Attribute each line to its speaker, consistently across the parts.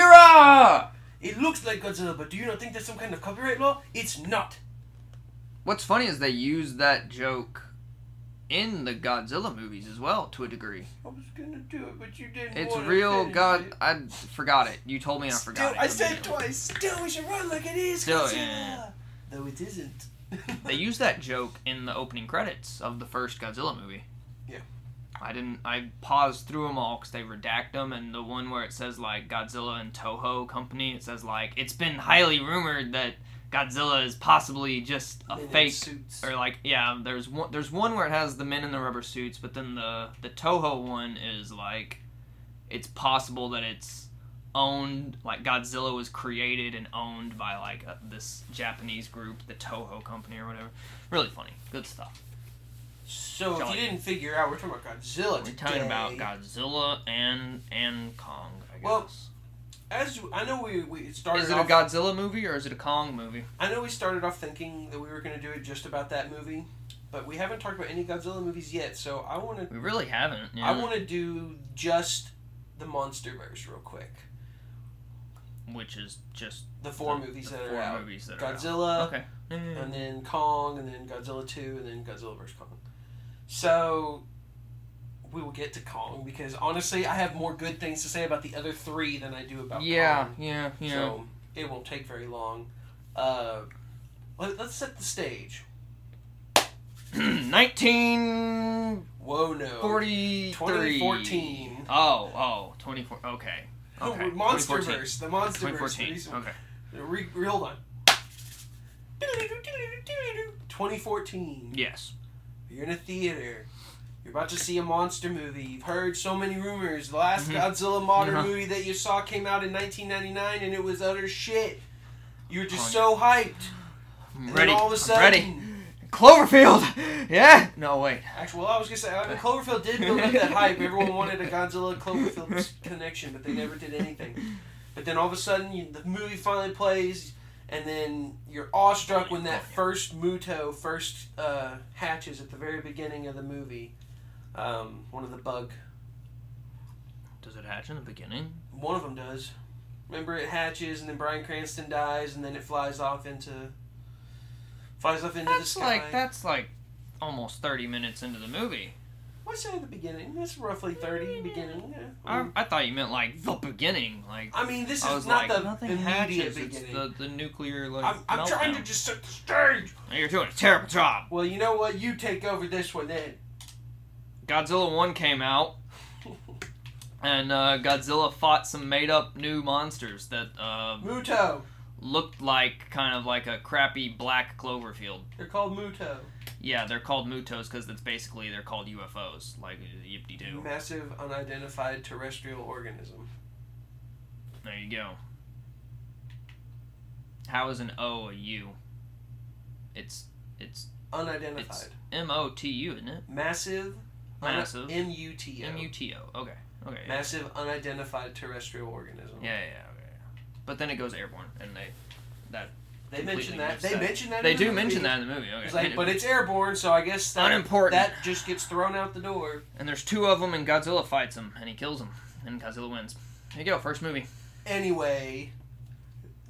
Speaker 1: Gojira!
Speaker 2: It looks like Godzilla, but do you not think there's some kind of copyright law? It's not.
Speaker 1: What's funny is they use that joke in the Godzilla movies as well, to a degree.
Speaker 2: I was gonna do it, but you didn't.
Speaker 1: It's
Speaker 2: wanna
Speaker 1: real
Speaker 2: finish
Speaker 1: God.
Speaker 2: it.
Speaker 1: I forgot it. You told me and I forgot
Speaker 2: Still,
Speaker 1: it.
Speaker 2: I said twice. Still, we should run like it is
Speaker 1: Still,
Speaker 2: Godzilla.
Speaker 1: yeah.
Speaker 2: Though it isn't.
Speaker 1: They used that joke in the opening credits of the first Godzilla movie.
Speaker 2: Yeah.
Speaker 1: I didn't. I paused through them all because they redact them, and the one where it says like Godzilla and Toho Company, it says like it's been highly rumored that Godzilla is possibly just a
Speaker 2: Men in
Speaker 1: fake
Speaker 2: suits.
Speaker 1: or like yeah there's one there's one where it has the men in the rubber suits but then the the toho one is like it's possible that it's owned like godzilla was created and owned by like uh this japanese group the toho company or whatever really funny good stuff
Speaker 2: So if
Speaker 1: Jolly.
Speaker 2: you didn't figure out, we're talking about Godzilla.
Speaker 1: we're talking about
Speaker 2: today.
Speaker 1: godzilla and and kong i guess
Speaker 2: Well, As you- I know, we we started.
Speaker 1: is it a
Speaker 2: off,
Speaker 1: godzilla movie or is it a kong movie
Speaker 2: I know we started off thinking that we were going to do it just about that movie, but we haven't talked about any Godzilla movies yet. So I want to
Speaker 1: we really haven't yeah.
Speaker 2: I want to do just the MonsterVerse real quick.
Speaker 1: which is just
Speaker 2: The four
Speaker 1: the-
Speaker 2: movies
Speaker 1: the
Speaker 2: that
Speaker 1: four
Speaker 2: are out.
Speaker 1: movies that are out.
Speaker 2: Godzilla,
Speaker 1: okay Yeah, yeah, yeah.
Speaker 2: and then Kong, and then Godzilla Two, and then Godzilla vs Kong. So we will get to Kong because honestly, I have more good things to say about the other three than I do about
Speaker 1: yeah,
Speaker 2: Kong.
Speaker 1: yeah, yeah.
Speaker 2: So it won't take very long. Uh, let, let's set the stage.
Speaker 1: 1943.
Speaker 2: Whoa, no. 2014.
Speaker 1: Oh, oh, 24. Okay. okay.
Speaker 2: Oh, MonsterVerse, the
Speaker 1: 2014.
Speaker 2: MonsterVerse. the
Speaker 1: 2014.
Speaker 2: recent-
Speaker 1: Okay.
Speaker 2: Re- re- hold on. 2014.
Speaker 1: Yes.
Speaker 2: You're in a theater. You're about to see a monster movie. You've heard so many rumors. The last
Speaker 1: Mhm.
Speaker 2: Godzilla modern
Speaker 1: Uh-huh.
Speaker 2: movie that you saw came out in 1999, and it was utter shit. You were just
Speaker 1: Oh,
Speaker 2: so hyped.
Speaker 1: I'm
Speaker 2: And
Speaker 1: ready.
Speaker 2: Then all of a
Speaker 1: I'm
Speaker 2: sudden,
Speaker 1: ready. Cloverfield. Yeah. No wait.
Speaker 2: Actually, well, I was gonna say I mean, Cloverfield did build up that hype. Everyone wanted a Godzilla Cloverfield connection, but they never did anything. But then all of a sudden, you, the movie finally plays, and then you're awestruck when
Speaker 1: Oh,
Speaker 2: that first Muto first uh, hatches at the very beginning of the movie. Um, one of the bug,
Speaker 1: Does it hatch in the beginning?
Speaker 2: one of them does. Remember, it hatches, and then Brian Cranston dies, and then it flies off into flies off into the
Speaker 1: That's
Speaker 2: sky.
Speaker 1: like that's like almost 30 minutes into the movie.
Speaker 2: What's that at the beginning? That's roughly thirty beginning. yeah. Um,
Speaker 1: I, I thought you meant like the beginning. Like
Speaker 2: I mean, this
Speaker 1: I
Speaker 2: is
Speaker 1: was
Speaker 2: not
Speaker 1: like
Speaker 2: the
Speaker 1: nothing
Speaker 2: immediate
Speaker 1: hatches.
Speaker 2: beginning.
Speaker 1: It's the the nuclear like
Speaker 2: I'm, I'm trying to
Speaker 1: meltdown.
Speaker 2: just set the stage.
Speaker 1: You're doing a terrible job.
Speaker 2: Well, you know what? You take over this one then.
Speaker 1: Godzilla 1 came out. and uh, Godzilla fought some made-up new monsters that uh,
Speaker 2: Muto.
Speaker 1: looked like kind of like a crappy black Cloverfield.
Speaker 2: They're called Muto.
Speaker 1: Yeah, they're called Mutos because that's basically they're called UFOs, like yipty doo.
Speaker 2: Massive unidentified terrestrial organism.
Speaker 1: There you go. How is an O a U? It's it's
Speaker 2: Unidentified.
Speaker 1: it's M O T U, isn't it?
Speaker 2: Massive. uni-
Speaker 1: Massive.
Speaker 2: M-U-T-O.
Speaker 1: M U T O. Okay. Okay. Yeah,
Speaker 2: Massive unidentified terrestrial organism.
Speaker 1: yeah, yeah. Okay. But then it goes airborne, and they
Speaker 2: They mention
Speaker 1: Completely
Speaker 2: that.
Speaker 1: missed
Speaker 2: They
Speaker 1: that.
Speaker 2: mention that.
Speaker 1: they
Speaker 2: in the
Speaker 1: do
Speaker 2: movie.
Speaker 1: mention that in the movie. Okay.
Speaker 2: It's like, but it's airborne, so I guess that,
Speaker 1: Unimportant.
Speaker 2: that just gets thrown out the door.
Speaker 1: And there's two of them, and Godzilla fights them, and he kills them, and Godzilla wins. There you go, first movie.
Speaker 2: Anyway,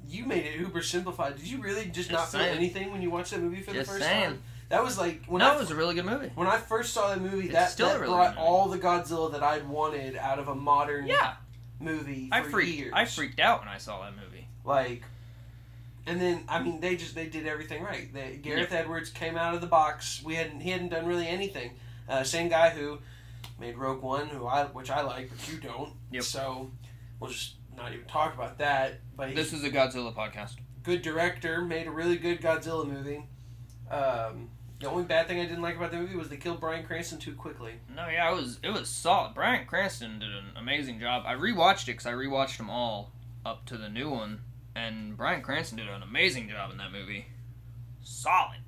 Speaker 2: you made it uber simplified. Did you really just,
Speaker 1: Just
Speaker 2: not feel
Speaker 1: saying.
Speaker 2: anything when you watched that movie for
Speaker 1: Just
Speaker 2: the first
Speaker 1: saying.
Speaker 2: time? That was like when
Speaker 1: no,
Speaker 2: I
Speaker 1: it was a really good movie.
Speaker 2: when I first saw that movie.
Speaker 1: It's
Speaker 2: That,
Speaker 1: still
Speaker 2: that
Speaker 1: a really
Speaker 2: brought
Speaker 1: good movie.
Speaker 2: all the Godzilla that I'd wanted out of a modern
Speaker 1: Yeah,
Speaker 2: movie. For
Speaker 1: I freaked.
Speaker 2: Years.
Speaker 1: I freaked out when I saw that movie.
Speaker 2: Like, and then I mean, they just they did everything right. They, Gareth Edwards came out of the box. We hadn't he hadn't done really anything. Uh, same guy who made Rogue One, who I which I like, but you don't.
Speaker 1: Yep.
Speaker 2: So we'll just not even talk about that. But he's
Speaker 1: This is a Godzilla podcast.
Speaker 2: good director, made a really good Godzilla movie. Um, the only bad thing I didn't like about the movie was they killed Brian Cranston too quickly.
Speaker 1: No, yeah, it was it was solid. Brian Cranston did an amazing job. I rewatched it because I rewatched them all up to the new one, and Brian Cranston did an amazing job in that movie. Solid.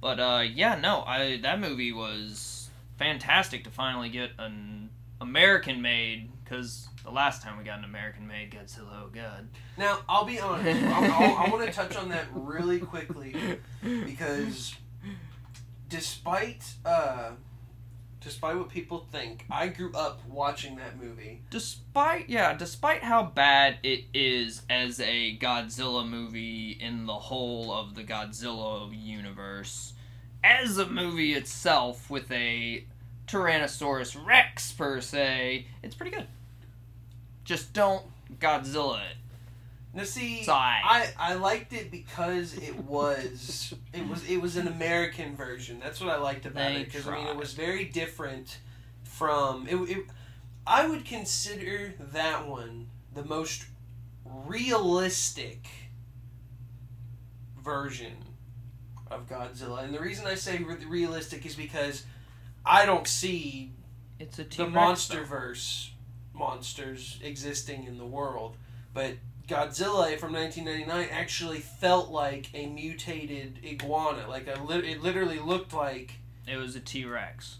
Speaker 1: But uh, yeah, no, I that movie was fantastic to finally get an American made because the last time we got an American made Godzilla, oh god.
Speaker 2: Now I'll be honest. I'll, I'll, I want to touch on that really quickly because, despite uh, despite what people think, I grew up watching that movie.
Speaker 1: Despite yeah, despite how bad it is as a Godzilla movie in the whole of the Godzilla universe, as a movie itself with a Tyrannosaurus Rex per se, it's pretty good. Just don't Godzilla it.
Speaker 2: Now see,
Speaker 1: Sigh.
Speaker 2: I I liked it because it was it was it was an American version. That's what I liked about
Speaker 1: They
Speaker 2: it because I mean it
Speaker 1: tried.
Speaker 2: was very different from it, it. I would consider that one the most realistic version of Godzilla, and the reason I say re- realistic is because I don't see
Speaker 1: It's a T
Speaker 2: the monster verse monsters existing in the world. But Godzilla from 1999 actually felt like a mutated iguana. Like a lit- it literally looked like
Speaker 1: It was a T Rex.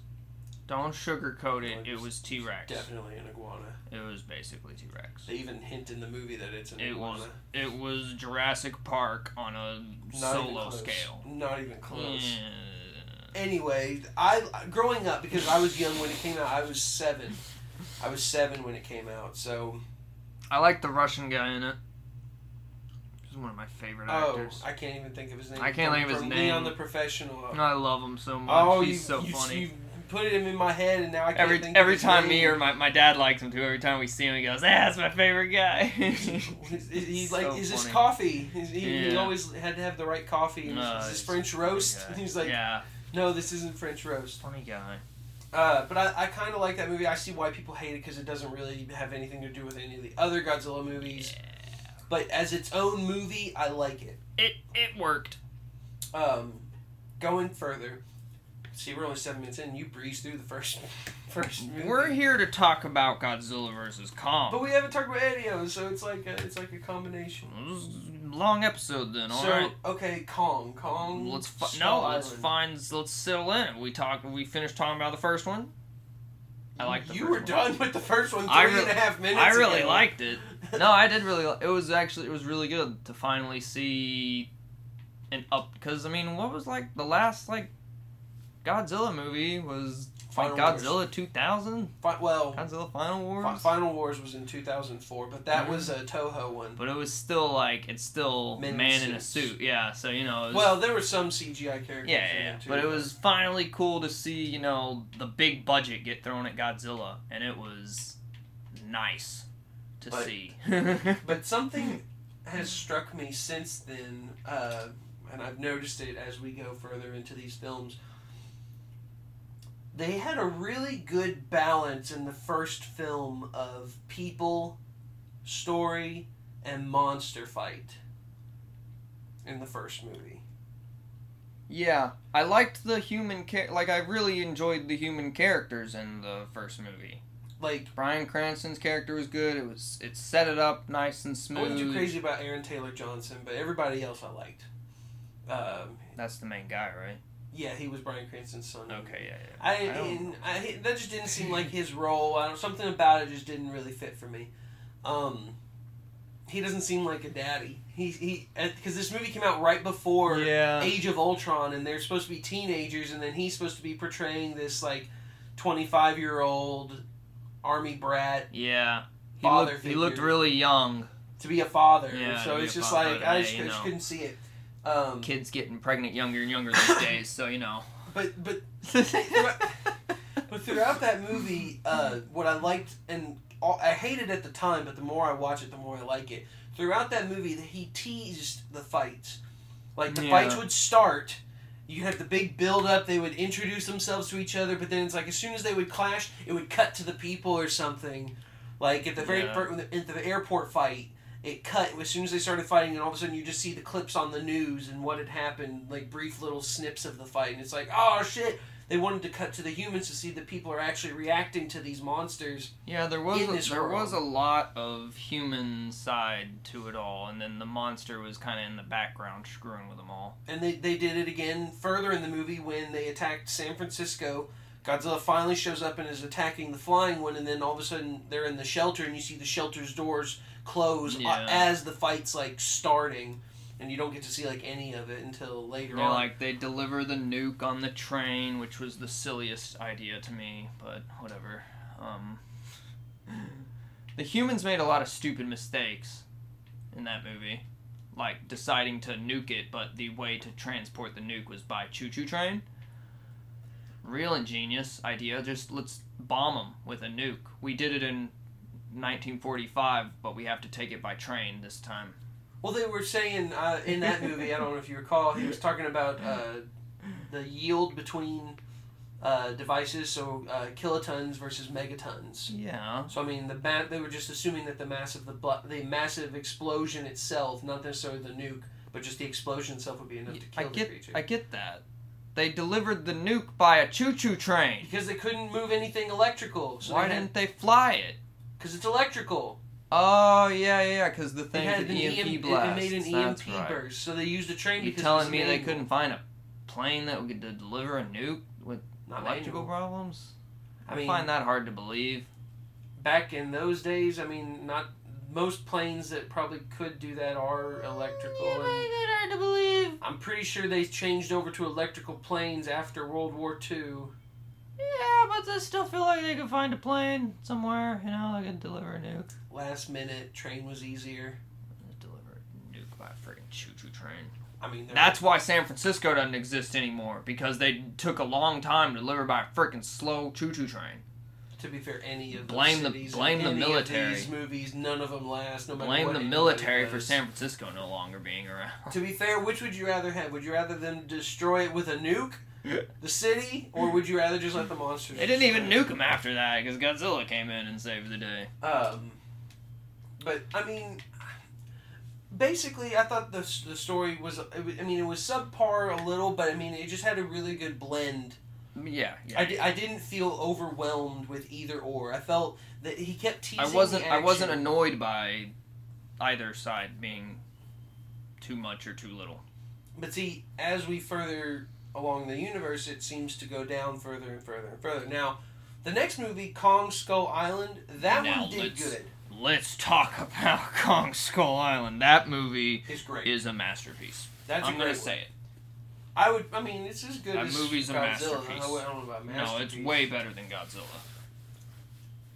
Speaker 1: Don't sugarcoat it. It was T Rex.
Speaker 2: definitely an iguana.
Speaker 1: It was basically T Rex.
Speaker 2: They even hint in the movie that it's an
Speaker 1: It
Speaker 2: iguana.
Speaker 1: was it was Jurassic Park on a
Speaker 2: even
Speaker 1: solo
Speaker 2: close.
Speaker 1: scale.
Speaker 2: Not even close.
Speaker 1: Yeah.
Speaker 2: Anyway, I growing up because I was young when it came out. I was seven. I was seven when it came out. So
Speaker 1: I like the Russian guy in it. He's one of my favorite
Speaker 2: oh,
Speaker 1: actors.
Speaker 2: I can't even think of his name.
Speaker 1: I can't
Speaker 2: From-
Speaker 1: think of his
Speaker 2: from
Speaker 1: name.
Speaker 2: Leon the Professional.
Speaker 1: I love him so much.
Speaker 2: Oh,
Speaker 1: He's
Speaker 2: you,
Speaker 1: so
Speaker 2: you,
Speaker 1: funny.
Speaker 2: You put him in my head, and now I can't
Speaker 1: every
Speaker 2: think
Speaker 1: every
Speaker 2: of his
Speaker 1: time me
Speaker 2: name.
Speaker 1: or my, my dad likes him too. Every time we see him, he goes, "Ah, that's my favorite guy."
Speaker 2: He's- he's like,
Speaker 1: So
Speaker 2: is this
Speaker 1: funny.
Speaker 2: coffee? He's- He, he
Speaker 1: Yeah.
Speaker 2: always had to have the right coffee. And
Speaker 1: No,
Speaker 2: is this
Speaker 1: he's
Speaker 2: French
Speaker 1: a funny
Speaker 2: roast?
Speaker 1: guy.
Speaker 2: And he's like,
Speaker 1: yeah,
Speaker 2: no, this isn't French roast.
Speaker 1: funny guy.
Speaker 2: Uh, but I, I kind of like that movie. I see why people hate it because it doesn't really have anything to do with any of the other Godzilla movies. But as its own movie, I like it.
Speaker 1: It it worked.
Speaker 2: Um, going further, see, we're only seven minutes in. You breezed through the first first. Movie.
Speaker 1: We're here to talk about Godzilla versus Kong.
Speaker 2: But we haven't talked about any of them, so it's like a, it's like a combination.
Speaker 1: Well, this is a long episode then. All
Speaker 2: so
Speaker 1: right.
Speaker 2: okay, Kong, Kong.
Speaker 1: Let's fi- no.
Speaker 2: Skull
Speaker 1: Let's
Speaker 2: Um, Island.
Speaker 1: find. Let's settle in. We talk. We finished talking about the first one. I like the
Speaker 2: You
Speaker 1: first
Speaker 2: were
Speaker 1: one.
Speaker 2: done with the first one
Speaker 1: I
Speaker 2: three and a half
Speaker 1: really-
Speaker 2: minutes.
Speaker 1: I really
Speaker 2: ago.
Speaker 1: liked it. No, I did really. li- It was actually it was really good to finally see an up because I mean, what was like the last like Godzilla movie was like
Speaker 2: Final Wars.
Speaker 1: Godzilla two thousand
Speaker 2: Fi- well,
Speaker 1: Godzilla Final Wars,
Speaker 2: Fi- Final Wars was in two thousand four, but that was a Toho one.
Speaker 1: but it was still like it's still
Speaker 2: Men in
Speaker 1: man in a
Speaker 2: suits.
Speaker 1: suit. Yeah, so you know. It was,
Speaker 2: Well, there were some CGI characters.
Speaker 1: Yeah,
Speaker 2: in
Speaker 1: yeah, yeah.
Speaker 2: Too,
Speaker 1: But it was finally cool to see, you know, the big budget get thrown at Godzilla, and it was nice to
Speaker 2: But-
Speaker 1: see.
Speaker 2: But something has struck me since then, uh, and I've noticed it as we go further into these films. They had a really good balance in the first film of people, story, and monster fight in the first movie.
Speaker 1: yeah, I liked the human char- like I really enjoyed the human characters in the first movie.
Speaker 2: Like,
Speaker 1: Brian Cranston's character was good. It was it set it up nice and
Speaker 2: I wasn't too
Speaker 1: smooth.
Speaker 2: Oh, crazy about Aaron Taylor Johnson, but everybody else I liked. Um,
Speaker 1: That's the main guy, right?
Speaker 2: yeah, he was Brian Cranston's son.
Speaker 1: Okay, yeah, yeah.
Speaker 2: I,
Speaker 1: I don't-
Speaker 2: and I that just didn't seem like his role. I don't, something about it just didn't really fit for me. Um, he doesn't seem like a daddy. He he because this movie came out right before
Speaker 1: yeah.
Speaker 2: Age of Ultron, and they're supposed to be teenagers, and then he's supposed to be portraying this like twenty five year old army brat
Speaker 1: yeah. He
Speaker 2: father
Speaker 1: looked, he looked
Speaker 2: figure.
Speaker 1: really young.
Speaker 2: to be a father.
Speaker 1: Yeah, to
Speaker 2: so
Speaker 1: be
Speaker 2: it's
Speaker 1: a
Speaker 2: just
Speaker 1: father,
Speaker 2: like I
Speaker 1: yeah,
Speaker 2: just,
Speaker 1: you
Speaker 2: I just
Speaker 1: know.
Speaker 2: couldn't see it. Um,
Speaker 1: Kids getting pregnant younger and younger these days, so you know.
Speaker 2: but but But throughout that movie, uh, what I liked and all, I hated at the time, but the more I watch it, the more I like it. Throughout that movie, that he teased the fights. Like the
Speaker 1: Yeah.
Speaker 2: fights would start, you would have the big build up. They would introduce themselves to each other, but then it's like as soon as they would clash, it would cut to the people or something. Like at the very
Speaker 1: Yeah.
Speaker 2: fir- at the airport fight, it cut as soon as they started fighting, and all of a sudden you just see the clips on the news and what had happened, like brief little snips of the fight, and it's like, oh shit! They wanted to cut to the humans to see the people are actually reacting to these monsters.
Speaker 1: Yeah, there was
Speaker 2: in
Speaker 1: a,
Speaker 2: this
Speaker 1: there
Speaker 2: world.
Speaker 1: was a lot of human side to it all, and then the monster was kind of in the background screwing with them all.
Speaker 2: And they, they did it again further in the movie when they attacked San Francisco. Godzilla finally shows up and is attacking the flying one, and then all of a sudden they're in the shelter, and you see the shelter's doors close uh,
Speaker 1: Yeah.
Speaker 2: as the fight's like starting. and you don't get to see like any of it until later
Speaker 1: They're
Speaker 2: on.
Speaker 1: like they deliver the nuke on the train, which was the silliest idea to me, but whatever. Um, the humans made a lot of stupid mistakes in that movie, like deciding to nuke it, but the way to transport the nuke was by choo-choo train. Real ingenious idea. Just let's bomb them with a nuke. We did it in 1945, but we have to take it by train this time.
Speaker 2: well, they were saying uh, in that movie, I don't know if you recall, he was talking about uh, the yield between uh, devices, so uh, kilotons versus megatons.
Speaker 1: Yeah.
Speaker 2: So I mean, the ma- they were just assuming that the mass of the bl- the massive explosion itself, not necessarily the nuke, but just the explosion itself would be enough to
Speaker 1: I
Speaker 2: kill the
Speaker 1: get,
Speaker 2: creature.
Speaker 1: I get that. They delivered the nuke by a choo-choo train.
Speaker 2: because they couldn't move anything electrical. So
Speaker 1: Why didn't they fly it?
Speaker 2: Because it's electrical.
Speaker 1: Oh yeah, yeah, yeah. Because the
Speaker 2: It
Speaker 1: thing
Speaker 2: had
Speaker 1: had
Speaker 2: an
Speaker 1: EMP
Speaker 2: EM-
Speaker 1: blast.
Speaker 2: It made an E
Speaker 1: That's
Speaker 2: EMP
Speaker 1: right.
Speaker 2: burst. So they used a train
Speaker 1: You
Speaker 2: because
Speaker 1: telling
Speaker 2: it was
Speaker 1: me they
Speaker 2: manual.
Speaker 1: couldn't find a plane that would deliver a nuke with
Speaker 2: Not
Speaker 1: electrical
Speaker 2: manual.
Speaker 1: problems?
Speaker 2: I
Speaker 1: I,
Speaker 2: mean-
Speaker 1: find that hard to believe.
Speaker 2: back in those days. I mean, not most planes that probably could do that are electrical.
Speaker 1: You
Speaker 2: And
Speaker 1: find that hard to believe.
Speaker 2: I'm pretty sure they changed over to electrical planes after World War II.
Speaker 1: Yeah, but I still feel like they could find a plane somewhere. You know, they could deliver a nuke.
Speaker 2: Last minute, train was easier.
Speaker 1: Deliver a nuke by a freaking choo-choo train.
Speaker 2: I mean, there-
Speaker 1: That's why San Francisco doesn't exist anymore because they took a long time to deliver by a freaking slow choo-choo train.
Speaker 2: to be fair, any of
Speaker 1: Blame the-
Speaker 2: those cities,
Speaker 1: blame the
Speaker 2: any of
Speaker 1: military.
Speaker 2: these movies, none of them last. No matter
Speaker 1: Blame
Speaker 2: what
Speaker 1: the
Speaker 2: anybody
Speaker 1: military for
Speaker 2: does.
Speaker 1: San Francisco no longer being around.
Speaker 2: To be fair, which would you rather have? Would you rather them destroy it with a nuke, the city, or would you rather just let the monsters?
Speaker 1: They didn't even
Speaker 2: destroy it?
Speaker 1: nuke them after that because Godzilla came in and saved the day.
Speaker 2: Um, but I mean, basically, I thought the s- the story was. it wa- I mean, it was subpar a little, but I mean, it just had a really good blend.
Speaker 1: Yeah, yeah.
Speaker 2: I, di- I didn't feel overwhelmed with either or. I felt that he kept teasing.
Speaker 1: I wasn't
Speaker 2: The
Speaker 1: I wasn't
Speaker 2: action.
Speaker 1: annoyed by either side being too much or too little.
Speaker 2: But see, as we further along the universe, it seems to go down further and further and further. Now, the next movie, Kong Skull Island, that
Speaker 1: Now
Speaker 2: one did
Speaker 1: let's-
Speaker 2: good.
Speaker 1: Let's talk about Kong Skull Island. That movie
Speaker 2: It's great.
Speaker 1: is a masterpiece.
Speaker 2: That's
Speaker 1: I'm
Speaker 2: a great
Speaker 1: gonna
Speaker 2: one.
Speaker 1: say it.
Speaker 2: I would. I mean, it's as good
Speaker 1: That
Speaker 2: as
Speaker 1: movie's a
Speaker 2: Godzilla.
Speaker 1: masterpiece.
Speaker 2: I don't know about
Speaker 1: No, it's
Speaker 2: masterpiece.
Speaker 1: way better than Godzilla.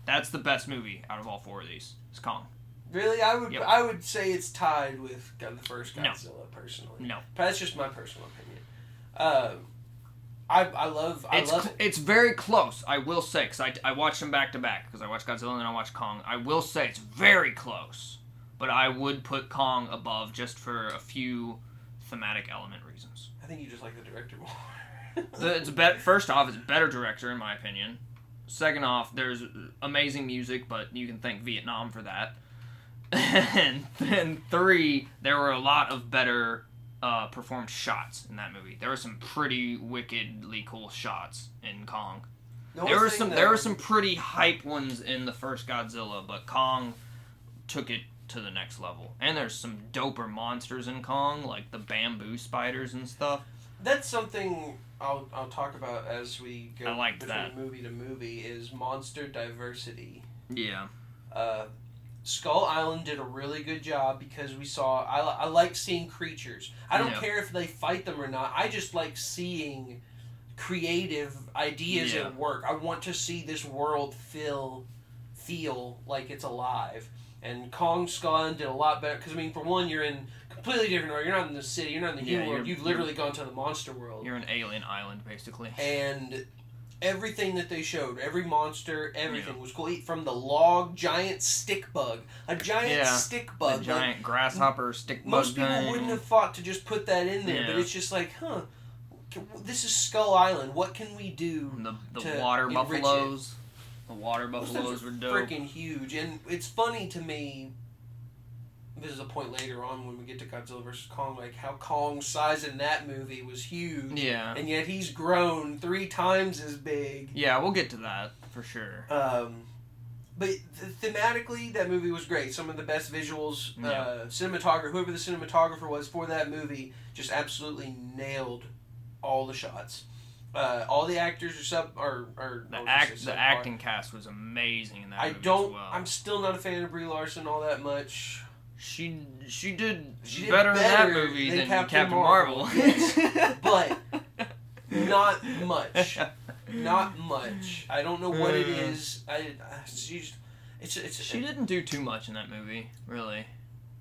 Speaker 1: That's the best movie out of all four of these. It's Kong.
Speaker 2: Really, I would
Speaker 1: Yep.
Speaker 2: I would say it's tied with Go- the first
Speaker 1: No. Mm.
Speaker 2: Godzilla personally.
Speaker 1: No,
Speaker 2: But that's just my personal opinion. Uh, I I love I
Speaker 1: it's
Speaker 2: love
Speaker 1: cl- it's very close. I will say because I, I watched them back to back because I watched Godzilla and then I watched Kong. I will say it's very close, but I would put Kong above just for a few thematic element reasons.
Speaker 2: I think you just like the director more.
Speaker 1: The- It's bet first off, it's a better director in my opinion. Second off, there's amazing music, but you can thank Vietnam for that. and then three, there were a lot of better uh, performed shots in that movie. There were some pretty wickedly cool shots in Kong.
Speaker 2: The only
Speaker 1: There were
Speaker 2: thing
Speaker 1: some
Speaker 2: that-
Speaker 1: there were some pretty hype ones in the first Godzilla, but Kong took it to the next level. And there's some doper monsters in Kong, like the bamboo spiders and stuff.
Speaker 2: That's something I'll I'll talk about as we go
Speaker 1: I like
Speaker 2: between
Speaker 1: that.
Speaker 2: movie to movie is monster diversity.
Speaker 1: Yeah.
Speaker 2: Uh, Skull Island did a really good job because we saw I, li- I like seeing creatures. I don't
Speaker 1: Yeah.
Speaker 2: care if they fight them or not. I just like seeing creative ideas
Speaker 1: Yeah.
Speaker 2: at work. I want to see this world feel feel like it's alive. And Kong Skull Island did a lot better because I mean, for one, you're in completely different world. You're not in the city. You're not in the
Speaker 1: Yeah,
Speaker 2: human world.
Speaker 1: you're-
Speaker 2: You've literally gone to the monster world
Speaker 1: You're an alien island basically.
Speaker 2: and everything that they showed, every monster, everything was cool. From the log giant stick bug, a giant
Speaker 1: Yeah,
Speaker 2: stick
Speaker 1: The
Speaker 2: bug. like,
Speaker 1: giant grasshopper stick bug
Speaker 2: most people
Speaker 1: thing.
Speaker 2: wouldn't have thought to just put that in there, but
Speaker 1: Yeah.
Speaker 2: it's just like, huh, c- this is Skull Island. What can we do?
Speaker 1: the the
Speaker 2: to
Speaker 1: water
Speaker 2: enrich it.
Speaker 1: buffaloes. The water
Speaker 2: Those
Speaker 1: buffaloes
Speaker 2: things
Speaker 1: were
Speaker 2: are
Speaker 1: dope.
Speaker 2: freaking huge, and it's funny to me. This is a point later on when we get to Godzilla versus Kong, like how Kong's size in that movie was huge,
Speaker 1: Yeah.
Speaker 2: and yet he's grown three times as big.
Speaker 1: Yeah, we'll get to that for sure.
Speaker 2: Um, but th- thematically, that movie was great. Some of the best visuals, uh,
Speaker 1: Yeah.
Speaker 2: cinematographer, whoever the cinematographer was for that movie, just absolutely nailed all the shots. Uh, all the actors are sub are, are
Speaker 1: The
Speaker 2: I was gonna say
Speaker 1: act the
Speaker 2: subpar.
Speaker 1: acting cast was amazing in that
Speaker 2: I
Speaker 1: movie
Speaker 2: don't.
Speaker 1: as well.
Speaker 2: I'm still not a fan of Brie Larson all that much.
Speaker 1: She she did,
Speaker 2: She did
Speaker 1: better, in that
Speaker 2: better
Speaker 1: movie
Speaker 2: than
Speaker 1: than
Speaker 2: Captain
Speaker 1: Captain,
Speaker 2: Marvel.
Speaker 1: Marvel.
Speaker 2: Yes, but not much. Not much. I don't know what it
Speaker 1: Uh.
Speaker 2: is. I, I she's, it's it's.
Speaker 1: She didn't do too much in that movie, really.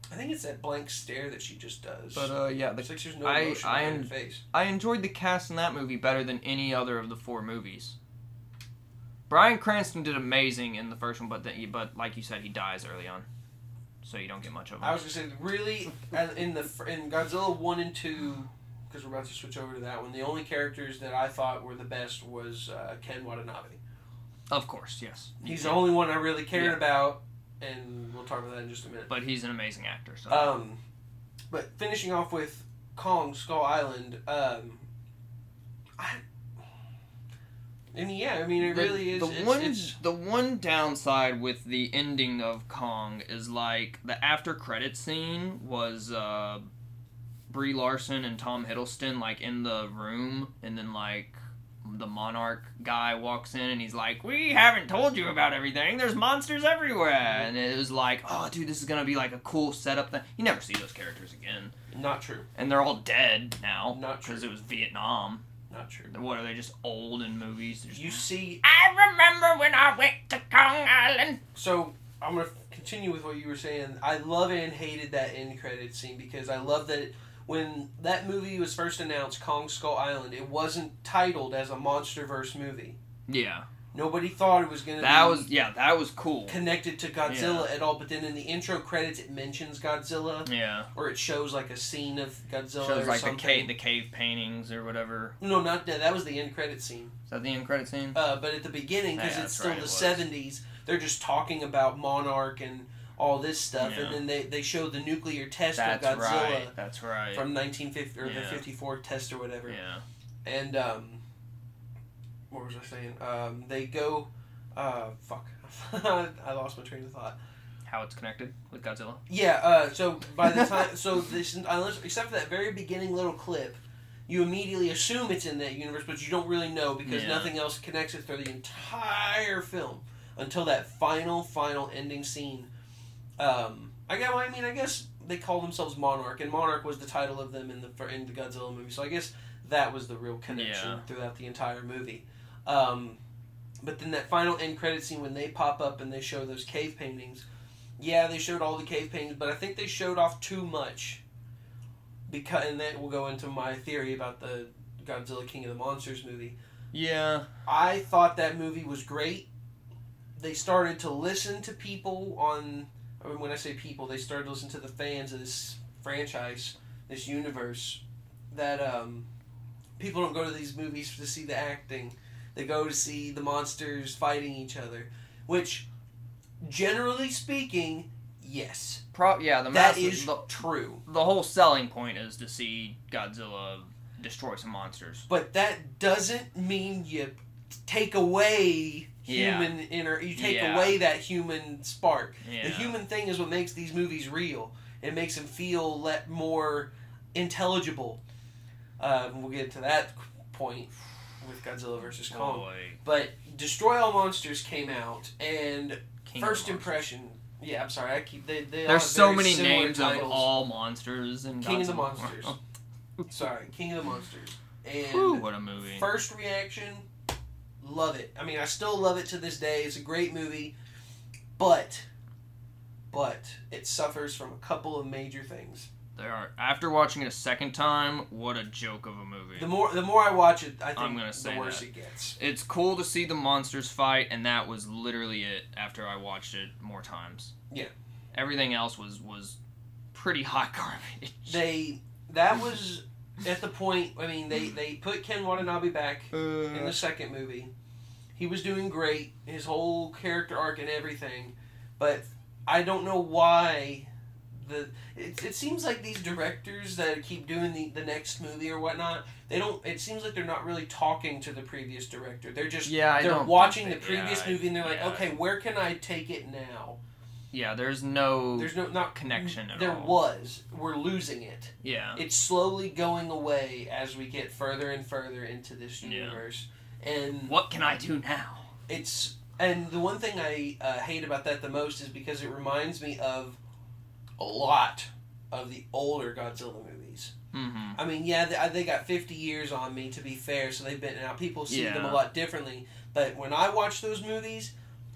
Speaker 2: I think it's that blank stare that she just does.
Speaker 1: But uh, yeah,
Speaker 2: it's
Speaker 1: the,
Speaker 2: like there's no
Speaker 1: I-
Speaker 2: emotion
Speaker 1: I
Speaker 2: in her
Speaker 1: am-
Speaker 2: face.
Speaker 1: I enjoyed the cast in that movie better than any other of the four movies. Brian Cranston did amazing in the first one, but the, but like you said, he dies early on, so you don't get much of him.
Speaker 2: I was gonna say really uh, in the fir- in Godzilla one and two because we're about to switch over to that one. The only characters that I thought were the best was uh, Ken Watanabe.
Speaker 1: of course, yes,
Speaker 2: He's the only one I really cared
Speaker 1: Yeah.
Speaker 2: about, and we'll talk about that in just a minute.
Speaker 1: but he's an amazing actor. So
Speaker 2: Um, but finishing off with Kong Skull Island, um, I, I mean, yeah, I mean, it
Speaker 1: the,
Speaker 2: really is.
Speaker 1: the
Speaker 2: it's,
Speaker 1: one
Speaker 2: it's-
Speaker 1: the one downside with the ending of Kong is like the after credit scene was uh, Brie Larson and Tom Hiddleston like in the room, and then like the Monarch guy walks in and he's like, "We haven't told you about everything. There's monsters everywhere," and it was like, "Oh, dude, this is gonna be like a cool setup thing." You never see those characters again,
Speaker 2: not true,
Speaker 1: and they're all dead now
Speaker 2: Not true.
Speaker 1: because it was Vietnam.
Speaker 2: not true.
Speaker 1: What are they just old in movies? They're just
Speaker 2: You see,
Speaker 1: I remember when I went to Kong Island.
Speaker 2: so I'm gonna continue with what you were saying. I love and hated that end credit scene because I love that. when that movie was first announced, Kong Skull Island, it wasn't titled as a MonsterVerse movie.
Speaker 1: Yeah,
Speaker 2: Nobody thought it was going to be
Speaker 1: that was yeah, that was cool.
Speaker 2: connected to Godzilla at all. But then in the intro credits, it mentions Godzilla.
Speaker 1: Yeah,
Speaker 2: or it shows like a scene of Godzilla
Speaker 1: shows
Speaker 2: or
Speaker 1: like the
Speaker 2: something.
Speaker 1: cave, the cave paintings or whatever.
Speaker 2: no, not that. That was the end credit scene.
Speaker 1: Is that the end credit scene?
Speaker 2: Uh, but at the beginning, because
Speaker 1: Yeah,
Speaker 2: it's
Speaker 1: that's
Speaker 2: still
Speaker 1: right, it
Speaker 2: the
Speaker 1: was.
Speaker 2: seventies, they're just talking about Monarch and all this stuff,
Speaker 1: Yeah.
Speaker 2: and then they they show the nuclear test
Speaker 1: That's
Speaker 2: of Godzilla
Speaker 1: right. That's right.
Speaker 2: from nineteen fifty or the
Speaker 1: Yeah.
Speaker 2: fifty four test or whatever,
Speaker 1: yeah,
Speaker 2: and um, what was I saying? Um, they go, uh, fuck, I lost my train of thought.
Speaker 1: how it's connected with Godzilla.
Speaker 2: Yeah. Uh, so by the time, so this, unless, except for that very beginning little clip, you immediately assume it's in that universe, but you don't really know because
Speaker 1: Yeah.
Speaker 2: nothing else connects it through the entire film until that final, final ending scene. Um, I got. Well, I mean, I guess they call themselves Monarch, and Monarch was the title of them in the fir- in the Godzilla movie. So I guess that was the real connection
Speaker 1: Yeah.
Speaker 2: throughout the entire movie. Um, but then that final end credit scene when they pop up and they show those cave paintings. Yeah, they showed all the cave paintings, but I think they showed off too much. Because and that will go into my theory about the Godzilla King of the Monsters movie.
Speaker 1: Yeah,
Speaker 2: I thought that movie was great. They started to listen to people on. I mean, when I say people, they started to listen to the fans of this franchise, this universe. That um, people don't go to these movies to see the acting; they go to see the monsters fighting each other. Which, generally speaking, yes,
Speaker 1: pro yeah. The
Speaker 2: that
Speaker 1: massive,
Speaker 2: is
Speaker 1: the,
Speaker 2: true.
Speaker 1: the whole selling point is to see Godzilla destroy some monsters.
Speaker 2: But that doesn't mean you take away
Speaker 1: Yeah.
Speaker 2: human inner. You take
Speaker 1: Yeah.
Speaker 2: away that human spark.
Speaker 1: Yeah,
Speaker 2: The human thing is what makes these movies real. It makes them feel let more intelligible. Um, we'll get to that point with Godzilla versus Kong.
Speaker 1: boy,
Speaker 2: But Destroy All Monsters came out, and
Speaker 1: King of
Speaker 2: first
Speaker 1: the Monsters.
Speaker 2: impression. Yeah, I'm sorry. I keep they. they all
Speaker 1: There's
Speaker 2: have
Speaker 1: so
Speaker 2: very
Speaker 1: many
Speaker 2: similar
Speaker 1: names of
Speaker 2: titles.
Speaker 1: all monsters and
Speaker 2: King
Speaker 1: Godzilla.
Speaker 2: of the Monsters. Sorry, King of the Monsters. And
Speaker 1: Whew, what a movie!
Speaker 2: First reaction, love it. I mean, I still love it to this day. It's a great movie, but but it suffers from a couple of major things.
Speaker 1: They are. After watching it a second time, what a joke of a movie.
Speaker 2: The more the more I watch it, I think
Speaker 1: I'm gonna say
Speaker 2: the worse
Speaker 1: that.
Speaker 2: it gets.
Speaker 1: it's cool to see the monsters fight, and that was literally it. After I watched it more times,
Speaker 2: Yeah.
Speaker 1: everything else was was pretty hot garbage.
Speaker 2: They that was at the point. I mean, they they put Ken Watanabe back in the second movie. He was doing great, his whole character arc and everything, but I don't know why the it, it seems like these directors that keep doing the, the next movie or whatnot, they don't it seems like they're not really talking to the previous director. They're just
Speaker 1: yeah, I
Speaker 2: they're
Speaker 1: don't
Speaker 2: watching the
Speaker 1: think they-
Speaker 2: previous
Speaker 1: yeah, I-
Speaker 2: movie and they're like,
Speaker 1: yeah.
Speaker 2: okay, where can I take it now?
Speaker 1: Yeah, there's no
Speaker 2: There's no not
Speaker 1: connection at
Speaker 2: there
Speaker 1: all. Oh.
Speaker 2: was. We're losing it
Speaker 1: yeah,
Speaker 2: it's slowly going away as we get further and further into this
Speaker 1: Yeah.
Speaker 2: universe and
Speaker 1: what can I do now?
Speaker 2: it's and the one thing i uh, hate about that the most is because it reminds me of a lot of the older Godzilla movies.
Speaker 1: Mm-hmm.
Speaker 2: I mean, yeah, they, they got 50 years on me, to be fair, so they've been out. People see them
Speaker 1: Yeah.
Speaker 2: a lot differently. But when I watch those movies,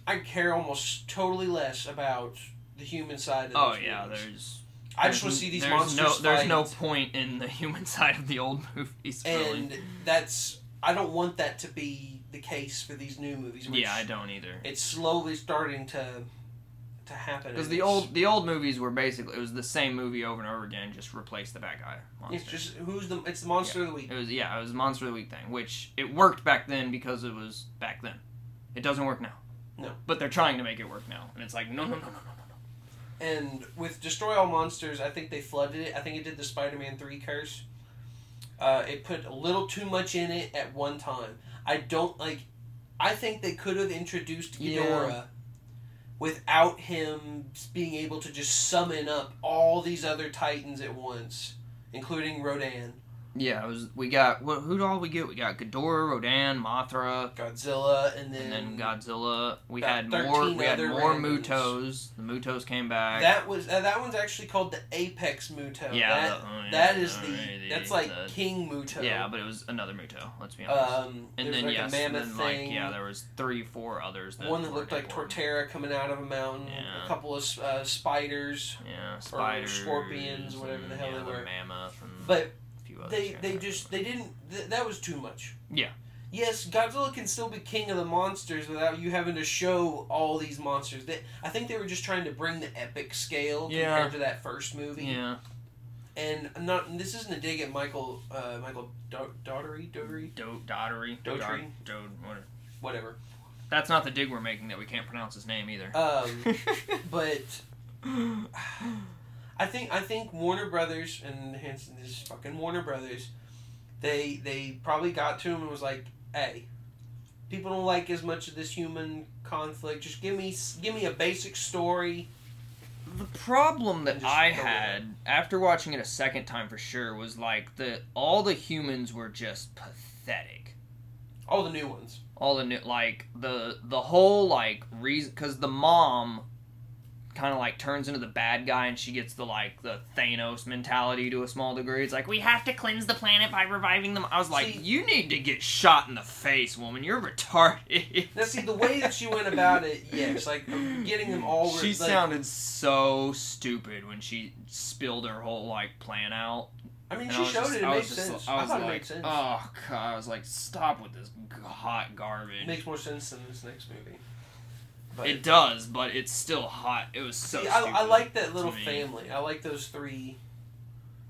Speaker 2: I care almost totally less about the human side of
Speaker 1: Oh
Speaker 2: those
Speaker 1: yeah,
Speaker 2: movies.
Speaker 1: there's.
Speaker 2: I just
Speaker 1: there's-
Speaker 2: want to see these
Speaker 1: there's
Speaker 2: monsters
Speaker 1: No, there's
Speaker 2: fight.
Speaker 1: no point in the human side of the old movies. Really.
Speaker 2: and uh, that's I don't want that to be the case for these new movies. Which
Speaker 1: yeah, I don't either.
Speaker 2: it's slowly starting to to happen.
Speaker 1: Because
Speaker 2: and
Speaker 1: the
Speaker 2: it's-
Speaker 1: old the old movies were basically it was the same movie over and over again, just replace the bad guy.
Speaker 2: it's
Speaker 1: Monster.
Speaker 2: just who's the it's the monster of the week.
Speaker 1: It was yeah, it was a monster of the week thing, which it worked back then because it was back then. It doesn't work now.
Speaker 2: No.
Speaker 1: But they're trying to make it work now, and it's like no, no, no, no, no, no.
Speaker 2: And with Destroy All Monsters, I think they flooded it. I think it did the Spider Man 3 curse. Uh, it put a little too much in it at one time. I don't like. I think they could have introduced
Speaker 1: Yeah.
Speaker 2: Ghidorah without him being able to just summon up all these other Titans at once, including Rodan,
Speaker 1: Yeah, it was. We got wh- who do all we get? We got Ghidorah, Rodan, Mothra,
Speaker 2: Godzilla, and then.
Speaker 1: and then Godzilla. We
Speaker 2: About
Speaker 1: had more.
Speaker 2: 13
Speaker 1: We had
Speaker 2: other
Speaker 1: more
Speaker 2: randoms.
Speaker 1: Mutos. The Mutos came back.
Speaker 2: That was uh, that one's actually called the Apex Muto.
Speaker 1: yeah,
Speaker 2: that,
Speaker 1: the- oh, yeah,
Speaker 2: that is the
Speaker 1: alrighty,
Speaker 2: that's like
Speaker 1: the-
Speaker 2: King Muto.
Speaker 1: yeah, but it was another Muto. Let's be honest.
Speaker 2: Um,
Speaker 1: and
Speaker 2: there's,
Speaker 1: then
Speaker 2: like
Speaker 1: yes,
Speaker 2: a
Speaker 1: and then
Speaker 2: mammoth thing.
Speaker 1: like yeah, there was three, four others. That
Speaker 2: one that
Speaker 1: were
Speaker 2: looked like
Speaker 1: important.
Speaker 2: Torterra coming out of a mountain.
Speaker 1: Yeah.
Speaker 2: A couple of uh, spiders.
Speaker 1: Yeah, spiders,
Speaker 2: scorpions, whatever the
Speaker 1: and,
Speaker 2: hell
Speaker 1: yeah,
Speaker 2: they were.
Speaker 1: mammoth, and
Speaker 2: But
Speaker 1: a few others
Speaker 2: they
Speaker 1: here and
Speaker 2: they
Speaker 1: there.
Speaker 2: just they didn't. Th- that was too much.
Speaker 1: Yeah.
Speaker 2: Yes, Godzilla can still be king of the monsters without you having to show all these monsters. That I think they were just trying to bring the epic scale
Speaker 1: Yeah.
Speaker 2: compared to that first movie.
Speaker 1: yeah,
Speaker 2: And I'm not and this isn't a dig at Michael uh, Michael Do- Daugherty Daugherty
Speaker 1: do dottery,
Speaker 2: Dottery.
Speaker 1: Dot- Dode- whatever.
Speaker 2: whatever.
Speaker 1: That's not the dig we're making that we can't pronounce his name either.
Speaker 2: Um, but I think I think Warner Brothers and Hanson this is fucking Warner Brothers, they they probably got to him and was like, "Hey, people don't like as much of this human conflict. Just give me give me a basic story."
Speaker 1: the problem that
Speaker 2: Just
Speaker 1: I
Speaker 2: throw it
Speaker 1: had after watching it a second time for sure was like the all the humans were just pathetic.
Speaker 2: All the new ones.
Speaker 1: all the new like the the whole like reason because the mom kind of like turns into the bad guy and she gets the like the thanos mentality to a small degree it's like we have to cleanse the planet by reviving them i was like
Speaker 2: See-
Speaker 1: you need to get shot in the face woman you're retarded
Speaker 2: Now, see the way that she went about it. Yes, like getting them all.
Speaker 1: she
Speaker 2: like,
Speaker 1: sounded so stupid when she spilled her whole like plan out
Speaker 2: I mean,
Speaker 1: And
Speaker 2: she
Speaker 1: I was
Speaker 2: showed
Speaker 1: just-
Speaker 2: it. It
Speaker 1: I
Speaker 2: makes
Speaker 1: was just-
Speaker 2: sense.
Speaker 1: I
Speaker 2: I,
Speaker 1: was
Speaker 2: thought
Speaker 1: like,
Speaker 2: it makes sense.
Speaker 1: oh god, I was like, stop with this g- hot
Speaker 2: it
Speaker 1: garbage.
Speaker 2: makes more sense than this next movie. But
Speaker 1: It does, but it's still hot. It was so.
Speaker 2: see, I, I
Speaker 1: stupid
Speaker 2: like that
Speaker 1: to
Speaker 2: little
Speaker 1: me.
Speaker 2: family. I like those three.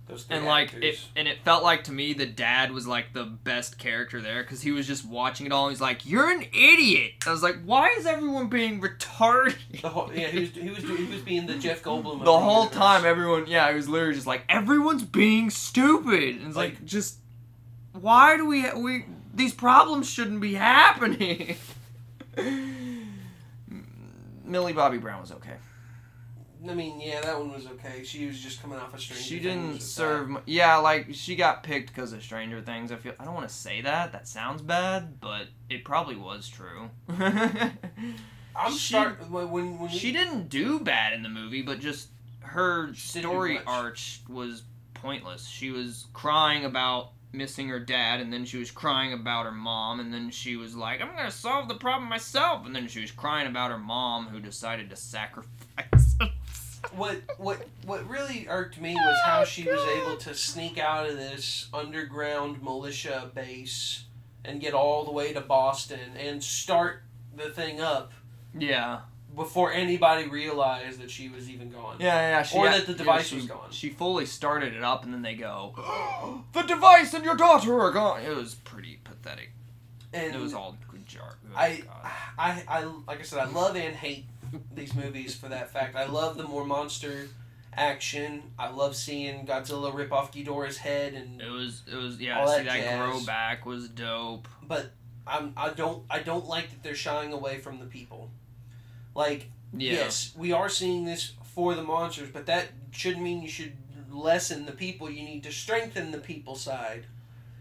Speaker 2: Those three
Speaker 1: And like
Speaker 2: actors.
Speaker 1: it, and it felt like to me the dad was like the best character there because he was just watching it all. and He's like, "You're an idiot." I was like, "Why is everyone being retarded?"
Speaker 2: The whole yeah, he was he was he was being the Jeff Goldblum. of
Speaker 1: The whole
Speaker 2: universe.
Speaker 1: time, everyone, yeah, it was literally just like everyone's being stupid, and it's like,
Speaker 2: Like-
Speaker 1: just why do we we these problems shouldn't be happening. Millie Bobby Brown was okay.
Speaker 2: I mean, yeah, that one was okay. She was just coming off a strange.
Speaker 1: She didn't serve. Mu- yeah, like she got picked because of Stranger Things. I feel I don't want to say that. That sounds bad, but it probably was true.
Speaker 2: I'm
Speaker 1: she-
Speaker 2: start when when we,
Speaker 1: she didn't do bad in the movie, but just her
Speaker 2: She didn't do
Speaker 1: story
Speaker 2: much.
Speaker 1: arch was pointless. She was crying about missing her dad, and then she was crying about her mom, and then she was like, "I'm gonna solve the problem myself," and then she was crying about her mom who decided to sacrifice.
Speaker 2: what what what really irked me was how she was able to sneak out of this underground militia base and get all the way to Boston and start the thing up
Speaker 1: yeah.
Speaker 2: before anybody realized that she was even gone.
Speaker 1: Yeah, yeah. yeah, She,
Speaker 2: Or that the
Speaker 1: yeah,
Speaker 2: device
Speaker 1: she-
Speaker 2: was gone.
Speaker 1: She fully started it up, and then they go, "The device and your daughter are gone." It was pretty pathetic.
Speaker 2: And
Speaker 1: it was all good jar. oh,
Speaker 2: I,
Speaker 1: God.
Speaker 2: I, I, like I said, I love and hate these movies for that fact. I love the more monster action. I love seeing Godzilla rip off Ghidorah's head, and
Speaker 1: It was. It was. Yeah.
Speaker 2: all
Speaker 1: see
Speaker 2: that
Speaker 1: that grow
Speaker 2: jazz.
Speaker 1: back was dope.
Speaker 2: but I'm, I don't, I don't like that they're shying away from the people. Like,
Speaker 1: Yeah.
Speaker 2: yes, we are seeing this for the monsters, but that shouldn't mean you should lessen the people. You need to strengthen the people side.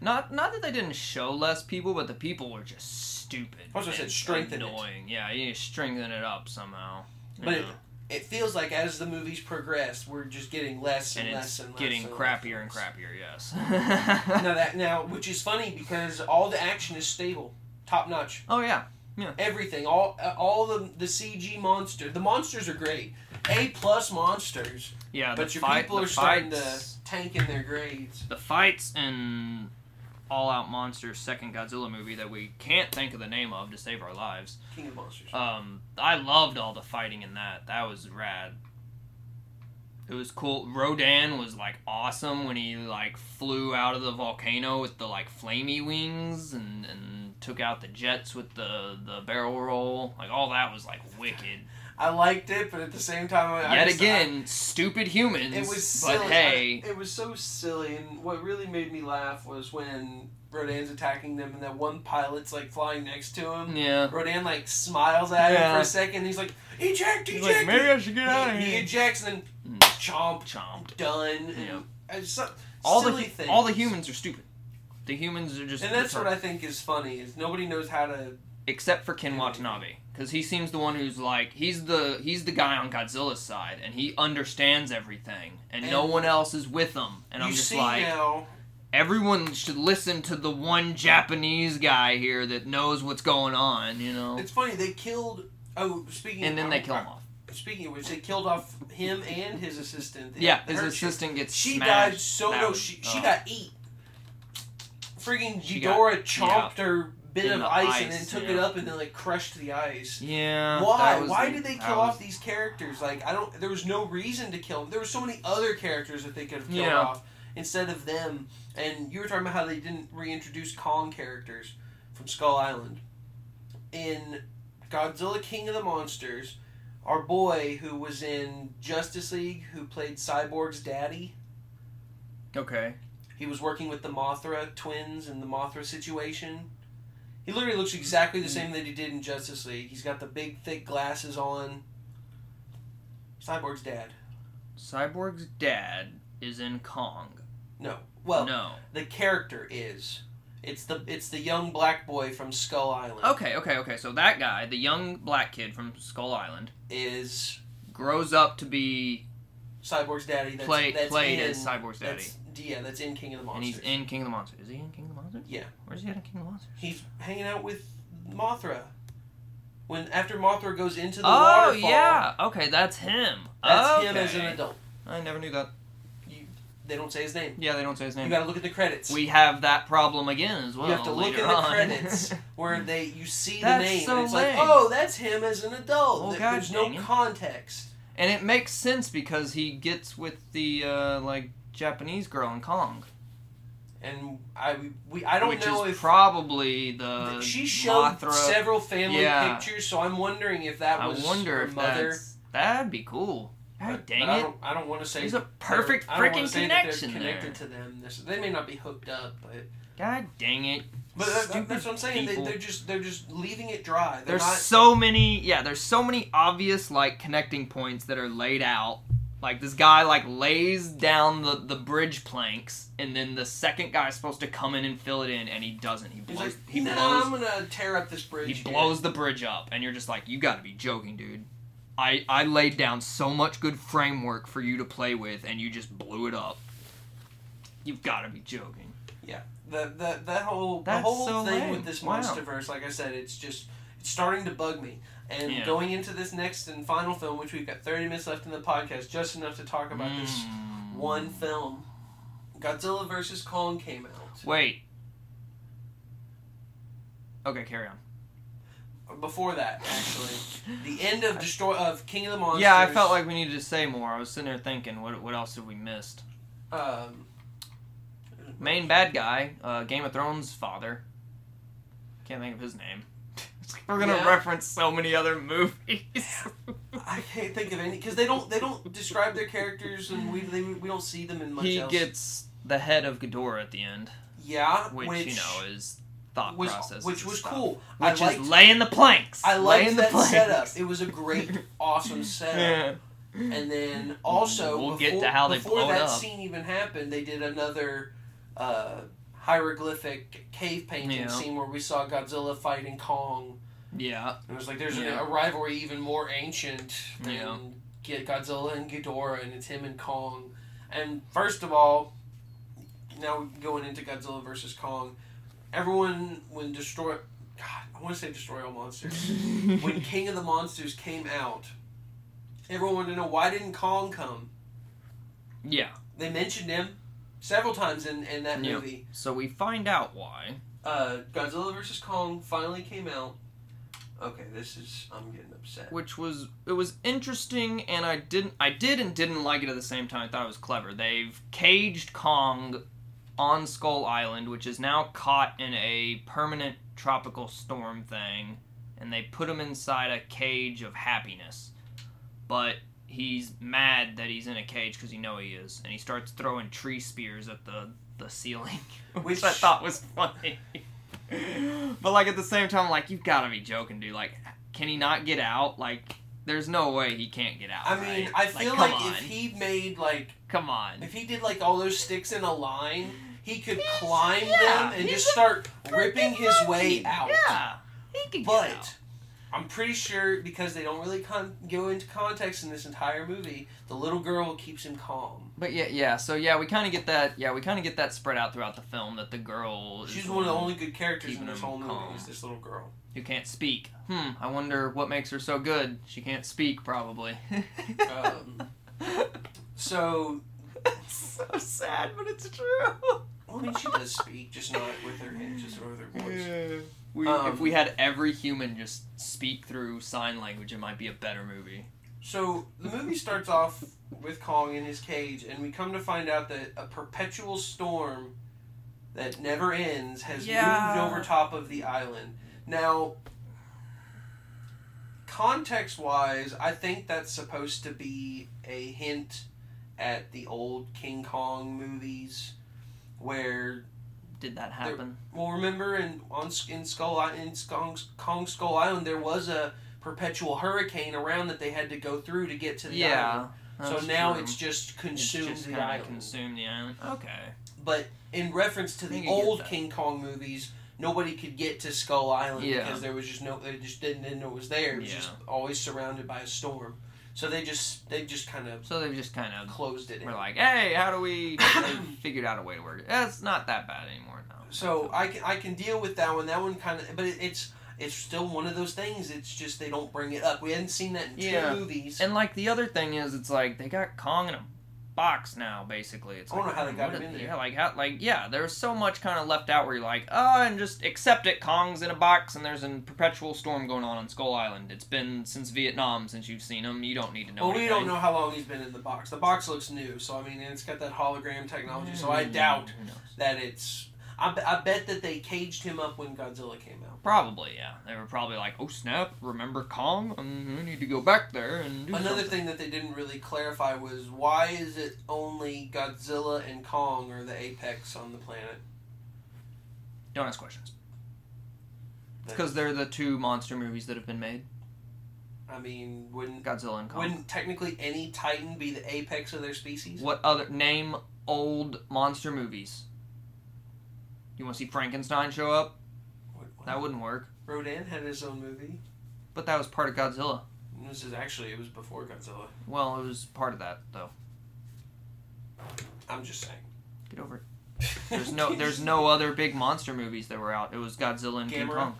Speaker 1: Not not that they didn't show less people, but the people were just stupid.
Speaker 2: That's what I said,
Speaker 1: and
Speaker 2: strengthen it.
Speaker 1: Annoying. Yeah. You need to strengthen it up somehow.
Speaker 2: But it-
Speaker 1: Yeah.
Speaker 2: it feels like as the movies progress, we're just getting less and,
Speaker 1: and
Speaker 2: less
Speaker 1: it's
Speaker 2: and less.
Speaker 1: getting
Speaker 2: and less
Speaker 1: crappier and crappier. Yes.
Speaker 2: Now that now, which is funny because all the action is stable, top notch.
Speaker 1: oh yeah.
Speaker 2: Everything, all uh, all the the CG monster, the monsters are great, A plus monsters.
Speaker 1: Yeah,
Speaker 2: But
Speaker 1: the
Speaker 2: your
Speaker 1: fight,
Speaker 2: people
Speaker 1: the
Speaker 2: are starting to
Speaker 1: fights,
Speaker 2: tank in their grades.
Speaker 1: the fights in All Out Monsters second Godzilla movie that we can't think of the name of to save our lives.
Speaker 2: King of Monsters.
Speaker 1: Um, I loved all the fighting in that. That was rad. It was cool. Rodan was like awesome when he like flew out of the volcano with the like flamey wings and, and took out the jets with the the barrel roll. Like all that was like wicked.
Speaker 2: I liked it, but at the same time, I, I
Speaker 1: Yet
Speaker 2: just-
Speaker 1: again, stupid humans.
Speaker 2: I- it was silly.
Speaker 1: but hey,
Speaker 2: I- it was so silly, and what really made me laugh was when Rodan's attacking them, and that one pilot's like flying next to him.
Speaker 1: yeah.
Speaker 2: Rodan like smiles at him
Speaker 1: Yeah.
Speaker 2: for a second. and He's like, eject, eject.
Speaker 1: I should get
Speaker 2: he, he ejects and then
Speaker 1: Mm.
Speaker 2: chomp,
Speaker 1: Chomped.
Speaker 2: done. and
Speaker 1: Yeah.
Speaker 2: I just- so-
Speaker 1: All the
Speaker 2: silly
Speaker 1: hu-
Speaker 2: things.
Speaker 1: all the humans are stupid. The humans are just
Speaker 2: And that's what
Speaker 1: retarded.
Speaker 2: I think is funny is nobody knows how to.
Speaker 1: except for Ken Watanabe because he seems the one who's like he's the he's the guy on Godzilla's side and he understands everything and, no
Speaker 2: And-
Speaker 1: one else is with him and
Speaker 2: you
Speaker 1: I'm just
Speaker 2: see
Speaker 1: like
Speaker 2: now.
Speaker 1: everyone should listen to the one Japanese guy here that knows what's going on you know
Speaker 2: It's funny they killed. Oh, speaking.
Speaker 1: oh. and then
Speaker 2: of, uh,
Speaker 1: they kill him off
Speaker 2: Speaking of which, they killed off him and his assistant.
Speaker 1: yeah his
Speaker 2: Her-
Speaker 1: assistant gets
Speaker 2: She, she
Speaker 1: smashed.
Speaker 2: died so
Speaker 1: That
Speaker 2: no.
Speaker 1: was-
Speaker 2: She she
Speaker 1: oh.
Speaker 2: got eat. Freaking
Speaker 1: She got-
Speaker 2: Ghidorah chomped her bit
Speaker 1: In
Speaker 2: of
Speaker 1: the
Speaker 2: ice, and then
Speaker 1: ice,
Speaker 2: took
Speaker 1: yeah.
Speaker 2: it up and then like crushed the ice.
Speaker 1: yeah
Speaker 2: Why?
Speaker 1: that was
Speaker 2: Why
Speaker 1: the-
Speaker 2: did they
Speaker 1: that
Speaker 2: kill
Speaker 1: was-
Speaker 2: off these characters? Like, I don't. There was no reason to kill them. There were so many other characters that they could have killed
Speaker 1: Yeah.
Speaker 2: off instead of them. And you were talking about how they didn't reintroduce Kong characters from Skull Island in Godzilla King of the Monsters. Our boy who was in Justice League, who played Cyborg's daddy,
Speaker 1: okay
Speaker 2: he was working with the Mothra twins and the Mothra situation. He literally looks exactly the same that he did in Justice League. He's got the big, thick glasses on. Cyborg's dad.
Speaker 1: Cyborg's dad is in Kong
Speaker 2: No. Well,
Speaker 1: no
Speaker 2: the character is. It's the it's the young black boy from Skull Island.
Speaker 1: Okay, okay, okay. So that guy, the young black kid from Skull Island,
Speaker 2: Is
Speaker 1: grows up to be
Speaker 2: Cyborg's daddy? That's,
Speaker 1: play,
Speaker 2: that's
Speaker 1: played
Speaker 2: in,
Speaker 1: as Cyborg's daddy,
Speaker 2: That's, yeah, that's in King of the
Speaker 1: and
Speaker 2: Monsters.
Speaker 1: he's in King of the Monsters. Is he in King of the Monsters?
Speaker 2: Yeah.
Speaker 1: Where's he at in King of the Monsters?
Speaker 2: He's hanging out with Mothra. When after Mothra goes into the
Speaker 1: oh
Speaker 2: waterfall,
Speaker 1: yeah. Okay, that's him.
Speaker 2: that's
Speaker 1: okay.
Speaker 2: him as an adult.
Speaker 1: I never knew that.
Speaker 2: They don't say his name.
Speaker 1: Yeah, they don't say his
Speaker 2: You
Speaker 1: name.
Speaker 2: gotta look at the credits.
Speaker 1: we have that problem again as well.
Speaker 2: have to look
Speaker 1: later
Speaker 2: in the
Speaker 1: on.
Speaker 2: credits. where they you see the
Speaker 1: That's
Speaker 2: name
Speaker 1: so
Speaker 2: and it's like,
Speaker 1: lame.
Speaker 2: oh, that's him as an adult.
Speaker 1: Oh,
Speaker 2: There-
Speaker 1: God
Speaker 2: There's no
Speaker 1: dang it.
Speaker 2: context.
Speaker 1: and it makes sense because he gets with the uh, like Japanese girl in Kong,
Speaker 2: And I we I don't
Speaker 1: which
Speaker 2: know
Speaker 1: is
Speaker 2: if
Speaker 1: probably the
Speaker 2: she showed
Speaker 1: Mothra
Speaker 2: several family
Speaker 1: Yeah.
Speaker 2: pictures, so I'm wondering if that
Speaker 1: I
Speaker 2: was
Speaker 1: wonder
Speaker 2: her
Speaker 1: if
Speaker 2: mother.
Speaker 1: that's that'd be cool. God
Speaker 2: But- but I
Speaker 1: dang it!
Speaker 2: don't, I don't want to say
Speaker 1: There's a perfect
Speaker 2: I don't wanna
Speaker 1: freaking
Speaker 2: say that they're
Speaker 1: connection there.
Speaker 2: connected to them. This- They may not be hooked up, but
Speaker 1: God dang it!
Speaker 2: but that- that-
Speaker 1: Stupid
Speaker 2: that's what I'm saying. They,
Speaker 1: people.
Speaker 2: they're just they're just leaving it dry. They're
Speaker 1: There's
Speaker 2: not
Speaker 1: so many, yeah. There's so many obvious like connecting points that are laid out. Like this guy like lays down the the bridge planks, and then the second guy's supposed to come in and fill it in, and he doesn't. He
Speaker 2: He's
Speaker 1: blows.
Speaker 2: like,
Speaker 1: he
Speaker 2: "Nah,
Speaker 1: blows.
Speaker 2: I'm gonna tear up this bridge.
Speaker 1: He
Speaker 2: here."
Speaker 1: blows the bridge up, and you're just like, you gotta be joking, dude. I, I laid down so much good framework for you to play with, and you just blew it up. You've gotta be joking.
Speaker 2: The, the, that whole the
Speaker 1: That's
Speaker 2: whole
Speaker 1: so
Speaker 2: thing
Speaker 1: lame.
Speaker 2: with this
Speaker 1: Wow.
Speaker 2: MonsterVerse, like I said, it's just it's starting to bug me. And
Speaker 1: Yeah.
Speaker 2: going into this next and final film, which we've got 30 minutes left in the podcast, just enough to talk about this
Speaker 1: Mm.
Speaker 2: one film, Godzilla versus Kong came out.
Speaker 1: Wait. Okay, carry on.
Speaker 2: Before that, actually, the end of destroy of King of the Monsters.
Speaker 1: Yeah, I felt like we needed to say more. I was sitting there thinking, what, what else have we missed?
Speaker 2: um,
Speaker 1: Main bad guy, uh, Game of Thrones father. Can't think of his name. We're gonna
Speaker 2: Yeah.
Speaker 1: reference so many other movies.
Speaker 2: I can't think of any because they don't they don't describe their characters and we they, we don't see them in much
Speaker 1: he
Speaker 2: else.
Speaker 1: gets the head of Ghidorah at the end,
Speaker 2: yeah,
Speaker 1: which, you know is thought
Speaker 2: was,
Speaker 1: process,
Speaker 2: which was
Speaker 1: stuff.
Speaker 2: cool. I
Speaker 1: which
Speaker 2: liked
Speaker 1: is laying the planks.
Speaker 2: I
Speaker 1: Laying
Speaker 2: liked
Speaker 1: the
Speaker 2: that
Speaker 1: planks.
Speaker 2: setup. It was a great, awesome setup.
Speaker 1: yeah.
Speaker 2: And then also,
Speaker 1: We'll get
Speaker 2: before,
Speaker 1: to how they
Speaker 2: before
Speaker 1: blow it
Speaker 2: that
Speaker 1: up.
Speaker 2: scene even happened, they did another uh, hieroglyphic cave painting
Speaker 1: Yeah.
Speaker 2: scene where we saw Godzilla fighting Kong.
Speaker 1: yeah,
Speaker 2: And it was like there's a-
Speaker 1: Yeah.
Speaker 2: a rivalry even more ancient than
Speaker 1: Yeah.
Speaker 2: get Godzilla and Ghidorah, and it's him and Kong. And first of all, now going into Godzilla versus Kong, everyone when destroy, God, I want to say destroy all monsters. when King of the Monsters came out, everyone wanted to know why didn't Kong come.
Speaker 1: yeah.
Speaker 2: They mentioned him several times in in that
Speaker 1: Yeah.
Speaker 2: movie.
Speaker 1: So we find out why.
Speaker 2: uh, Godzilla vs Kong finally came out. Okay, this is I'm getting upset.
Speaker 1: which was it was interesting and I didn't I did and didn't like it at the same time. I thought it was clever. They've caged Kong on Skull Island, which is now caught in a permanent tropical storm thing, and they put him inside a cage of happiness. But he's mad that he's in a cage because you know he is, and he starts throwing tree spears at the the ceiling, which,
Speaker 2: Which-
Speaker 1: I thought was funny. but like at the same time, like you've got to be joking, dude. Like, can he not get out? Like, there's no way he can't get out.
Speaker 2: I mean,
Speaker 1: right?
Speaker 2: I feel
Speaker 1: come
Speaker 2: like,
Speaker 1: on,
Speaker 2: if he made like
Speaker 1: come on,
Speaker 2: if he did like all those sticks in a line, he could
Speaker 1: He's-
Speaker 2: climb
Speaker 1: yeah,
Speaker 2: them and
Speaker 1: he's
Speaker 2: just start
Speaker 1: Freaking
Speaker 2: ripping his way
Speaker 1: monkey.
Speaker 2: out.
Speaker 1: Yeah, he can get out.
Speaker 2: But I'm pretty sure because they don't really con- go into context in this entire movie, the little girl keeps him calm.
Speaker 1: But yeah, yeah. So yeah, we kind of get that. Yeah, we kind of get that spread out throughout the film that the girl. is
Speaker 2: She's one of the only good characters
Speaker 1: keeping
Speaker 2: in this
Speaker 1: him
Speaker 2: whole
Speaker 1: calm.
Speaker 2: movie. Is this little girl?
Speaker 1: who can't speak. Hmm. I wonder what makes her so good. She can't speak, probably.
Speaker 2: Um, So
Speaker 1: That's so sad, but it's true.
Speaker 2: Well, I mean, she does speak, just not with her hinges or with her voice.
Speaker 1: We,
Speaker 2: Um,
Speaker 1: if we had every human just speak through sign language, it might be a better movie.
Speaker 2: So the movie starts off with Kong in his cage, and we come to find out that a perpetual storm that never ends has
Speaker 1: Yeah.
Speaker 2: moved over top of the island. Now, context wise, I think that's supposed to be a hint at the old King Kong movies where
Speaker 1: Did that happen?
Speaker 2: Well, remember in on in Skull I- in Kong, Kong Skull Island, there was a perpetual hurricane around that they had to go through to get to the
Speaker 1: yeah.
Speaker 2: island.
Speaker 1: that's
Speaker 2: So now
Speaker 1: true.
Speaker 2: it's just
Speaker 1: It's
Speaker 2: consumed
Speaker 1: just
Speaker 2: the
Speaker 1: kinda
Speaker 2: island.
Speaker 1: Consumed the island. Okay.
Speaker 2: But in reference to
Speaker 1: I think
Speaker 2: the
Speaker 1: I get
Speaker 2: old
Speaker 1: that.
Speaker 2: King Kong movies, nobody could get to Skull Island
Speaker 1: Yeah.
Speaker 2: because there was just no they just didn't, didn't know it was there. It was
Speaker 1: Yeah.
Speaker 2: just always surrounded by a storm. So they just they just kind of
Speaker 1: So they've just kind of
Speaker 2: closed it in.
Speaker 1: we're like, hey, how do we? they figured out a way to work it. That's not that bad anymore now.
Speaker 2: So I can I can deal with that one. That one kind of, but it, it's it's still one of those things. It's just they don't bring it up. We hadn't seen that in
Speaker 1: Yeah.
Speaker 2: two movies.
Speaker 1: And like the other thing is, it's like they got Kong in a box now. Basically, it's
Speaker 2: I don't
Speaker 1: like,
Speaker 2: know how they got
Speaker 1: what
Speaker 2: him
Speaker 1: is-
Speaker 2: in there.
Speaker 1: Yeah, like how, like yeah, there's so much kind of left out where you're like, oh, and just accept it. Kong's in a box, and there's a perpetual storm going on on Skull Island. It's been since Vietnam since you've seen him. You don't need to know.
Speaker 2: well, we don't
Speaker 1: anything.
Speaker 2: know how long he's been in the box. The box looks new, so I mean, and it's got that hologram technology.
Speaker 1: Mm-hmm.
Speaker 2: So
Speaker 1: Hmm.
Speaker 2: I doubt
Speaker 1: Who knows?
Speaker 2: that it's. I, be- I bet that they caged him up when Godzilla came out.
Speaker 1: Probably, yeah. They were probably like, oh snap, remember Kong? Um, we need to go back there and do
Speaker 2: Another
Speaker 1: something.
Speaker 2: thing that they didn't really clarify was why is it only Godzilla and Kong are the apex on the planet?
Speaker 1: Don't ask questions. Because they're the two monster movies that have been made,
Speaker 2: I mean, wouldn't
Speaker 1: Godzilla and Kong.
Speaker 2: wouldn't technically any Titan be the apex of their species?
Speaker 1: What other name old monster movies? You want to see Frankenstein show up?
Speaker 2: What- what?
Speaker 1: That wouldn't work.
Speaker 2: Rodan had his own movie.
Speaker 1: But that was part of Godzilla.
Speaker 2: And This is actually it was before Godzilla.
Speaker 1: Well, it was part of that though.
Speaker 2: I'm just saying.
Speaker 1: Get over it. There's no there's no other big monster movies that were out. It was Godzilla and King
Speaker 2: Gamera?
Speaker 1: Kong.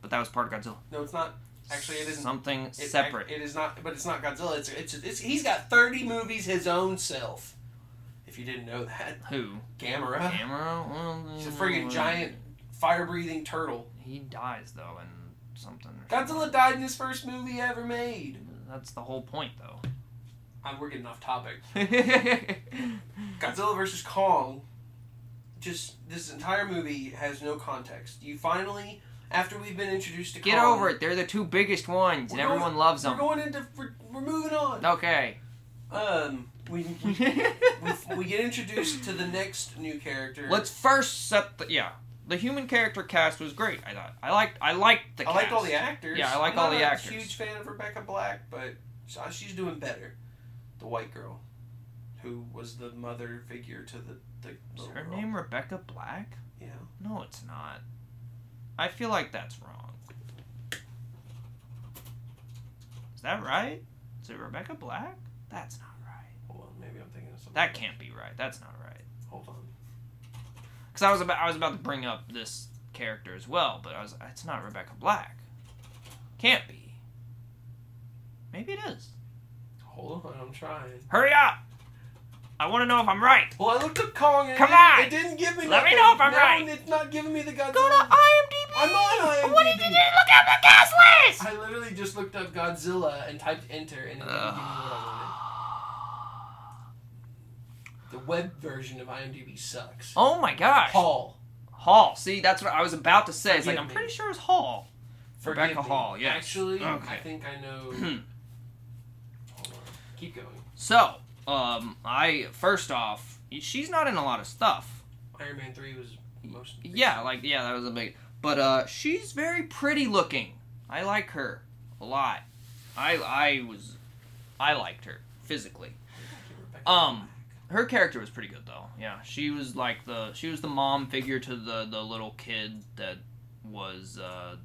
Speaker 1: But that was part of Godzilla.
Speaker 2: No, it's not. Actually, it isn't.
Speaker 1: something
Speaker 2: It-
Speaker 1: separate.
Speaker 2: It is not, but it's not Godzilla. It's, it's it's he's got 30 movies his own self. If you didn't know that,
Speaker 1: Who?
Speaker 2: Gamera,
Speaker 1: Gamera? Well,
Speaker 2: He's a friggin' giant- fire-breathing turtle.
Speaker 1: He dies though, and something. or
Speaker 2: Godzilla died in his first movie ever made.
Speaker 1: something. That's the whole point though.
Speaker 2: I'm we're getting off topic. Godzilla versus Kong, just this entire movie has no context. You finally, after we've been introduced to
Speaker 1: Get
Speaker 2: Kong,
Speaker 1: over it. They're the two biggest ones, and
Speaker 2: We're going-
Speaker 1: everyone loves
Speaker 2: We're
Speaker 1: them.
Speaker 2: going into we're, we're moving on.
Speaker 1: Okay.
Speaker 2: Um, we we, we we get introduced to the next new character.
Speaker 1: Let's first set the yeah. The human character cast was great. I thought I liked I liked the.
Speaker 2: I like all
Speaker 1: cast.
Speaker 2: the actors.
Speaker 1: Yeah, I like
Speaker 2: I'm
Speaker 1: all
Speaker 2: not
Speaker 1: the
Speaker 2: a
Speaker 1: actors.
Speaker 2: Huge fan of Rebecca Black, but so- she's doing better. The white girl, who was the mother figure to the the
Speaker 1: Is
Speaker 2: little
Speaker 1: her
Speaker 2: girl.
Speaker 1: name Rebecca Black?
Speaker 2: Yeah,
Speaker 1: No, it's not. I feel like that's wrong. Is that right? Is it Rebecca Black? That's not right.
Speaker 2: Hold on, maybe I'm thinking of something.
Speaker 1: That
Speaker 2: else.
Speaker 1: can't be right. That's not right.
Speaker 2: Hold on.
Speaker 1: Because I was about I was about to bring up this character as well, but I was it's not Rebecca Black. Can't be. Maybe it is.
Speaker 2: Hold on, I'm trying.
Speaker 1: Hurry up! I want to know if I'm right.
Speaker 2: Well, I looked up Kong and
Speaker 1: Come
Speaker 2: it, didn't,
Speaker 1: on!
Speaker 2: it didn't give me
Speaker 1: Let me
Speaker 2: nothing.
Speaker 1: know if I'm
Speaker 2: Now
Speaker 1: right.
Speaker 2: It's not giving me the Godzilla.
Speaker 1: Go to IMDb.
Speaker 2: I'm on
Speaker 1: What did you do?
Speaker 2: IMDb.
Speaker 1: Look at the cast list.
Speaker 2: I literally just looked up Godzilla and typed enter and it didn't give me what I wanted. The web version of IMDb sucks.
Speaker 1: Oh my gosh.
Speaker 2: Hall.
Speaker 1: Hall. See, that's what I was about to say. It's like
Speaker 2: Forgive
Speaker 1: I'm
Speaker 2: me.
Speaker 1: pretty sure it's Hall.
Speaker 2: Forgive
Speaker 1: Rebecca
Speaker 2: me.
Speaker 1: Hall, yes.
Speaker 2: Actually, I
Speaker 1: Okay.
Speaker 2: think I know.
Speaker 1: Hmm.
Speaker 2: Hold on. Keep going.
Speaker 1: So, um, I first off, she's not in a lot of stuff.
Speaker 2: Iron Man 3 was most.
Speaker 1: Yeah, like yeah, that was a big. But uh, she's very pretty looking. I like her a lot. I I was, I liked her physically.
Speaker 2: Rebecca
Speaker 1: Um, her character was pretty good though. Yeah, she was like the she was the mom figure to the the little kid that was uh,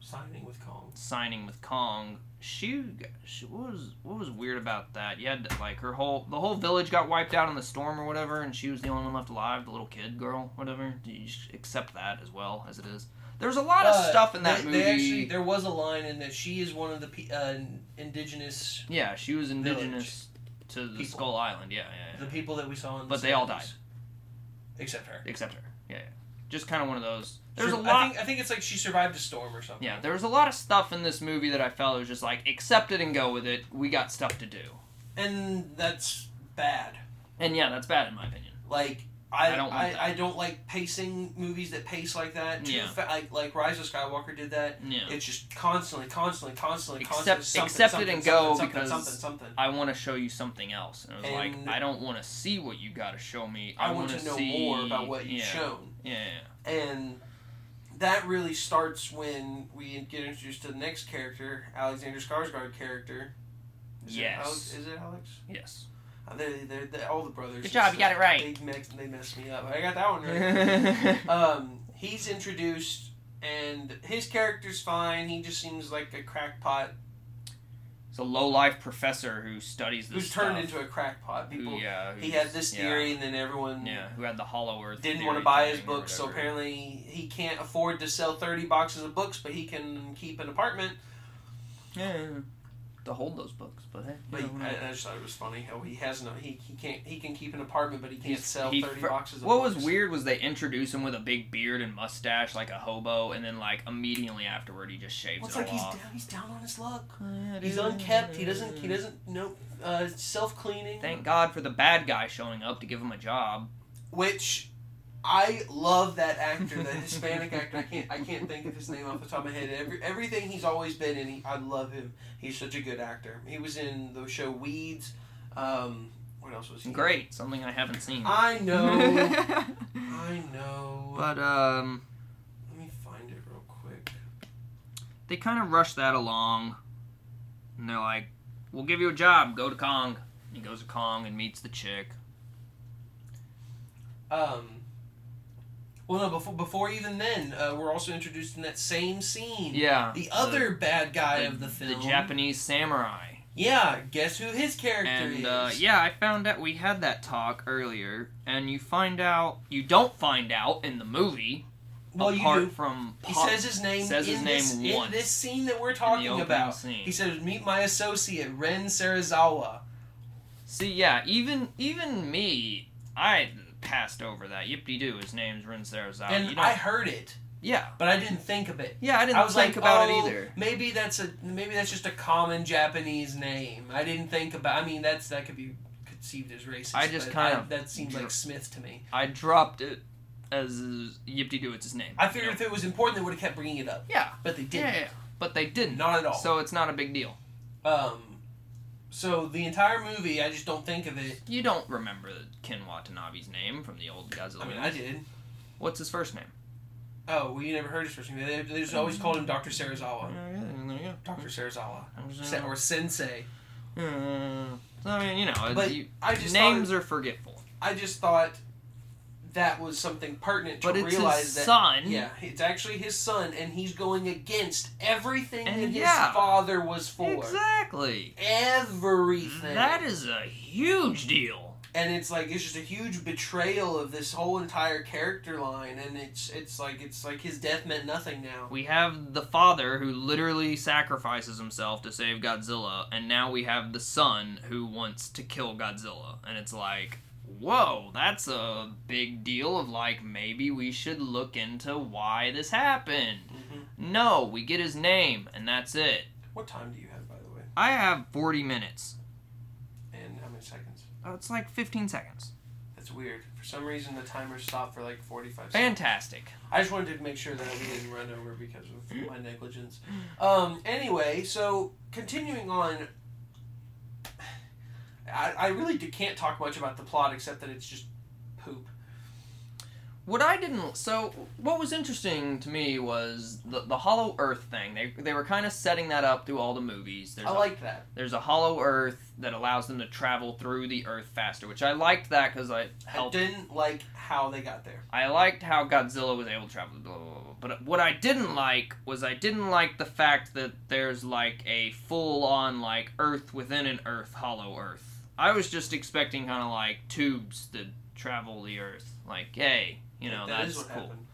Speaker 2: Signing with Kong.
Speaker 1: signing with Kong. She, she what was what was weird about that? You had like her whole the whole village got wiped out in the storm or whatever, and she was the only one left alive, the little kid girl, whatever. Do you just accept that as well as it is? There's a lot of
Speaker 2: But
Speaker 1: stuff in that
Speaker 2: Uh, they,
Speaker 1: movie.
Speaker 2: They actually, there was a line in that she is one of the pe- uh, indigenous,
Speaker 1: yeah, she was indigenous to the
Speaker 2: People.
Speaker 1: Skull Island. Yeah, yeah,
Speaker 2: the people that we saw in. The
Speaker 1: But they all
Speaker 2: 70s. except her.
Speaker 1: yeah. except her. Yeah, yeah. just kind of one of those. There's
Speaker 2: Sur-
Speaker 1: a lot.
Speaker 2: I think, I think it's like she survived a storm or something.
Speaker 1: yeah, there was a lot of stuff in this movie that I felt was just like accept it and go with it. We got stuff to do,
Speaker 2: and that's bad.
Speaker 1: and yeah, that's bad in my opinion.
Speaker 2: Like I,
Speaker 1: I
Speaker 2: I
Speaker 1: don't
Speaker 2: don't,
Speaker 1: want
Speaker 2: I,
Speaker 1: that.
Speaker 2: don't like pacing movies that pace like that. Too
Speaker 1: Yeah.
Speaker 2: fa- like, like Rise of Skywalker did that.
Speaker 1: Yeah.
Speaker 2: It's just constantly, constantly, constantly,
Speaker 1: Accept-
Speaker 2: constantly. something,
Speaker 1: accept it
Speaker 2: something,
Speaker 1: and go
Speaker 2: something,
Speaker 1: because
Speaker 2: something, something.
Speaker 1: I want to show you something else. And I was
Speaker 2: And-
Speaker 1: like, I don't want to see what you got to show me.
Speaker 2: I,
Speaker 1: I,
Speaker 2: want
Speaker 1: wanna
Speaker 2: to know
Speaker 1: see...
Speaker 2: more about what you've
Speaker 1: yeah.
Speaker 2: shown,
Speaker 1: Yeah, yeah,
Speaker 2: and that really starts when we get introduced to the next character, Alexander Skarsgård character. Is
Speaker 1: Yes.
Speaker 2: It Alex, is it Alex?
Speaker 1: yeah. Yes.
Speaker 2: Uh, They're, they're, they all the brothers.
Speaker 1: Good job, you got it right.
Speaker 2: They, mix, they messed me up. I got that one right. um, he's introduced, and his character's fine. He just seems like a crackpot
Speaker 1: it's a low life professor who studies this.
Speaker 2: who's turned
Speaker 1: stuff,
Speaker 2: into a crackpot.
Speaker 1: who,
Speaker 2: People,
Speaker 1: yeah,
Speaker 2: he
Speaker 1: who's-
Speaker 2: had this
Speaker 1: yeah,
Speaker 2: theory, and then everyone
Speaker 1: Yeah, who had the Hollow Earth.
Speaker 2: didn't
Speaker 1: theory
Speaker 2: want to buy his
Speaker 1: thing or
Speaker 2: books. So
Speaker 1: whatever.
Speaker 2: apparently, he can't afford to sell thirty boxes of books, but he can keep an apartment.
Speaker 1: Yeah, yeah, yeah. to hold those books, but hey,
Speaker 2: But
Speaker 1: you know, whatever.
Speaker 2: I, I just thought it was funny how he has no. He, he can't. He can keep an apartment, but he can't
Speaker 1: He's-
Speaker 2: sell
Speaker 1: he
Speaker 2: thirty
Speaker 1: fir-
Speaker 2: boxes. of
Speaker 1: What
Speaker 2: books.
Speaker 1: was weird was they introduced him with a big beard and mustache like a hobo, and then like immediately afterward he just shaves
Speaker 2: Well, it's
Speaker 1: it
Speaker 2: like
Speaker 1: all
Speaker 2: he's down.
Speaker 1: off.
Speaker 2: He's down on his luck. He's unkept. He doesn't. He doesn't. No. Uh, Self cleaning.
Speaker 1: Thank God for the bad guy showing up to give him a job.
Speaker 2: Which, I love that actor, that Hispanic actor. I can't. I can't think of his name off the top of my head. Every, everything he's always been in. He, I love him. He's such a good actor. He was in the show Weeds. Um, what else was he? in?
Speaker 1: Great, something I haven't seen.
Speaker 2: I know. I know.
Speaker 1: but um,
Speaker 2: Let me find it real quick.
Speaker 1: they kind of rush that along, and they're like, "We'll give you a job. Go to Kong." He goes to Kong and meets the chick.
Speaker 2: Um. Well, no. Before before even then, uh, we're also introduced in that same scene.
Speaker 1: Yeah.
Speaker 2: The other bad guy of the film.
Speaker 1: Japanese samurai.
Speaker 2: Yeah, guess who his character
Speaker 1: And
Speaker 2: is?
Speaker 1: uh, yeah, I found out we had that talk earlier, and you find out you don't find out in the movie.
Speaker 2: well, you
Speaker 1: apart
Speaker 2: do.
Speaker 1: from
Speaker 2: He
Speaker 1: Pop-
Speaker 2: says his name
Speaker 1: says his
Speaker 2: in
Speaker 1: name
Speaker 2: this in
Speaker 1: once
Speaker 2: this scene that we're
Speaker 1: in the
Speaker 2: talking
Speaker 1: opening
Speaker 2: about.
Speaker 1: scene.
Speaker 2: He says, "Meet my associate Ren Sarazawa."
Speaker 1: See, yeah, even even me, I passed over that. Yippee doo, his name's Rin Sarazawa.
Speaker 2: and
Speaker 1: you don't-
Speaker 2: I heard it,
Speaker 1: yeah,
Speaker 2: but I didn't think of it.
Speaker 1: yeah, I didn't
Speaker 2: I was
Speaker 1: think
Speaker 2: like,
Speaker 1: about it
Speaker 2: oh,
Speaker 1: either.
Speaker 2: Maybe that's a maybe that's just a common Japanese name. I didn't think about. I mean, that's that could be conceived as racist.
Speaker 1: I just
Speaker 2: but
Speaker 1: kind
Speaker 2: I-
Speaker 1: of
Speaker 2: that seemed
Speaker 1: drew-
Speaker 2: like Smith to me.
Speaker 1: I dropped it as Yippee doo. It's his name.
Speaker 2: I figured
Speaker 1: you know?
Speaker 2: if it was important, they would have kept bringing it up,
Speaker 1: Yeah,
Speaker 2: but they
Speaker 1: yeah,
Speaker 2: didn't.
Speaker 1: yeah, yeah, but they didn't.
Speaker 2: Not at all.
Speaker 1: So it's not a big deal.
Speaker 2: Um, so the entire movie, I just don't think of it.
Speaker 1: You don't remember Ken Watanabe's name from the old Godzilla.
Speaker 2: I mean,
Speaker 1: movies.
Speaker 2: I did.
Speaker 1: What's his first name?
Speaker 2: Oh, well, you never heard his first name. They, they just always called him Doctor Sarazawa.
Speaker 1: there you go.
Speaker 2: Doctor Sarazawa,
Speaker 1: I'm just-
Speaker 2: Se- or Sensei.
Speaker 1: Uh, I mean, you know,
Speaker 2: But
Speaker 1: you,
Speaker 2: I just
Speaker 1: names are forgetful.
Speaker 2: thought, I just thought that was something pertinent to
Speaker 1: But it's
Speaker 2: realize
Speaker 1: his
Speaker 2: that
Speaker 1: son.
Speaker 2: yeah, it's actually his son, and he's going against everything
Speaker 1: And
Speaker 2: that
Speaker 1: yeah.
Speaker 2: his father was for.
Speaker 1: Exactly.
Speaker 2: Everything.
Speaker 1: That is a huge deal.
Speaker 2: and it's like it's just a huge betrayal of this whole entire character line, and it's it's like it's like his death meant nothing now.
Speaker 1: We have the father who literally sacrifices himself to save Godzilla, and now we have the son who wants to kill Godzilla. And it's like, whoa, that's a big deal of like, maybe we should look into why this happened.
Speaker 2: Mhm.
Speaker 1: No, we get his name, and that's it.
Speaker 2: What time do you have, by the way?
Speaker 1: I have 40 minutes.
Speaker 2: And how many seconds?
Speaker 1: Oh, It's like 15 seconds.
Speaker 2: That's weird. For some reason, the timer stopped for like forty-five seconds.
Speaker 1: Fantastic.
Speaker 2: I just wanted to make sure that we didn't run over because of my negligence. Um, anyway, so continuing on, I, I really do, can't talk much about the plot except that it's just poop.
Speaker 1: What I didn't so what was interesting to me was the the Hollow Earth thing. They they were kind of setting that up through all the movies. There's
Speaker 2: I
Speaker 1: a-
Speaker 2: like that.
Speaker 1: there's a Hollow Earth that allows them to travel through the Earth faster, which I liked that because I
Speaker 2: I
Speaker 1: helped.
Speaker 2: didn't like how they got there.
Speaker 1: I liked how Godzilla was able to travel. Blah, blah, blah, blah. But what I didn't like was I didn't like the fact that there's like a full on like Earth within an Earth Hollow Earth. I was just expecting kind of like tubes that travel the Earth. Like, hey, you know,
Speaker 2: That
Speaker 1: that's
Speaker 2: is what
Speaker 1: cool.
Speaker 2: happened.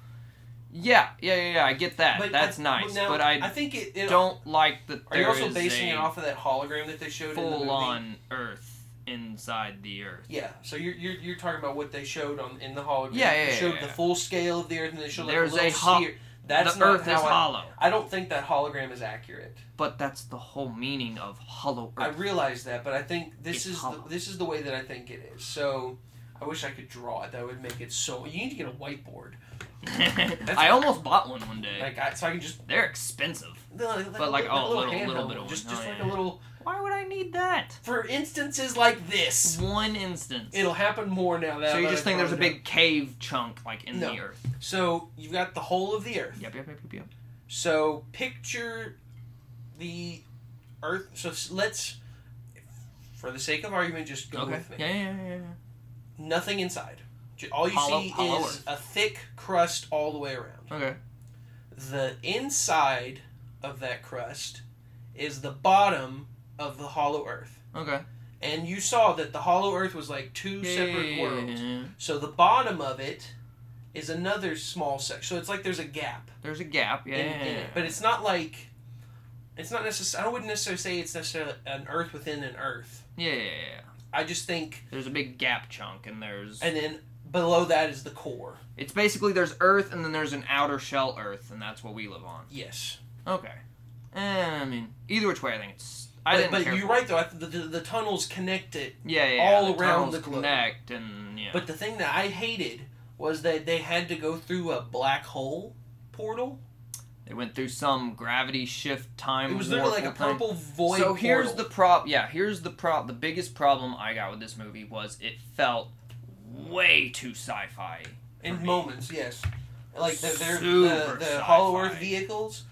Speaker 1: Yeah, yeah, yeah, yeah. I get that.
Speaker 2: But
Speaker 1: That's
Speaker 2: I-
Speaker 1: nice.
Speaker 2: now,
Speaker 1: but I,
Speaker 2: think it. it
Speaker 1: don't like that
Speaker 2: Are you
Speaker 1: there
Speaker 2: also
Speaker 1: is
Speaker 2: basing
Speaker 1: a
Speaker 2: it off of that hologram that they showed in the movie?
Speaker 1: full-on Earth inside the Earth.
Speaker 2: Yeah, so you're, you're you're talking about what they showed on in the hologram.
Speaker 1: Yeah, yeah,
Speaker 2: They
Speaker 1: yeah,
Speaker 2: showed
Speaker 1: yeah.
Speaker 2: the full scale of the Earth, and they showed like
Speaker 1: There's
Speaker 2: a little
Speaker 1: a ho-
Speaker 2: sphere. That's
Speaker 1: the
Speaker 2: not
Speaker 1: Earth
Speaker 2: how
Speaker 1: is
Speaker 2: I,
Speaker 1: hollow,
Speaker 2: I don't think that hologram is accurate.
Speaker 1: but that's the whole meaning of hollow
Speaker 2: I
Speaker 1: Earth.
Speaker 2: realize that, but I think this
Speaker 1: It's
Speaker 2: is the,
Speaker 1: hollow.
Speaker 2: this is the way that I think it is. So I wish I could draw it. That would make it so. You need to get a whiteboard.
Speaker 1: I almost bought one one day.
Speaker 2: Like I, so I can just
Speaker 1: They're expensive.
Speaker 2: like,
Speaker 1: But, like,
Speaker 2: a
Speaker 1: oh,
Speaker 2: little,
Speaker 1: little-
Speaker 2: handheld
Speaker 1: little bit
Speaker 2: one.
Speaker 1: of
Speaker 2: just
Speaker 1: one.
Speaker 2: just
Speaker 1: Oh,
Speaker 2: like
Speaker 1: yeah.
Speaker 2: a little
Speaker 1: Why would I need that?
Speaker 2: for instances like this.
Speaker 1: One instance.
Speaker 2: It'll happen more now that
Speaker 1: so you
Speaker 2: I've
Speaker 1: just think there's a
Speaker 2: drawn it
Speaker 1: big cave chunk like in
Speaker 2: No.
Speaker 1: the Earth.
Speaker 2: out. So you've got the whole of the Earth.
Speaker 1: Yep, yep, yep, yep, yep.
Speaker 2: So picture the Earth. So s- let's, for the sake of argument, just go
Speaker 1: Okay.
Speaker 2: with me.
Speaker 1: Yeah, yeah, yeah, yeah, yeah.
Speaker 2: Nothing inside. J- All you
Speaker 1: Hollow-
Speaker 2: see
Speaker 1: hollow
Speaker 2: is
Speaker 1: Earth.
Speaker 2: a thick crust all the way around.
Speaker 1: Okay.
Speaker 2: The inside of that crust is the bottom of the hollow Earth.
Speaker 1: Okay.
Speaker 2: And you saw that the hollow Earth was like two
Speaker 1: Yeah,
Speaker 2: separate
Speaker 1: yeah,
Speaker 2: worlds.
Speaker 1: yeah, yeah.
Speaker 2: So the bottom of it is another small section. So it's like there's a gap.
Speaker 1: There's a gap. Yeah.
Speaker 2: in-
Speaker 1: yeah,
Speaker 2: in
Speaker 1: yeah.
Speaker 2: it. But it's not like it's not necessarily. I wouldn't necessarily say it's necessarily an Earth within an Earth.
Speaker 1: yeah, yeah, yeah, yeah.
Speaker 2: I just think,
Speaker 1: There's a big gap chunk, and there's
Speaker 2: and then below that is the core.
Speaker 1: it's basically there's Earth, and then there's an outer shell Earth, and that's what we live on.
Speaker 2: Yes,
Speaker 1: Okay. Eh, I mean, either which way, I think it's. I
Speaker 2: but,
Speaker 1: didn't
Speaker 2: but
Speaker 1: care.
Speaker 2: you're right though. I, th- the, the the tunnels connect it.
Speaker 1: yeah, yeah, yeah,
Speaker 2: all
Speaker 1: the
Speaker 2: around
Speaker 1: tunnels
Speaker 2: the globe.
Speaker 1: connect, and yeah.
Speaker 2: But the thing that I hated was that they had to go through a black hole portal.
Speaker 1: It went through some gravity shift time.
Speaker 2: It was literally
Speaker 1: warp
Speaker 2: like a
Speaker 1: thing.
Speaker 2: purple void.
Speaker 1: So here's
Speaker 2: portal.
Speaker 1: the prop. Yeah, here's the prop. The biggest problem I got with this movie was it felt way too sci-fi.
Speaker 2: in moments. Yes, like the, they're,
Speaker 1: Super
Speaker 2: the the Hollow
Speaker 1: sci-fi.
Speaker 2: Earth vehicles.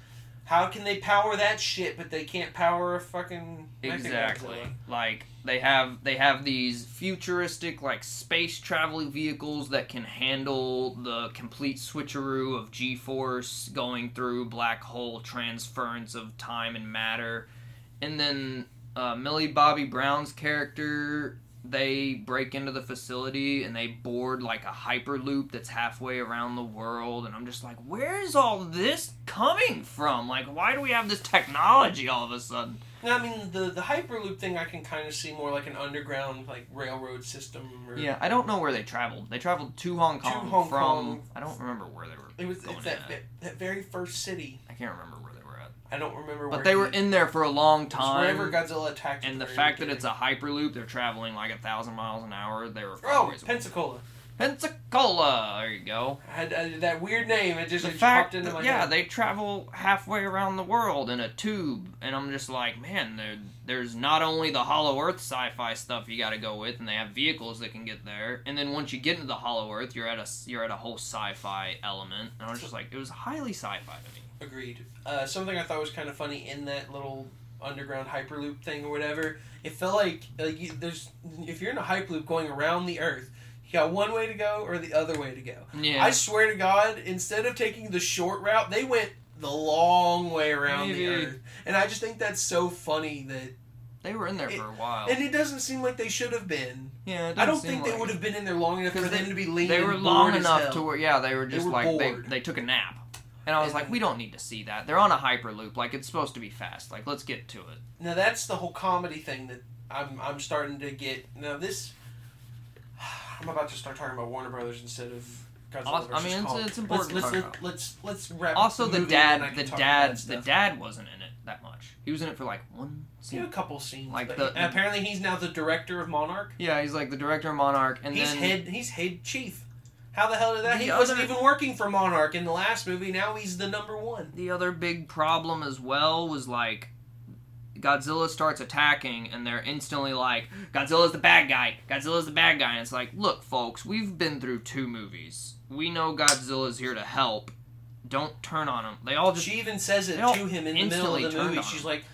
Speaker 2: How can they power that shit, but they can't power a fucking Mechagodzilla?
Speaker 1: Exactly. Like they have they have these futuristic like space travel vehicles that can handle the complete switcheroo of G-force going through black hole transference of time and matter. And then uh, Millie Bobby Brown's character they break into the facility and they board like a hyperloop that's halfway around the world and I'm just like where is all this coming from? Like why do we have this technology all of a sudden?
Speaker 2: No, I mean the the hyperloop thing. I can kind of see more like an underground like railroad system. Or,
Speaker 1: Yeah, I don't know where they traveled. They traveled to Hong Kong
Speaker 2: Hong
Speaker 1: from.
Speaker 2: Kong.
Speaker 1: I don't remember where they were.
Speaker 2: it was
Speaker 1: going
Speaker 2: it's that,
Speaker 1: at.
Speaker 2: that that very first city.
Speaker 1: I can't remember where they were at.
Speaker 2: I don't remember.
Speaker 1: But
Speaker 2: where
Speaker 1: they
Speaker 2: he-
Speaker 1: were in there for a long
Speaker 2: it was Wherever
Speaker 1: time.
Speaker 2: Godzilla attacked. at
Speaker 1: And the
Speaker 2: very
Speaker 1: fact that
Speaker 2: beginning.
Speaker 1: it's a hyperloop, they're traveling like a thousand miles an hour. They were far
Speaker 2: oh
Speaker 1: away.
Speaker 2: Pensacola
Speaker 1: Pensacola. There you go.
Speaker 2: had uh, that weird name. It just
Speaker 1: The
Speaker 2: like,
Speaker 1: fact,
Speaker 2: popped into my
Speaker 1: that- yeah,
Speaker 2: head.
Speaker 1: they travel halfway around the world in a tube, and I'm just like, man, there, there's not only the Hollow Earth sci-fi stuff you got to go with, and they have vehicles that can get there, and then once you get into the Hollow Earth, you're at a s- you're at a whole sci-fi element, and I was just like, it was highly sci-fi to me.
Speaker 2: Agreed. Uh, something I thought was kind of funny in that little underground hyperloop thing or whatever. It felt like uh, you, there's if you're in a hyperloop going around the Earth, You got one way to go or the other way to go.
Speaker 1: Yeah.
Speaker 2: I swear to God, instead of taking the short route, they went the long way around the
Speaker 1: Maybe.
Speaker 2: earth. And I just think that's so funny that.
Speaker 1: they were in there for a while.
Speaker 2: And it doesn't seem like they should have been.
Speaker 1: yeah, Oh. it
Speaker 2: I don't
Speaker 1: doesn't
Speaker 2: think
Speaker 1: seem
Speaker 2: they
Speaker 1: like-
Speaker 2: would have been in there long enough for
Speaker 1: 'Cause
Speaker 2: them to be lean.
Speaker 1: They
Speaker 2: and
Speaker 1: were
Speaker 2: bored
Speaker 1: long
Speaker 2: as
Speaker 1: enough
Speaker 2: hell.
Speaker 1: to where yeah, they were just
Speaker 2: were
Speaker 1: like
Speaker 2: bored.
Speaker 1: they they took a nap, and I was
Speaker 2: And
Speaker 1: like,
Speaker 2: then-
Speaker 1: we don't need to see that. They're on a hyperloop. Like it's supposed to be fast. Like let's get to it.
Speaker 2: Now that's the whole comedy thing that I'm I'm starting to get. Now this, I'm about to start talking about Warner Brothers instead of Godzilla
Speaker 1: Also- I
Speaker 2: versus
Speaker 1: mean,
Speaker 2: Kong.
Speaker 1: it's, it's important.
Speaker 2: Let's
Speaker 1: to talk
Speaker 2: let's,
Speaker 1: about.
Speaker 2: let's let's wrap. up
Speaker 1: Also, the
Speaker 2: movie and then I
Speaker 1: dad,
Speaker 2: can
Speaker 1: the
Speaker 2: talk about
Speaker 1: dad's,
Speaker 2: that
Speaker 1: the
Speaker 2: stuff.
Speaker 1: dad wasn't in it that much. He was in it for like one
Speaker 2: You
Speaker 1: scene.
Speaker 2: know, a couple scenes.
Speaker 1: Like
Speaker 2: Like
Speaker 1: the-
Speaker 2: and apparently he's now the director of Monarch.
Speaker 1: Yeah, he's like the director of Monarch, and
Speaker 2: he's
Speaker 1: then
Speaker 2: head he's head chief. How the hell did that?
Speaker 1: The
Speaker 2: He wasn't
Speaker 1: other-
Speaker 2: even working for Monarch in the last movie. Now he's the number one.
Speaker 1: the other big problem as well was like. Godzilla starts attacking, and they're instantly like, Godzilla's the bad guy. Godzilla's the bad guy. And it's like, look, folks, we've been through two movies. We know Godzilla's here to help. Don't turn on him. They all just.
Speaker 2: She even says it
Speaker 1: They all
Speaker 2: to him in the middle
Speaker 1: instantly
Speaker 2: of the
Speaker 1: turned
Speaker 2: movie.
Speaker 1: on
Speaker 2: She's
Speaker 1: him.
Speaker 2: like,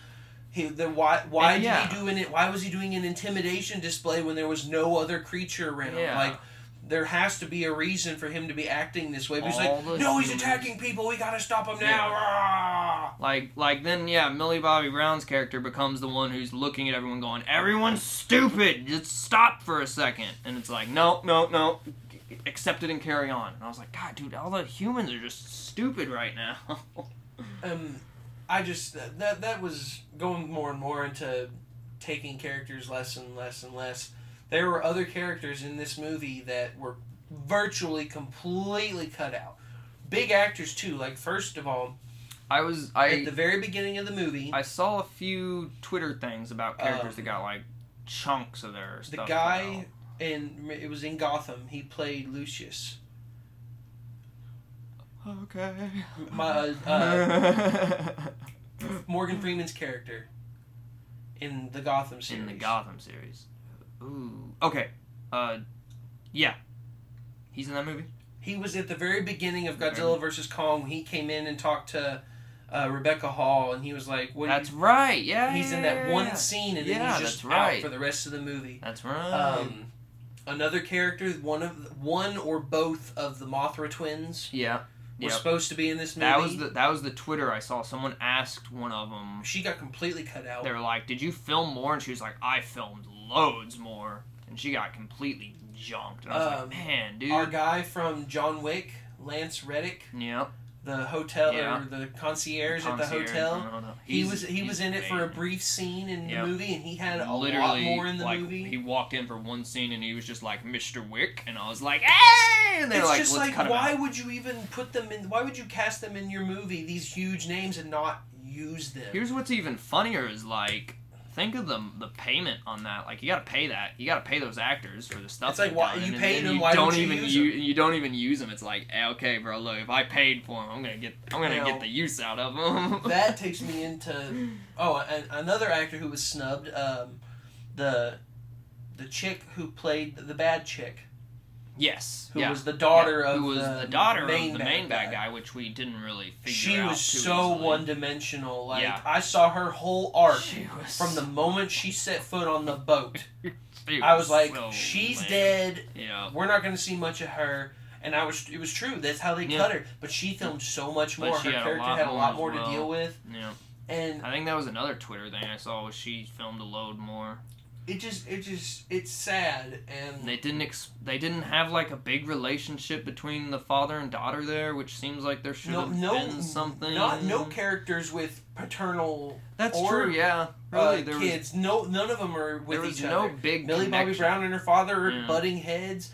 Speaker 2: "He, the, why, why
Speaker 1: And
Speaker 2: did
Speaker 1: yeah.
Speaker 2: he doing it? Why was he doing an intimidation display when there was no other creature around?
Speaker 1: Yeah.
Speaker 2: Like, there has to be a reason for him to be acting this way." But he's
Speaker 1: All
Speaker 2: like,
Speaker 1: the
Speaker 2: "No, he's
Speaker 1: humans-
Speaker 2: attacking people. We gotta stop him
Speaker 1: Yeah.
Speaker 2: now." Rah!
Speaker 1: Like, like then, yeah, Millie Bobby Brown's character becomes the one who's looking at everyone, going, "Everyone's stupid. Just stop for a second. And it's like, "No, no, no, accept it and carry on." And I was like, "God, dude, all the humans are just stupid right now."
Speaker 2: Um, I just that- that that was going more and more into taking characters less and less and less. There were other characters in this movie that were virtually completely cut out. Big actors too. Like first of all,
Speaker 1: I was, I,
Speaker 2: at the very beginning of the movie,
Speaker 1: I saw a few Twitter things about characters
Speaker 2: Um,
Speaker 1: that got like chunks of their
Speaker 2: the
Speaker 1: stuff. cut
Speaker 2: guy
Speaker 1: out.
Speaker 2: in it was in Gotham. He played Lucius.
Speaker 1: Okay.
Speaker 2: My uh, Morgan Freeman's character in the Gotham series.
Speaker 1: in the Gotham series. Ooh. Okay. Uh, yeah. He's in that movie.
Speaker 2: He was at the very beginning of
Speaker 1: The very-
Speaker 2: Godzilla vs Kong. when He came in and talked to uh, Rebecca Hall, and he was like, "What?" do
Speaker 1: That's right.
Speaker 2: you...
Speaker 1: Yeah.
Speaker 2: He's in
Speaker 1: yeah,
Speaker 2: that
Speaker 1: yeah,
Speaker 2: one
Speaker 1: yeah.
Speaker 2: scene, and then
Speaker 1: Yeah,
Speaker 2: he's just
Speaker 1: that's right.
Speaker 2: out for the rest of the movie.
Speaker 1: That's right.
Speaker 2: Um, another character, one of one or both of the Mothra twins,
Speaker 1: yeah.
Speaker 2: were
Speaker 1: Yep.
Speaker 2: supposed to be in this movie.
Speaker 1: That was the that was the Twitter I saw. Someone asked one of them.
Speaker 2: She got completely cut out.
Speaker 1: They were like, "Did you film more?" And she was like, "I filmed loads more." And she got completely junked. And I was
Speaker 2: Um,
Speaker 1: like, "Man, dude."
Speaker 2: Our guy from John Wick, Lance Reddick,
Speaker 1: Yep.
Speaker 2: the hotel
Speaker 1: Yeah.
Speaker 2: or the concierge, at the
Speaker 1: concierge,
Speaker 2: hotel.
Speaker 1: I don't know.
Speaker 2: He
Speaker 1: He's-
Speaker 2: was he
Speaker 1: he's
Speaker 2: was in it for a
Speaker 1: amazing.
Speaker 2: brief scene in
Speaker 1: Yep.
Speaker 2: the movie, and he had a
Speaker 1: literally
Speaker 2: lot more in the
Speaker 1: like
Speaker 2: movie.
Speaker 1: he walked in for one scene and he was just like Mr. Wick and I was like hey and they're
Speaker 2: it's
Speaker 1: like
Speaker 2: just
Speaker 1: let's
Speaker 2: like
Speaker 1: cut him
Speaker 2: why
Speaker 1: out.
Speaker 2: would you even put them in why would you cast them in your movie these huge names and not use them
Speaker 1: Here's what's even funnier is like think of the the payment on that like you got to pay that you got to pay those actors for the stuff
Speaker 2: It's like,
Speaker 1: they've
Speaker 2: why-
Speaker 1: done,
Speaker 2: you
Speaker 1: and
Speaker 2: paid
Speaker 1: then
Speaker 2: them,
Speaker 1: you
Speaker 2: why
Speaker 1: don't
Speaker 2: don't you
Speaker 1: even
Speaker 2: use
Speaker 1: u- you don't even use them it's like eh, okay bro look if I paid for them I'm going to get I'm going to
Speaker 2: Now-
Speaker 1: get the use out of them
Speaker 2: that takes me into oh and another actor who was snubbed um the the chick who played the bad chick
Speaker 1: yes
Speaker 2: who
Speaker 1: yeah
Speaker 2: was the daughter
Speaker 1: Yeah,
Speaker 2: of
Speaker 1: who was
Speaker 2: the,
Speaker 1: daughter of
Speaker 2: main
Speaker 1: the
Speaker 2: bad
Speaker 1: main
Speaker 2: guy.
Speaker 1: bad guy which we didn't really figure
Speaker 2: she
Speaker 1: out
Speaker 2: was
Speaker 1: too
Speaker 2: so
Speaker 1: easily.
Speaker 2: one dimensional like
Speaker 1: Yeah.
Speaker 2: i saw her whole arc
Speaker 1: She was
Speaker 2: from the moment she set foot on the boat
Speaker 1: she
Speaker 2: i was like
Speaker 1: so
Speaker 2: she's
Speaker 1: lame.
Speaker 2: dead
Speaker 1: yeah
Speaker 2: we're not going to see much of her. And I was, it was true. That's how they
Speaker 1: Yeah.
Speaker 2: cut her. But she filmed so much
Speaker 1: But
Speaker 2: more.
Speaker 1: she
Speaker 2: Her
Speaker 1: had a
Speaker 2: character
Speaker 1: lot
Speaker 2: had a
Speaker 1: more
Speaker 2: lot
Speaker 1: as
Speaker 2: more to
Speaker 1: well.
Speaker 2: deal with,
Speaker 1: yeah
Speaker 2: and
Speaker 1: I think that was another Twitter thing I saw was she filmed a load more.
Speaker 2: it just, it just, it's sad. And
Speaker 1: They didn't ex- they didn't have like a big relationship between the father and daughter there, which seems like there should
Speaker 2: no,
Speaker 1: have
Speaker 2: no,
Speaker 1: been something.
Speaker 2: Not no characters with paternal
Speaker 1: That's
Speaker 2: or,
Speaker 1: true. Yeah,
Speaker 2: uh,
Speaker 1: really. there was
Speaker 2: kids. No, none of them are with
Speaker 1: there was
Speaker 2: each
Speaker 1: no
Speaker 2: other.
Speaker 1: big
Speaker 2: Millie Bobby
Speaker 1: connection.
Speaker 2: Brown and her father are
Speaker 1: Yeah.
Speaker 2: butting heads.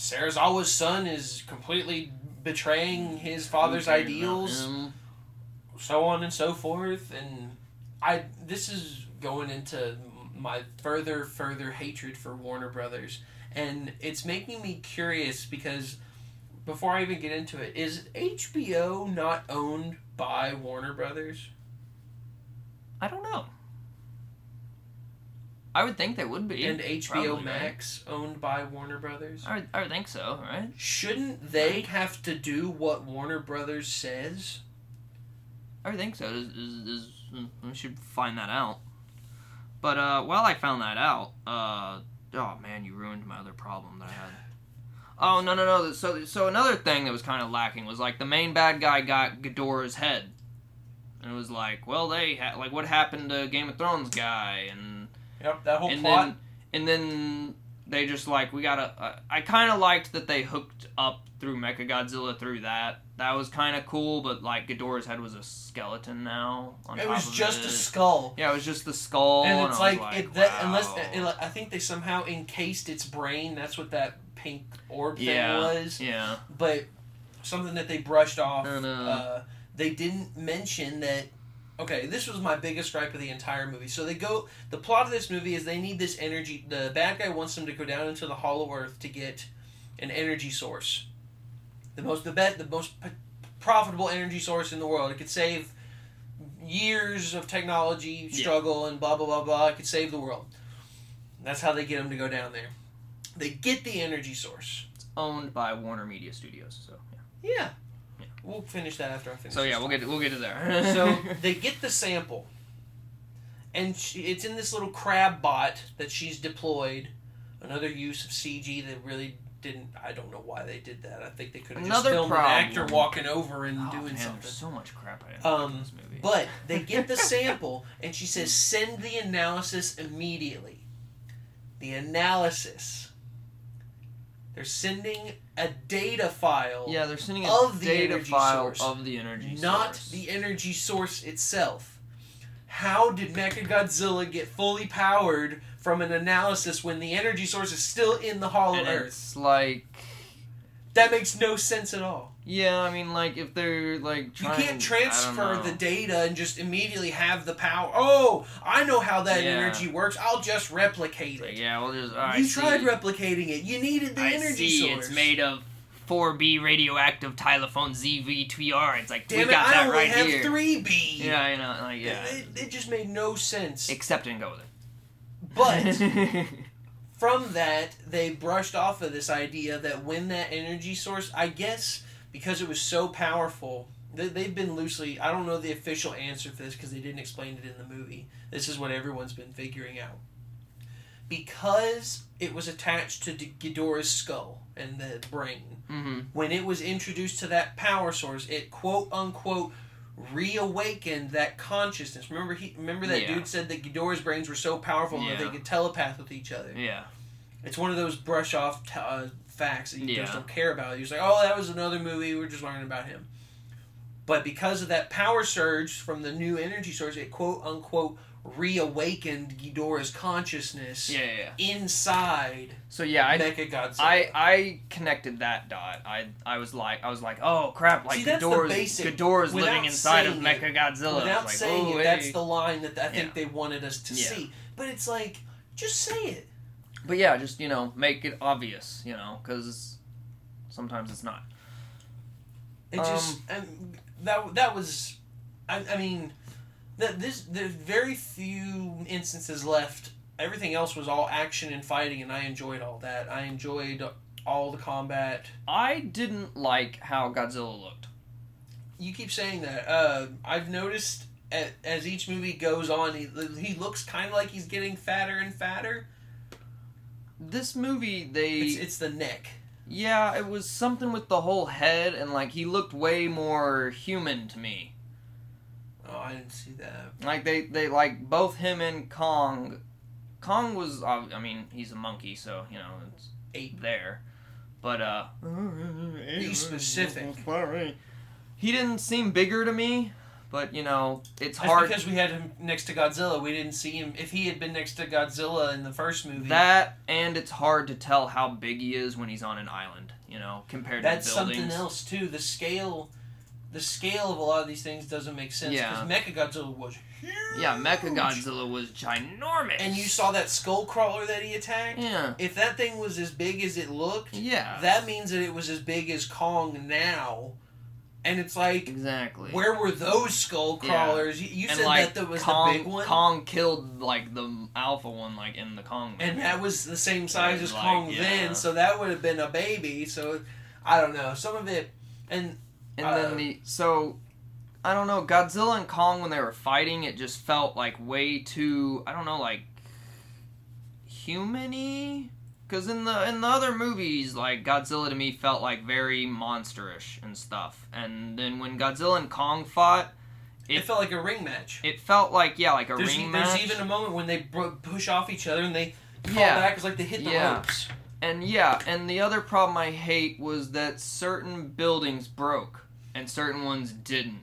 Speaker 2: Sarah Zawa's son is completely betraying his father's
Speaker 1: Who cares about
Speaker 2: ideals.
Speaker 1: him?
Speaker 2: so on and so forth and i this is going into my further further hatred for warner brothers and it's making me curious because before i even get into it is hbo not owned by warner brothers
Speaker 1: I don't know. I would think they would be.
Speaker 2: and hbo
Speaker 1: probably, right?
Speaker 2: max owned by warner brothers
Speaker 1: I would, I would think so, right?
Speaker 2: shouldn't they have to do what warner brothers says
Speaker 1: I would think so. Is, is, is, we should find that out. But uh, while I found that out, uh, oh man, you ruined my other problem that I had. Oh no no no! So so another thing that was kind of lacking was like the main bad guy got Ghidorah's head, and it was like, well, they ha- like what happened to Game of Thrones guy, and
Speaker 2: Yep, that whole
Speaker 1: and
Speaker 2: plot.
Speaker 1: then and then they just like we gotta. Uh, I kind of liked that they hooked up through Mechagodzilla through that. That was kind of cool, but like Ghidorah's head was a skeleton now. On
Speaker 2: it
Speaker 1: top
Speaker 2: was
Speaker 1: of
Speaker 2: just a
Speaker 1: it.
Speaker 2: skull.
Speaker 1: yeah, it was just the skull,
Speaker 2: and it's
Speaker 1: I was
Speaker 2: like, it, that,
Speaker 1: wow.
Speaker 2: unless it, like, I think they somehow encased its brain. That's what that pink orb thing
Speaker 1: Yeah.
Speaker 2: was.
Speaker 1: yeah,
Speaker 2: But something that they brushed off.
Speaker 1: I know.
Speaker 2: Uh, they didn't mention that. Okay, this was my biggest gripe of the entire movie. So they go. The plot of this movie is they need this energy. The bad guy wants them to go down into the Hollow Earth to get an energy source. The most the bet the most p- profitable energy source in the world. It could save years of technology
Speaker 1: Yeah.
Speaker 2: struggle and blah blah blah blah. It could save the world. That's how they get them to go down there. They get the energy source.
Speaker 1: owned by Warner Media Studios. So
Speaker 2: Yeah.
Speaker 1: Yeah.
Speaker 2: We'll finish that after I finish.
Speaker 1: So
Speaker 2: this
Speaker 1: yeah, we'll get to, we'll get to there.
Speaker 2: so they get the sample, and she, it's in this little crab bot that she's deployed. Another use of CG that really didn't. I don't know why they did that. I think they could have just
Speaker 1: Another
Speaker 2: filmed
Speaker 1: problem.
Speaker 2: an actor walking over and
Speaker 1: Oh,
Speaker 2: doing
Speaker 1: man,
Speaker 2: something.
Speaker 1: There's so much crap I didn't
Speaker 2: Um,
Speaker 1: like in this movie.
Speaker 2: But they get the sample, and she says, "Send the analysis immediately." The analysis. They're sending a data file,
Speaker 1: yeah, they're sending a
Speaker 2: of the
Speaker 1: data
Speaker 2: energy
Speaker 1: file
Speaker 2: source,
Speaker 1: of the energy
Speaker 2: not
Speaker 1: source.
Speaker 2: the energy source itself. How did Mechagodzilla get fully powered from an analysis when the energy source is still in the hollow
Speaker 1: and
Speaker 2: Earth?
Speaker 1: it's like
Speaker 2: That makes no sense at all.
Speaker 1: yeah, I mean like if they're like
Speaker 2: You
Speaker 1: trying,
Speaker 2: can't
Speaker 1: I
Speaker 2: transfer
Speaker 1: don't
Speaker 2: the
Speaker 1: know.
Speaker 2: data and just immediately have the power. Oh, I know how that
Speaker 1: Yeah.
Speaker 2: energy works. I'll just replicate
Speaker 1: Like,
Speaker 2: it.
Speaker 1: yeah, we'll just all right.
Speaker 2: you
Speaker 1: see,
Speaker 2: tried replicating it. You needed the
Speaker 1: I
Speaker 2: energy
Speaker 1: see,
Speaker 2: source.
Speaker 1: It's made of 4B radioactive tylophone ZV2R. It's like
Speaker 2: Damn
Speaker 1: we
Speaker 2: it!
Speaker 1: got
Speaker 2: I
Speaker 1: that
Speaker 2: only
Speaker 1: right
Speaker 2: have
Speaker 1: here.
Speaker 2: three B.
Speaker 1: Yeah, I know. Like yeah,
Speaker 2: It, it just made no sense.
Speaker 1: except and go with
Speaker 2: But
Speaker 1: it.
Speaker 2: from that, they brushed off of this idea that when that energy source, I guess because it was so powerful, they, they've been loosely, I don't know the official answer for this because they didn't explain it in the movie. This is what everyone's been figuring out. Because it was attached to D- Ghidorah's skull and the brain,
Speaker 1: hmm
Speaker 2: when it was introduced to that power source, it quote unquote reawakened that consciousness. Remember he remember that
Speaker 1: Yeah.
Speaker 2: dude said that Ghidorah's brains were so powerful that
Speaker 1: Yeah.
Speaker 2: they could telepath with each other.
Speaker 1: Yeah.
Speaker 2: It's one of those brush off t- uh, facts that you
Speaker 1: Yeah.
Speaker 2: just don't care about. You're just like, oh, that was another movie. We're just learning about him. But because of that power surge from the new energy source, it quote unquote reawakened Ghidorah's consciousness
Speaker 1: Yeah. Yeah. yeah.
Speaker 2: inside
Speaker 1: So yeah, I
Speaker 2: Mechagodzilla.
Speaker 1: I I connected that dot. I I was like I was like, oh crap! Like
Speaker 2: See, that's the
Speaker 1: Ghidorah's,
Speaker 2: basic-
Speaker 1: Ghidorah's
Speaker 2: without
Speaker 1: living inside of
Speaker 2: saying it-
Speaker 1: Mechagodzilla.
Speaker 2: Without
Speaker 1: It's like,
Speaker 2: saying
Speaker 1: oh,
Speaker 2: it,
Speaker 1: hey.
Speaker 2: that's the line that I think
Speaker 1: Yeah.
Speaker 2: they wanted us to
Speaker 1: Yeah.
Speaker 2: see. But it's like, just say it.
Speaker 1: But yeah, just you know, make it obvious, you know, because sometimes it's not.
Speaker 2: It
Speaker 1: Um,
Speaker 2: just and that that was, I, I mean, that this there's very few instances left. Everything else was all action and fighting, and I enjoyed all that. I enjoyed all the combat.
Speaker 1: I didn't like how Godzilla looked.
Speaker 2: You keep saying that. Uh, I've noticed a as each movie goes on, he, he looks kind of like he's getting fatter and fatter.
Speaker 1: This movie, they
Speaker 2: It's, it's the neck.
Speaker 1: yeah, it was something with the whole head, and like he looked way more human to me.
Speaker 2: Oh, I didn't see that.
Speaker 1: Like they they like both him and Kong. Kong was ob- I mean he's a monkey, so you know it's
Speaker 2: Ape.
Speaker 1: there, but uh.
Speaker 2: Be specific.
Speaker 1: He didn't seem bigger to me, but you know it's
Speaker 2: That's
Speaker 1: hard.
Speaker 2: because we had him next to Godzilla. We didn't see him. If he had been next to Godzilla in the first movie,
Speaker 1: That and it's hard to tell how big he is when he's on an island. You know, compared
Speaker 2: that's
Speaker 1: to buildings.
Speaker 2: something else too. The scale, the scale of a lot of these things doesn't make sense.
Speaker 1: Yeah.
Speaker 2: Because Mechagodzilla was huge.
Speaker 1: Yeah, Mechagodzilla was ginormous.
Speaker 2: And you saw that skull crawler that he attacked.
Speaker 1: Yeah.
Speaker 2: If that thing was as big as it looked,
Speaker 1: Yeah.
Speaker 2: that means that it was as big as Kong now. And it's like,
Speaker 1: exactly.
Speaker 2: where were those skull
Speaker 1: Yeah.
Speaker 2: crawlers? You, you
Speaker 1: and
Speaker 2: said
Speaker 1: like
Speaker 2: that there was
Speaker 1: Kong,
Speaker 2: the big one,
Speaker 1: Kong killed like the alpha one, like in the Kong. Movie.
Speaker 2: and that was the same size as
Speaker 1: Like,
Speaker 2: Kong
Speaker 1: yeah.
Speaker 2: then. So that would have been a baby. So I don't know. Some of it, and
Speaker 1: And
Speaker 2: Uh,
Speaker 1: then the so I don't know, Godzilla and Kong when they were fighting, it just felt like way too I don't know, like humany. Because in the in the other movies, like Godzilla to me felt like very monsterish and stuff. And then when Godzilla and Kong fought,
Speaker 2: It,
Speaker 1: It-
Speaker 2: felt like a ring match.
Speaker 1: it felt like yeah, like a
Speaker 2: there's,
Speaker 1: ring
Speaker 2: there's
Speaker 1: match.
Speaker 2: even a moment when they bro- push off each other and they fall
Speaker 1: Yeah.
Speaker 2: back. It's like they hit the
Speaker 1: Yeah.
Speaker 2: ropes.
Speaker 1: And yeah, and the other problem I hate was that certain buildings broke and certain ones didn't.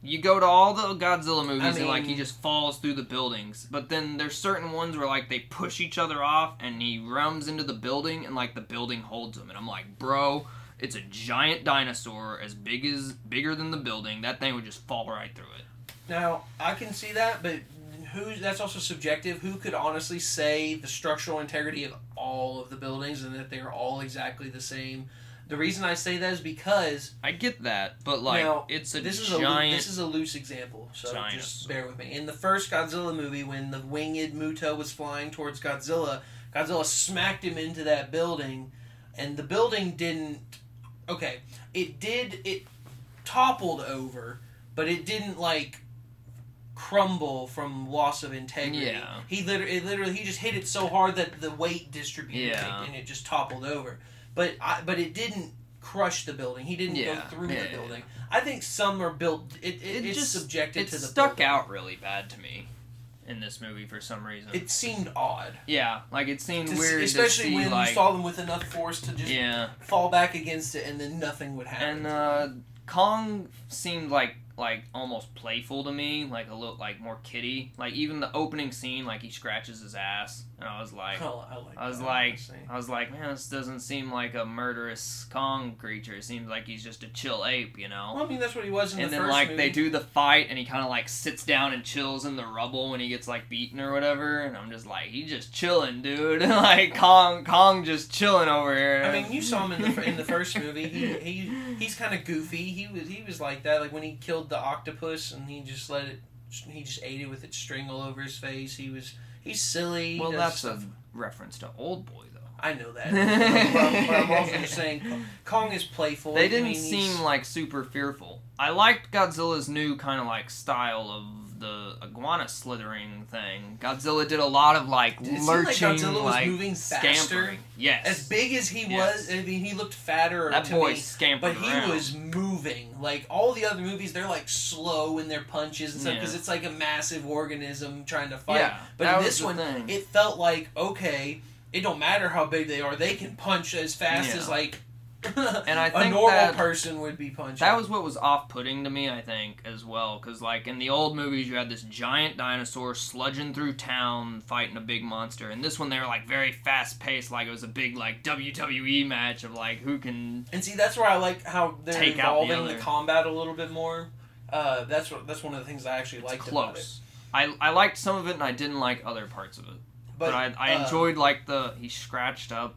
Speaker 1: You go to all the Godzilla movies
Speaker 2: I
Speaker 1: and like he
Speaker 2: mean-
Speaker 1: just falls through the buildings, but then there's certain ones where like they push each other off and he runs into the building and like the building holds him and I'm like, "Bro, it's a giant dinosaur as big as bigger than the building. That thing would just fall right through it."
Speaker 2: Now I can see that, but who? That's also subjective. Who could honestly say the structural integrity of all of the buildings and that they are all exactly the same? The reason I say that is because
Speaker 1: I get that, but like
Speaker 2: Now,
Speaker 1: it's a
Speaker 2: this is a loo-
Speaker 1: giant
Speaker 2: this is a loose example, so
Speaker 1: giant
Speaker 2: just
Speaker 1: sword.
Speaker 2: bear with me. In the first Godzilla movie, when the winged Muto was flying towards Godzilla, Godzilla smacked him into that building, and the building didn't. Okay, it did. It toppled over, but it didn't like crumble from loss of integrity.
Speaker 1: Yeah.
Speaker 2: He literally, it literally, he just hit it so hard that the weight distributed
Speaker 1: Yeah.
Speaker 2: and it just toppled over. But I, but it didn't crush the building. He didn't go
Speaker 1: Yeah,
Speaker 2: through
Speaker 1: yeah,
Speaker 2: the
Speaker 1: yeah,
Speaker 2: building. I think some are built. It, it,
Speaker 1: It
Speaker 2: it's
Speaker 1: just-
Speaker 2: subjected
Speaker 1: it
Speaker 2: to the.
Speaker 1: stuck
Speaker 2: building.
Speaker 1: out really bad to me in this movie for some reason.
Speaker 2: It seemed odd,
Speaker 1: yeah, like it seemed
Speaker 2: to see-
Speaker 1: weird,
Speaker 2: especially
Speaker 1: to see,
Speaker 2: when
Speaker 1: like,
Speaker 2: you saw them with enough force to just
Speaker 1: yeah,
Speaker 2: fall back against it, and then nothing would
Speaker 1: and
Speaker 2: happen.
Speaker 1: uh, Kong seemed like like almost playful to me, like a little like more kitty. Like even the opening scene, like he scratches his ass, and I was like,
Speaker 2: Oh, I, like
Speaker 1: I was
Speaker 2: that,
Speaker 1: like-
Speaker 2: honestly.
Speaker 1: I was like, man, this doesn't seem like a murderous Kong creature. It seems like he's just a chill ape, you know.
Speaker 2: well, I mean that's what he was in
Speaker 1: and
Speaker 2: the
Speaker 1: then
Speaker 2: first
Speaker 1: like
Speaker 2: movie.
Speaker 1: they do the fight and he kind of like sits down and chills in the rubble when he gets like beaten or whatever and i'm just like he just chilling dude like kong kong just chilling over here
Speaker 2: I mean, you saw him in the fir-
Speaker 1: uh,
Speaker 2: in the first movie. He, he he's kind of goofy. He was he was like that. Like when he killed the octopus, and he just let it. He just ate it with its string all over his face. He was he's silly. he
Speaker 1: well
Speaker 2: does
Speaker 1: that's
Speaker 2: stuff.
Speaker 1: a reference to old boy though
Speaker 2: I know that. but, I'm, but I'm also just saying, Kong is playful.
Speaker 1: they
Speaker 2: I
Speaker 1: didn't
Speaker 2: mean, he's-
Speaker 1: seem like super fearful i liked godzilla's new kind of like style of the iguana slithering thing godzilla did a lot of like
Speaker 2: Did it seem like
Speaker 1: lurching
Speaker 2: Godzilla was moving faster?
Speaker 1: scampering yes
Speaker 2: as big as he
Speaker 1: Yes.
Speaker 2: was. I mean, he looked fatter
Speaker 1: that
Speaker 2: to
Speaker 1: boy
Speaker 2: me,
Speaker 1: scampered
Speaker 2: but he
Speaker 1: around.
Speaker 2: was moving. Like all the other movies, they're like slow in their punches and stuff
Speaker 1: Yeah.
Speaker 2: because it's like a massive organism trying to fight.
Speaker 1: yeah,
Speaker 2: but
Speaker 1: that
Speaker 2: in
Speaker 1: was
Speaker 2: this
Speaker 1: the
Speaker 2: one,
Speaker 1: thing.
Speaker 2: it felt like okay, it don't matter how big they are, they can punch as fast
Speaker 1: Yeah.
Speaker 2: as like
Speaker 1: And I
Speaker 2: a
Speaker 1: think
Speaker 2: normal
Speaker 1: that-
Speaker 2: person would be punching.
Speaker 1: That was what was off-putting to me, I think, as well, because like in the old movies, you had this giant dinosaur sludging through town fighting a big monster, and this one they were like very fast-paced, like it was a big like WWE match of like who can.
Speaker 2: And see, that's where I like how they're
Speaker 1: Take out the
Speaker 2: evolving the,
Speaker 1: other.
Speaker 2: combat a little bit more. Uh, that's what that's one of the things I actually
Speaker 1: It's
Speaker 2: liked about it.
Speaker 1: close. I I liked some of it, and I didn't like other parts of it. But, I I
Speaker 2: uh,
Speaker 1: enjoyed like the he scratched up.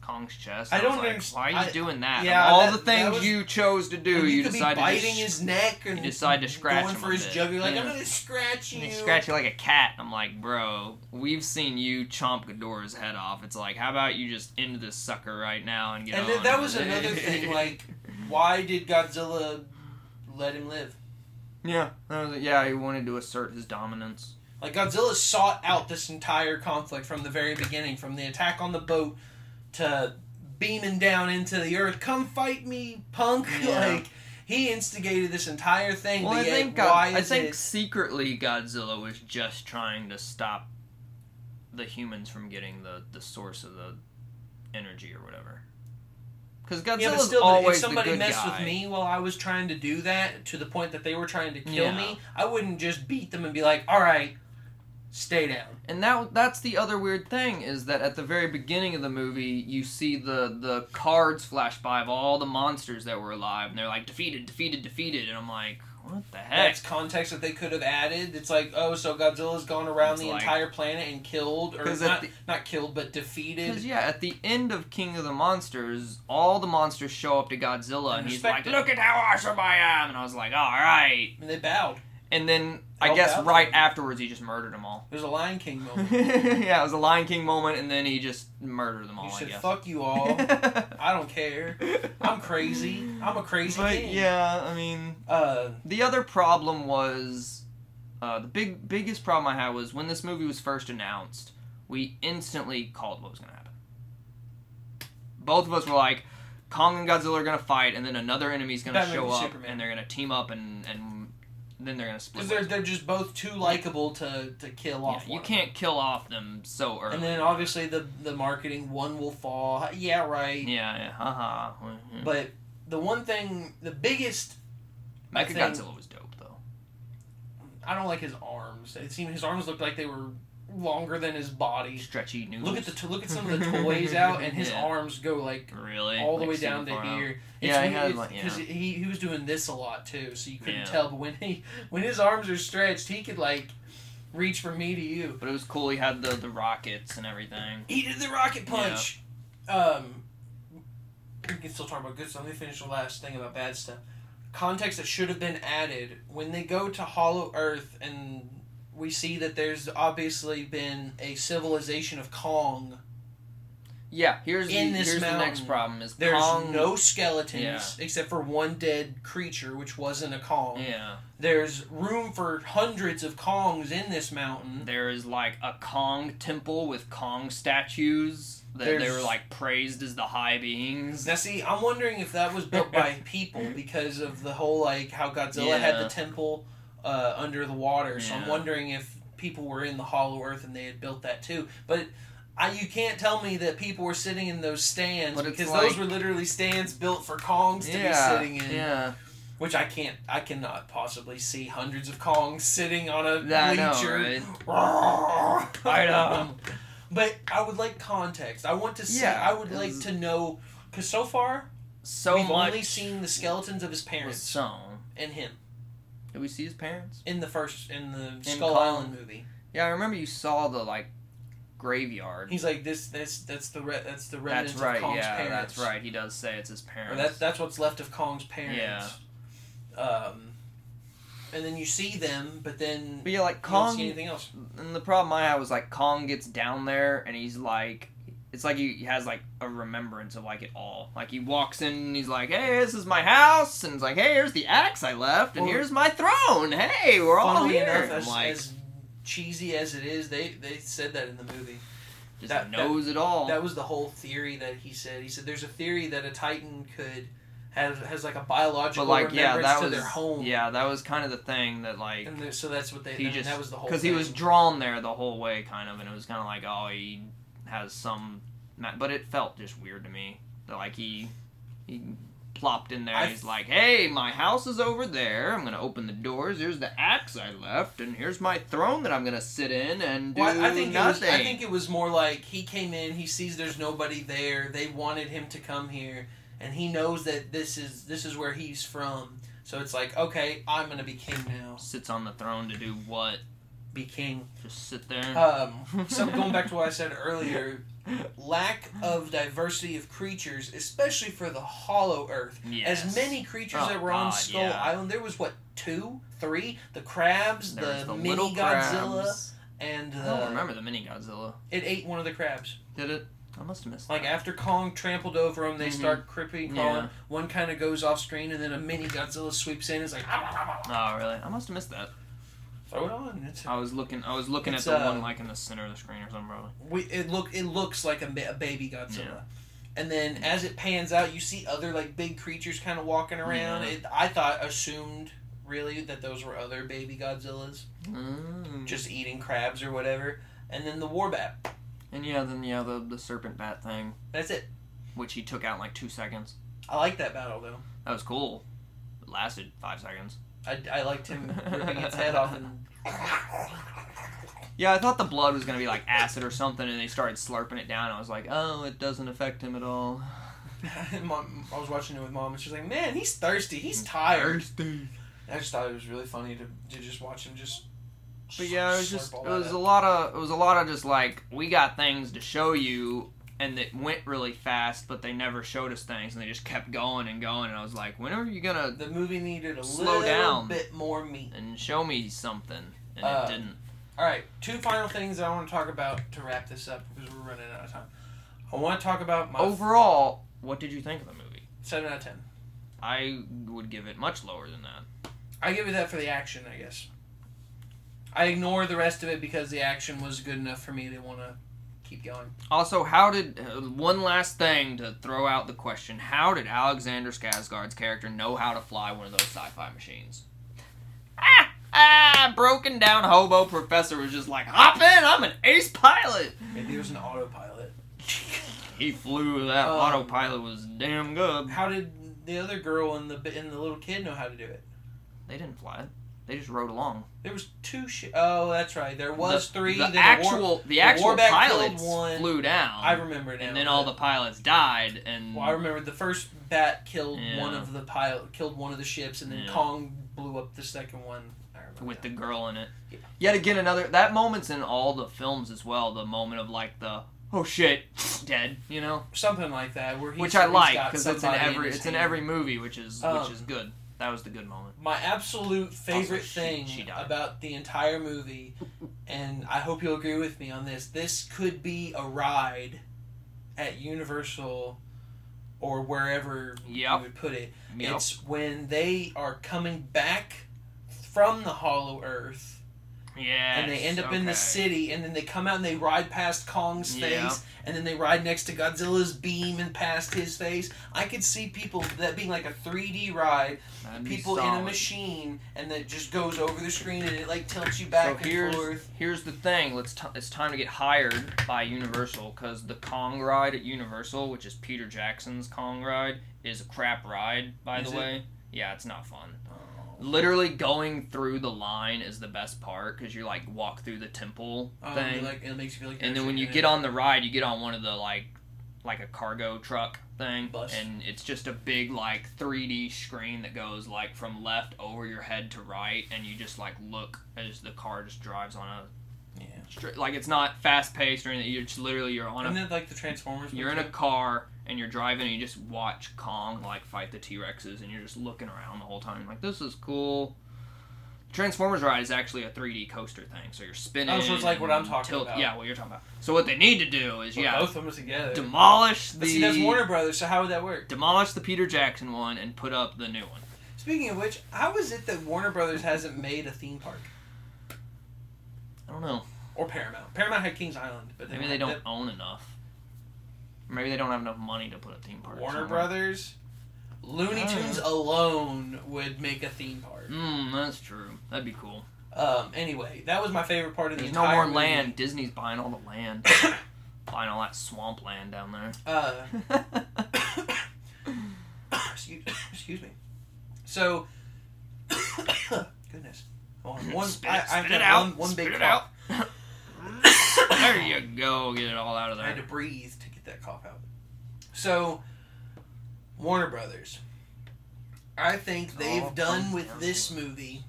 Speaker 1: Kong's chest.
Speaker 2: I
Speaker 1: I
Speaker 2: don't
Speaker 1: don't like,
Speaker 2: underst-
Speaker 1: why are you
Speaker 2: I-
Speaker 1: doing that? Of
Speaker 2: yeah,
Speaker 1: all
Speaker 2: that-
Speaker 1: the
Speaker 2: that
Speaker 1: things
Speaker 2: was-
Speaker 1: you chose to do,
Speaker 2: and
Speaker 1: you,
Speaker 2: could
Speaker 1: decided
Speaker 2: be
Speaker 1: to
Speaker 2: biting
Speaker 1: just
Speaker 2: his neck and
Speaker 1: decide to scratch
Speaker 2: going
Speaker 1: him
Speaker 2: for
Speaker 1: a
Speaker 2: his
Speaker 1: bit.
Speaker 2: jugular. Like I'm
Speaker 1: Yeah.
Speaker 2: gonna scratch you.
Speaker 1: And they scratch you like a cat. I'm like, bro, we've seen you chomp Ghidorah's head off. It's like, how about you just end this sucker right now and get
Speaker 2: and
Speaker 1: on
Speaker 2: then that
Speaker 1: with
Speaker 2: was
Speaker 1: it?
Speaker 2: another thing. Like, why did Godzilla let him live?
Speaker 1: yeah, that was, yeah, he wanted to assert his dominance.
Speaker 2: Like Godzilla sought out this entire conflict from the very beginning, from the attack on the boat to beaming down into the earth. Come fight me, punk!
Speaker 1: Yeah.
Speaker 2: Like he instigated this entire thing.
Speaker 1: Well,
Speaker 2: but
Speaker 1: I
Speaker 2: yet,
Speaker 1: think
Speaker 2: why
Speaker 1: God, I
Speaker 2: is
Speaker 1: think
Speaker 2: it?
Speaker 1: secretly Godzilla was just trying to stop the humans from getting the the source of the energy or whatever. Because Godzilla's
Speaker 2: Yeah, but still, but
Speaker 1: always
Speaker 2: if somebody
Speaker 1: the good
Speaker 2: messed
Speaker 1: guy.
Speaker 2: with me while I was trying to do that, to the point that they were trying to kill
Speaker 1: Yeah.
Speaker 2: me, I wouldn't just beat them and be like, "All right, stay down."
Speaker 1: And that that's the other weird thing is that at the very beginning of the movie you see the the cards flash by of all the monsters that were alive and they're like defeated, defeated, defeated and I'm like, what the heck?
Speaker 2: That's context that they could have added. It's like, oh, so Godzilla's gone around
Speaker 1: It's
Speaker 2: the
Speaker 1: like-
Speaker 2: entire planet and killed, or
Speaker 1: 'Cause at
Speaker 2: not,
Speaker 1: the-
Speaker 2: not killed, but defeated.
Speaker 1: Cuz yeah, at the end of King of the Monsters, all the monsters show up to Godzilla
Speaker 2: And
Speaker 1: and he's like,
Speaker 2: respect it.
Speaker 1: "Look at how awesome I am." And I was like, "All right."
Speaker 2: And they bowed.
Speaker 1: And then
Speaker 2: They
Speaker 1: I
Speaker 2: all
Speaker 1: guess
Speaker 2: bowed to
Speaker 1: right
Speaker 2: him.
Speaker 1: afterwards he just murdered them all.
Speaker 2: There's a Lion King moment.
Speaker 1: yeah, it was a Lion King moment and then he just murdered them all,
Speaker 2: you
Speaker 1: Oh, I
Speaker 2: said,
Speaker 1: guess.
Speaker 2: "Fuck you all. I don't care. I'm crazy. I'm a crazy
Speaker 1: But
Speaker 2: king."
Speaker 1: yeah, I mean,
Speaker 2: Uh,
Speaker 1: The other problem was uh, the big biggest problem I had was when this movie was first announced, we instantly called what was going to happen. both of us were like, Kong and Godzilla are gonna fight, and then another enemy's gonna
Speaker 2: Batman
Speaker 1: show
Speaker 2: v
Speaker 1: up,
Speaker 2: Superman.
Speaker 1: and they're gonna team up, and and then they're gonna split.
Speaker 2: Because they're,
Speaker 1: ways.
Speaker 2: they're just both too likable to, to kill
Speaker 1: Yeah,
Speaker 2: off.
Speaker 1: you
Speaker 2: one.
Speaker 1: can't kill off them so early.
Speaker 2: And then obviously the the marketing one will fall. Yeah, right.
Speaker 1: yeah, yeah, haha. Mhm.
Speaker 2: But the one thing, the biggest, I think-
Speaker 1: Mechagodzilla was dope though.
Speaker 2: I don't like his arms. It seemed his arms looked like they were longer than his body.
Speaker 1: Stretchy noodles.
Speaker 2: Look at the t- look at some of the toys out, and his
Speaker 1: Yeah.
Speaker 2: arms go like
Speaker 1: really
Speaker 2: all the
Speaker 1: Like,
Speaker 2: way down
Speaker 1: super
Speaker 2: to
Speaker 1: far out.
Speaker 2: here.
Speaker 1: Yeah, he had, like,
Speaker 2: because
Speaker 1: yeah.
Speaker 2: he he was doing this a lot too, so you couldn't
Speaker 1: Yeah.
Speaker 2: tell. But when he when his arms are stretched, he could like reach from me to you.
Speaker 1: But it was cool. He had the the rockets and everything.
Speaker 2: He did the rocket punch. Um, we can still talk about good stuff. Let me finish the last thing about bad stuff. Context that should have been added when they go to Hollow Earth and we see that there's obviously been a civilization of Kong.
Speaker 1: Yeah, here's
Speaker 2: In
Speaker 1: the,
Speaker 2: this
Speaker 1: here's the next
Speaker 2: mountain,
Speaker 1: problem is
Speaker 2: There's
Speaker 1: Kong.
Speaker 2: no skeletons
Speaker 1: Yeah.
Speaker 2: except for one dead creature, which wasn't a Kong.
Speaker 1: Yeah,
Speaker 2: There's room for hundreds of Kongs in this mountain.
Speaker 1: there is like a Kong temple with Kong statues that they
Speaker 2: There's-
Speaker 1: were like praised as the high beings.
Speaker 2: Now, see, I'm wondering if that was built by people because of the whole like how Godzilla
Speaker 1: Yeah.
Speaker 2: had the temple uh, under the water. So I'm
Speaker 1: Yeah.
Speaker 2: wondering if people were in the Hollow Earth and they had built that too. But I, you can't tell me that people were sitting in those stands
Speaker 1: But it's
Speaker 2: because
Speaker 1: like-
Speaker 2: those were literally stands built for Kongs to
Speaker 1: yeah,
Speaker 2: be sitting in.
Speaker 1: yeah.
Speaker 2: Which I can't, I cannot possibly see hundreds of Kongs sitting on a
Speaker 1: Yeah, I know,
Speaker 2: bleacher.
Speaker 1: right?
Speaker 2: I
Speaker 1: I know.
Speaker 2: But I would like context. I want to see.
Speaker 1: Yeah,
Speaker 2: I would like
Speaker 1: 'cause-
Speaker 2: to know because so far
Speaker 1: So
Speaker 2: we've
Speaker 1: much
Speaker 2: only seen the skeletons of his
Speaker 1: was
Speaker 2: parents
Speaker 1: sown.
Speaker 2: and him
Speaker 1: Did we see his parents?
Speaker 2: in the first in the Skull
Speaker 1: Kong.
Speaker 2: Island movie.
Speaker 1: Yeah, I remember you saw the like graveyard.
Speaker 2: He's like this. That's that's the re- that's the remnants
Speaker 1: that's right.
Speaker 2: of Kong's
Speaker 1: yeah,
Speaker 2: parents.
Speaker 1: that's right. He does say it's his parents.
Speaker 2: Or that that's what's left of Kong's parents. Yeah. Um, and then you see them, but then
Speaker 1: but yeah, like
Speaker 2: you don't
Speaker 1: Kong.
Speaker 2: see anything else.
Speaker 1: And the problem I had was like Kong gets down there and he's like, it's like he he has like a remembrance of like it all. Like he walks in and he's like, hey, this is my house, and it's like, hey, here's the axe I left, and
Speaker 2: Well,
Speaker 1: here's my throne. Hey, we're all
Speaker 2: Funnily
Speaker 1: here.
Speaker 2: enough,
Speaker 1: I'm
Speaker 2: as,
Speaker 1: like,
Speaker 2: as cheesy as it is, they they said that in the movie.
Speaker 1: just
Speaker 2: that-
Speaker 1: knows it all.
Speaker 2: That was the whole theory that he said. He said there's a theory that a Titan could has has like a biological
Speaker 1: but like, yeah,
Speaker 2: remembrance
Speaker 1: that
Speaker 2: to
Speaker 1: was
Speaker 2: their home.
Speaker 1: yeah, that was kind of the thing that like
Speaker 2: And the- so that's what they.
Speaker 1: he
Speaker 2: I mean,
Speaker 1: just
Speaker 2: that was the whole.
Speaker 1: because he was
Speaker 2: thing.
Speaker 1: drawn there the whole way, kind of, and it was kind of like, oh, he has some, ma- but it felt just weird to me. That, Like he he plopped in there.
Speaker 2: I-
Speaker 1: and he's like, hey, my house is over there. I'm gonna open the doors. Here's the axe I left, and here's my throne that I'm gonna sit in and do
Speaker 2: Well, I- I think it was,
Speaker 1: nothing.
Speaker 2: I think it was more like he came in, he sees there's nobody there. They wanted him to come here, and he knows that this is this is where he's from. So it's like, okay, I'm gonna be king now.
Speaker 1: Sits on the throne to do what?
Speaker 2: Be king.
Speaker 1: Just sit there.
Speaker 2: Um, so going back to what I said earlier, lack of diversity of creatures, especially for the Hollow Earth.
Speaker 1: Yes.
Speaker 2: As many creatures
Speaker 1: Oh,
Speaker 2: that were
Speaker 1: God,
Speaker 2: on Skull
Speaker 1: yeah.
Speaker 2: Island, there was what two, three? The crabs,
Speaker 1: There's
Speaker 2: the,
Speaker 1: the
Speaker 2: mini
Speaker 1: little
Speaker 2: Godzilla,
Speaker 1: crabs.
Speaker 2: and
Speaker 1: I don't
Speaker 2: uh,
Speaker 1: remember the mini Godzilla.
Speaker 2: it ate one of the crabs.
Speaker 1: Did it? I must have missed.
Speaker 2: Like after Kong trampled over them, they
Speaker 1: Mhm.
Speaker 2: start creeping.
Speaker 1: Yeah.
Speaker 2: crawling. One kind of goes off screen, and then a mini Godzilla sweeps in. It's like
Speaker 1: that. Oh really? I must have missed that.
Speaker 2: throw it on. It's,
Speaker 1: I was looking. I was looking
Speaker 2: It's,
Speaker 1: at the
Speaker 2: uh,
Speaker 1: one like in the center of the screen or something. Probably.
Speaker 2: we, it look it looks like a, ma- a baby Godzilla. And then as it pans out, you see other like big creatures kind of walking around.
Speaker 1: Yeah.
Speaker 2: It, I thought assumed really that those were other baby Godzillas just eating crabs or whatever. And then the warbat.
Speaker 1: And yeah, then yeah, the the serpent bat thing,
Speaker 2: That's it.
Speaker 1: which he took out in like two seconds.
Speaker 2: I like that battle though.
Speaker 1: That was cool. It lasted five seconds.
Speaker 2: I, I liked him ripping its head off and
Speaker 1: Yeah, I thought the blood was gonna be like acid or something, and they started slurping it down. I was like, oh, it doesn't affect him at all.
Speaker 2: Mom, I was watching it with mom, and she's like, "Man, he's thirsty. He's
Speaker 1: Mm.
Speaker 2: tired."
Speaker 1: Thirsty.
Speaker 2: I just thought it was really funny to, to just watch him just.
Speaker 1: But yeah, it was
Speaker 2: slurp
Speaker 1: just it
Speaker 2: all
Speaker 1: was
Speaker 2: that
Speaker 1: a
Speaker 2: up.
Speaker 1: lot of it was a lot of just like we got things to show you, and it went really fast, but they never showed us things, and they just kept going and going, and I was like, when are you gonna
Speaker 2: The movie needed a
Speaker 1: Slow
Speaker 2: little
Speaker 1: down.
Speaker 2: bit more meat.
Speaker 1: and show me something? And
Speaker 2: Uh,
Speaker 1: it didn't.
Speaker 2: All right, two final things I want to talk about to wrap this up because we're running out of time. I want to talk about my
Speaker 1: Overall, what did you think of the movie?
Speaker 2: seven out of ten.
Speaker 1: I would give it much lower than that.
Speaker 2: I give it that for the action, I guess. I ignore the rest of it because the action was good enough for me to want to keep going.
Speaker 1: Also, how did uh, one last thing to throw out the question? How did Alexander Skarsgård's character know how to fly one of those sci-fi machines? Ah, ah! Broken down hobo professor was just like, hop in! I'm an ace pilot.
Speaker 2: Maybe it was an autopilot.
Speaker 1: He flew. That
Speaker 2: Um,
Speaker 1: autopilot was damn good.
Speaker 2: How did the other girl and the and the little kid know how to do it?
Speaker 1: They didn't fly it. They just rode along.
Speaker 2: There was two. Sh- oh, that's right. There was
Speaker 1: The-
Speaker 2: three.
Speaker 1: The,
Speaker 2: then war-
Speaker 1: actual, the actual
Speaker 2: Warbeck
Speaker 1: pilots
Speaker 2: killed one.
Speaker 1: flew down,
Speaker 2: I remember now.
Speaker 1: and then all the pilots died. And
Speaker 2: Well, I remember the first bat killed
Speaker 1: Yeah.
Speaker 2: one of the pilot, killed one of the ships, and then
Speaker 1: Yeah.
Speaker 2: Kong blew up the second one. I remember
Speaker 1: with the
Speaker 2: now.
Speaker 1: girl in it.
Speaker 2: Yeah.
Speaker 1: Yet again, another that moment's in all the films as well. The moment of like the oh shit, dead, you know,
Speaker 2: something like that, where he's,
Speaker 1: which I
Speaker 2: he's
Speaker 1: like
Speaker 2: got
Speaker 1: because it's in Oh.
Speaker 2: somebody
Speaker 1: every
Speaker 2: his
Speaker 1: it's in
Speaker 2: hand.
Speaker 1: every movie, which is
Speaker 2: Um,
Speaker 1: which is good. That was the good moment.
Speaker 2: My absolute favorite
Speaker 1: Oh, she-
Speaker 2: thing
Speaker 1: she died.
Speaker 2: about the entire movie, and I hope you'll agree with me on this, this could be a ride at Universal or wherever
Speaker 1: Yep.
Speaker 2: you would put it.
Speaker 1: Yep.
Speaker 2: It's when they are coming back from the Hollow Earth
Speaker 1: Yeah,
Speaker 2: and they end up in the city and then they come out and they ride past Kong's
Speaker 1: Yeah.
Speaker 2: face and then they ride next to Godzilla's beam and past his face. I could see people that being like a 3D ride, people in a machine and that just goes over the screen and it like tilts you back
Speaker 1: so here's,
Speaker 2: and forth.
Speaker 1: Here's the thing. Let's t- it's time to get hired by Universal because the Kong ride at Universal, which is Peter Jackson's Kong ride, is a crap ride. By
Speaker 2: Is
Speaker 1: the
Speaker 2: it?
Speaker 1: way, yeah, it's not fun. Literally going through the line is the best part because you like walk through the temple
Speaker 2: Um,
Speaker 1: thing,
Speaker 2: like it makes you feel like
Speaker 1: and then when you get on the ride, you get on one of the like like a cargo truck thing,
Speaker 2: Bus.
Speaker 1: and it's just a big like 3D screen that goes like from left over your head to right, and you just like look as the car just drives on a
Speaker 2: yeah.
Speaker 1: stri- like it's not fast paced or anything. You're just literally you're on
Speaker 2: and
Speaker 1: a
Speaker 2: then like the Transformers.
Speaker 1: you're in
Speaker 2: movie.
Speaker 1: a car and you're driving and you just watch Kong like fight the T Rexes and you're just looking around the whole time like this is cool. Transformers ride is actually a 3D coaster thing, so you're spinning.
Speaker 2: Oh, so it's like what I'm
Speaker 1: and
Speaker 2: talking about.
Speaker 1: Yeah, what you're talking about. So what they need to do is
Speaker 2: Put
Speaker 1: yeah,
Speaker 2: both of them together.
Speaker 1: demolish the
Speaker 2: but see, that's Warner Brothers, so how would that work?
Speaker 1: demolish the Peter Jackson one and put up the new one.
Speaker 2: Speaking of which, how is it that Warner Brothers hasn't made a theme park?
Speaker 1: I don't know.
Speaker 2: Or Paramount. Paramount had Kings Island, but
Speaker 1: Maybe they don't own enough. Maybe they don't have enough money to put a theme park.
Speaker 2: Warner
Speaker 1: somewhere.
Speaker 2: Brothers, Looney
Speaker 1: I don't
Speaker 2: Tunes alone would make a theme park.
Speaker 1: Mm, that's true. That'd be cool.
Speaker 2: Um, anyway, that was my favorite part of
Speaker 1: There's
Speaker 2: the
Speaker 1: no
Speaker 2: entire
Speaker 1: more
Speaker 2: movie.
Speaker 1: land. Disney's buying all the land. buying all that swamp land down
Speaker 2: Uh,
Speaker 1: there.
Speaker 2: excuse, excuse me. So, goodness, one, one,
Speaker 1: spit,
Speaker 2: I, I
Speaker 1: spit
Speaker 2: have
Speaker 1: it
Speaker 2: to
Speaker 1: out.
Speaker 2: have one, one
Speaker 1: spit
Speaker 2: big
Speaker 1: it
Speaker 2: cough.
Speaker 1: out. Mm. there you go. Get it all out of
Speaker 2: I had to
Speaker 1: there.
Speaker 2: breathe to get that cough out. So, Warner Brothers. I think
Speaker 1: all
Speaker 2: they've done
Speaker 1: comes
Speaker 2: with
Speaker 1: Oh, down
Speaker 2: this
Speaker 1: to
Speaker 2: movie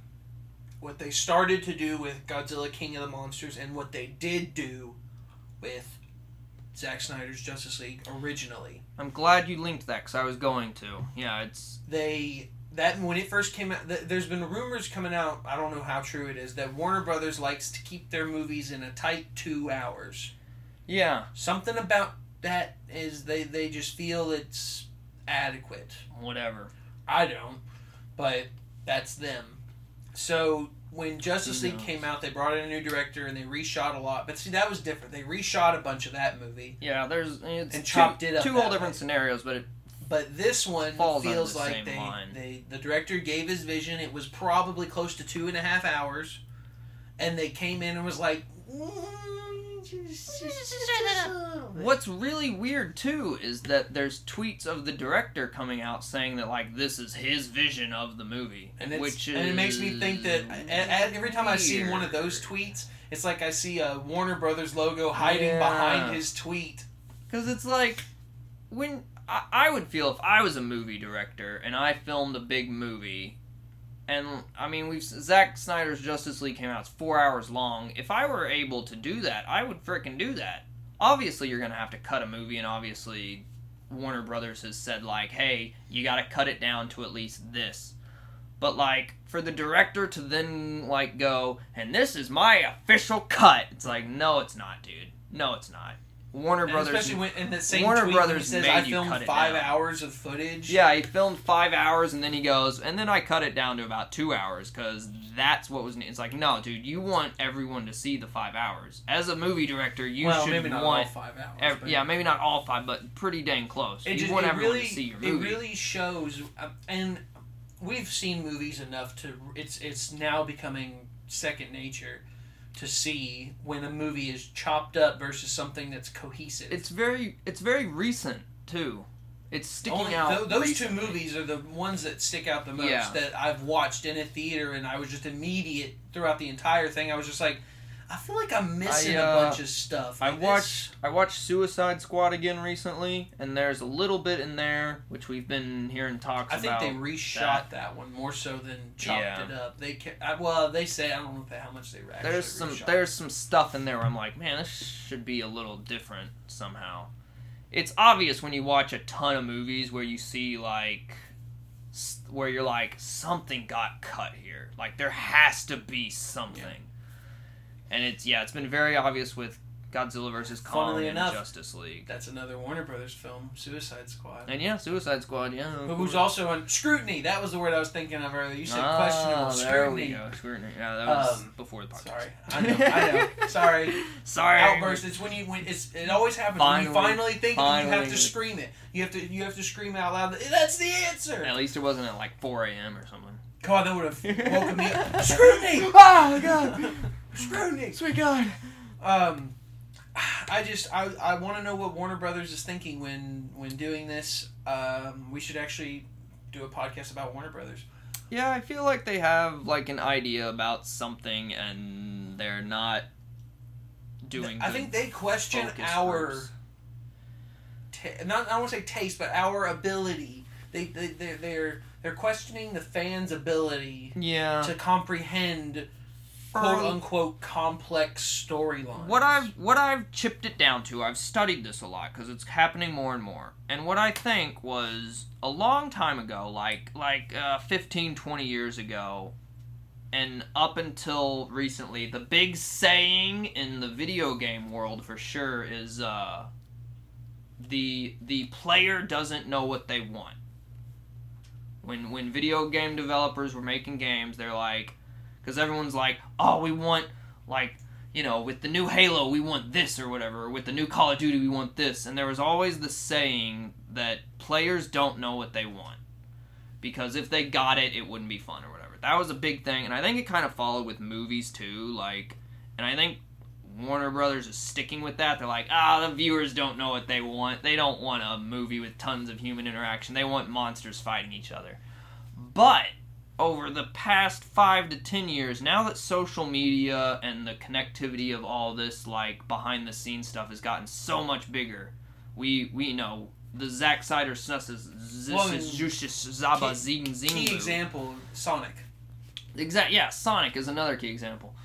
Speaker 2: what they started to do with Godzilla King of the Monsters and what they did do with Zack Snyder's Justice League originally.
Speaker 1: I'm glad you linked that because I was going to. Yeah, it's
Speaker 2: They that when it first came out th- there's been rumors coming out, I don't know how true it is, that Warner Brothers likes to keep their movies in a tight 2 hours.
Speaker 1: yeah.
Speaker 2: Something about that is they they just feel it's adequate.
Speaker 1: Whatever.
Speaker 2: I don't, but that's them. So when Justice
Speaker 1: Who
Speaker 2: League
Speaker 1: knows?
Speaker 2: came out, they brought in a new director and they reshot a lot. But see, that was different. They reshot a bunch of that movie,
Speaker 1: Yeah, there's it's
Speaker 2: And
Speaker 1: two-
Speaker 2: chopped it up
Speaker 1: Two
Speaker 2: that
Speaker 1: whole different
Speaker 2: way.
Speaker 1: scenarios, but it,
Speaker 2: but this one
Speaker 1: Falls under
Speaker 2: feels
Speaker 1: the
Speaker 2: like
Speaker 1: same
Speaker 2: they,
Speaker 1: line.
Speaker 2: they the director gave his vision. It was probably close to two and a half hours, and they came in and was like. "Mm, just- just- just a little bit."
Speaker 1: what's really weird too is that there's tweets of the director coming out saying that like this is his vision of the movie,
Speaker 2: and it's,
Speaker 1: which is
Speaker 2: and it makes me think that a- a- every time I see one of those
Speaker 1: weird.
Speaker 2: tweets, it's like I see a Warner Brothers logo hiding
Speaker 1: Yeah.
Speaker 2: behind his tweet.
Speaker 1: Because it's like when I, I would feel if I was a movie director and I filmed a big movie, and I mean we've Zack Snyder's Justice League came out. It's four hours long. If I were able to do that, I would frickin' do that. Obviously, you're gonna have to cut a movie, and obviously, Warner Brothers has said like, "Hey, you gotta cut it down to at least this." But like for the director to then like go, and this is my official cut. It's like, no, it's not, dude. No, it's not. Warner
Speaker 2: And
Speaker 1: Brothers.
Speaker 2: especially when in that same
Speaker 1: Warner
Speaker 2: tweet
Speaker 1: Brothers
Speaker 2: when he says
Speaker 1: made
Speaker 2: I
Speaker 1: you
Speaker 2: filmed
Speaker 1: cut it
Speaker 2: five
Speaker 1: down."
Speaker 2: hours of footage.
Speaker 1: yeah, he filmed five hours and then he goes, and then I cut it down to about two hours because that's what was. ne-" It's like, no, dude, you want everyone to see the five hours. As a movie director, you
Speaker 2: well,
Speaker 1: should
Speaker 2: maybe not all
Speaker 1: want.
Speaker 2: five hours.
Speaker 1: ev-
Speaker 2: but
Speaker 1: yeah, maybe not all five, but pretty dang close.
Speaker 2: it
Speaker 1: you
Speaker 2: just
Speaker 1: want
Speaker 2: it
Speaker 1: everyone
Speaker 2: really
Speaker 1: to see your
Speaker 2: it
Speaker 1: movie.
Speaker 2: really shows, uh, and we've seen movies enough to it's it's now becoming second nature to see when a movie is chopped up versus something that's cohesive.
Speaker 1: it's very, it's very recent too. It's sticking
Speaker 2: Only-
Speaker 1: out.
Speaker 2: tho- those
Speaker 1: recently.
Speaker 2: two movies are the ones that stick out the most
Speaker 1: Yeah.
Speaker 2: that I've watched in a theater, and I was just immediate throughout the entire thing. I was just like, I feel like I'm missing
Speaker 1: I,
Speaker 2: a
Speaker 1: uh,
Speaker 2: bunch of stuff.
Speaker 1: I
Speaker 2: Like,
Speaker 1: watched I watched Suicide Squad again recently, and there's a little bit in there which we've been hearing
Speaker 2: this-
Speaker 1: talks
Speaker 2: I think
Speaker 1: about.
Speaker 2: they reshot that. one more so than chopped
Speaker 1: Yeah.
Speaker 2: it up. They ca- I, well, they say I don't know if- how much they actually
Speaker 1: there's some
Speaker 2: reshot.
Speaker 1: there's some stuff in there where I'm like, man, this should be a little different somehow. It's obvious when you watch a ton of movies where you see like s- where you're like something got cut here. Like there has to be something. And it's yeah, it's been very obvious with Godzilla vs Kong
Speaker 2: Funnily
Speaker 1: and
Speaker 2: enough-
Speaker 1: Justice League.
Speaker 2: That's another Warner Brothers film, Suicide Squad.
Speaker 1: And yeah, Suicide Squad, yeah. of
Speaker 2: But
Speaker 1: course.
Speaker 2: who's also on scrutiny? That was the word I was thinking of earlier. You said
Speaker 1: Ah,
Speaker 2: questionable
Speaker 1: There we
Speaker 2: scrutiny.
Speaker 1: go. Scrutiny. Yeah, that was
Speaker 2: Um,
Speaker 1: before the podcast.
Speaker 2: Sorry, I know, I know. Sorry.
Speaker 1: Sorry.
Speaker 2: outburst. It's when you when it's it always happens when you
Speaker 1: Finally.
Speaker 2: finally think you have
Speaker 1: Finally.
Speaker 2: to scream it. You have to you have to scream out loud. That's the
Speaker 1: At
Speaker 2: answer.
Speaker 1: least it wasn't at like 4 a.m. or something.
Speaker 2: God, that would have woken me up. Scrutiny,
Speaker 1: Oh God!
Speaker 2: scrutiny.
Speaker 1: Sweet God!
Speaker 2: Um, I just I I want to know what Warner Brothers is thinking when when doing this. Um, we should actually do a podcast about Warner Brothers.
Speaker 1: Yeah, I feel like they have like an idea about something, and they're not doing.
Speaker 2: I
Speaker 1: good
Speaker 2: think they question
Speaker 1: focus
Speaker 2: our
Speaker 1: groups.
Speaker 2: ta- not I won't say taste, but our ability. They they they they're they're questioning the fans' ability
Speaker 1: Yeah.
Speaker 2: to comprehend quote
Speaker 1: Um,
Speaker 2: unquote complex storylines.
Speaker 1: What I've what I've chipped it down to, I've studied this a lot because it's happening more and more. And what I think was a long time ago, like like uh, 15, 20 years ago, and up until recently, the big saying in the video game world for sure is uh, the the player doesn't know what they want. When when video game developers were making games, they're like, because everyone's like, oh, we want like you know, with the new Halo, we want this or whatever. or With the new Call of Duty, we want this. And there was always the saying that players don't know what they want because if they got it, it wouldn't be fun or whatever. That was a big thing, and I think it kind of followed with movies too. Like, and I think Warner Brothers is sticking with that. They're like, ah, the viewers don't know what they want. They don't want a movie with tons of human interaction. They want monsters fighting each other. But over the past five to ten years, now that social media and the connectivity of all this like behind the scenes stuff has gotten so much bigger, we we know the Zack Snyder sus is
Speaker 2: Well,
Speaker 1: this is Jushis Zaba Zing Zing.
Speaker 2: key example Sonic.
Speaker 1: Exact. Yeah, Sonic is another key example.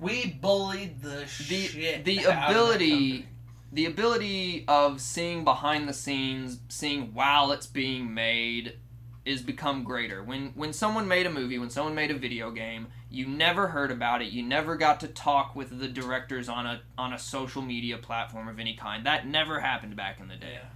Speaker 2: We bullied the, shit.
Speaker 1: the
Speaker 2: out of that
Speaker 1: ability-
Speaker 2: company.
Speaker 1: The ability of seeing behind the scenes, seeing while it's being made, is become greater. When when someone made a movie, when someone made a video game, you never heard about it. You never got to talk with the directors on a on a social media platform of any kind. That never happened back in the day.
Speaker 2: Yeah.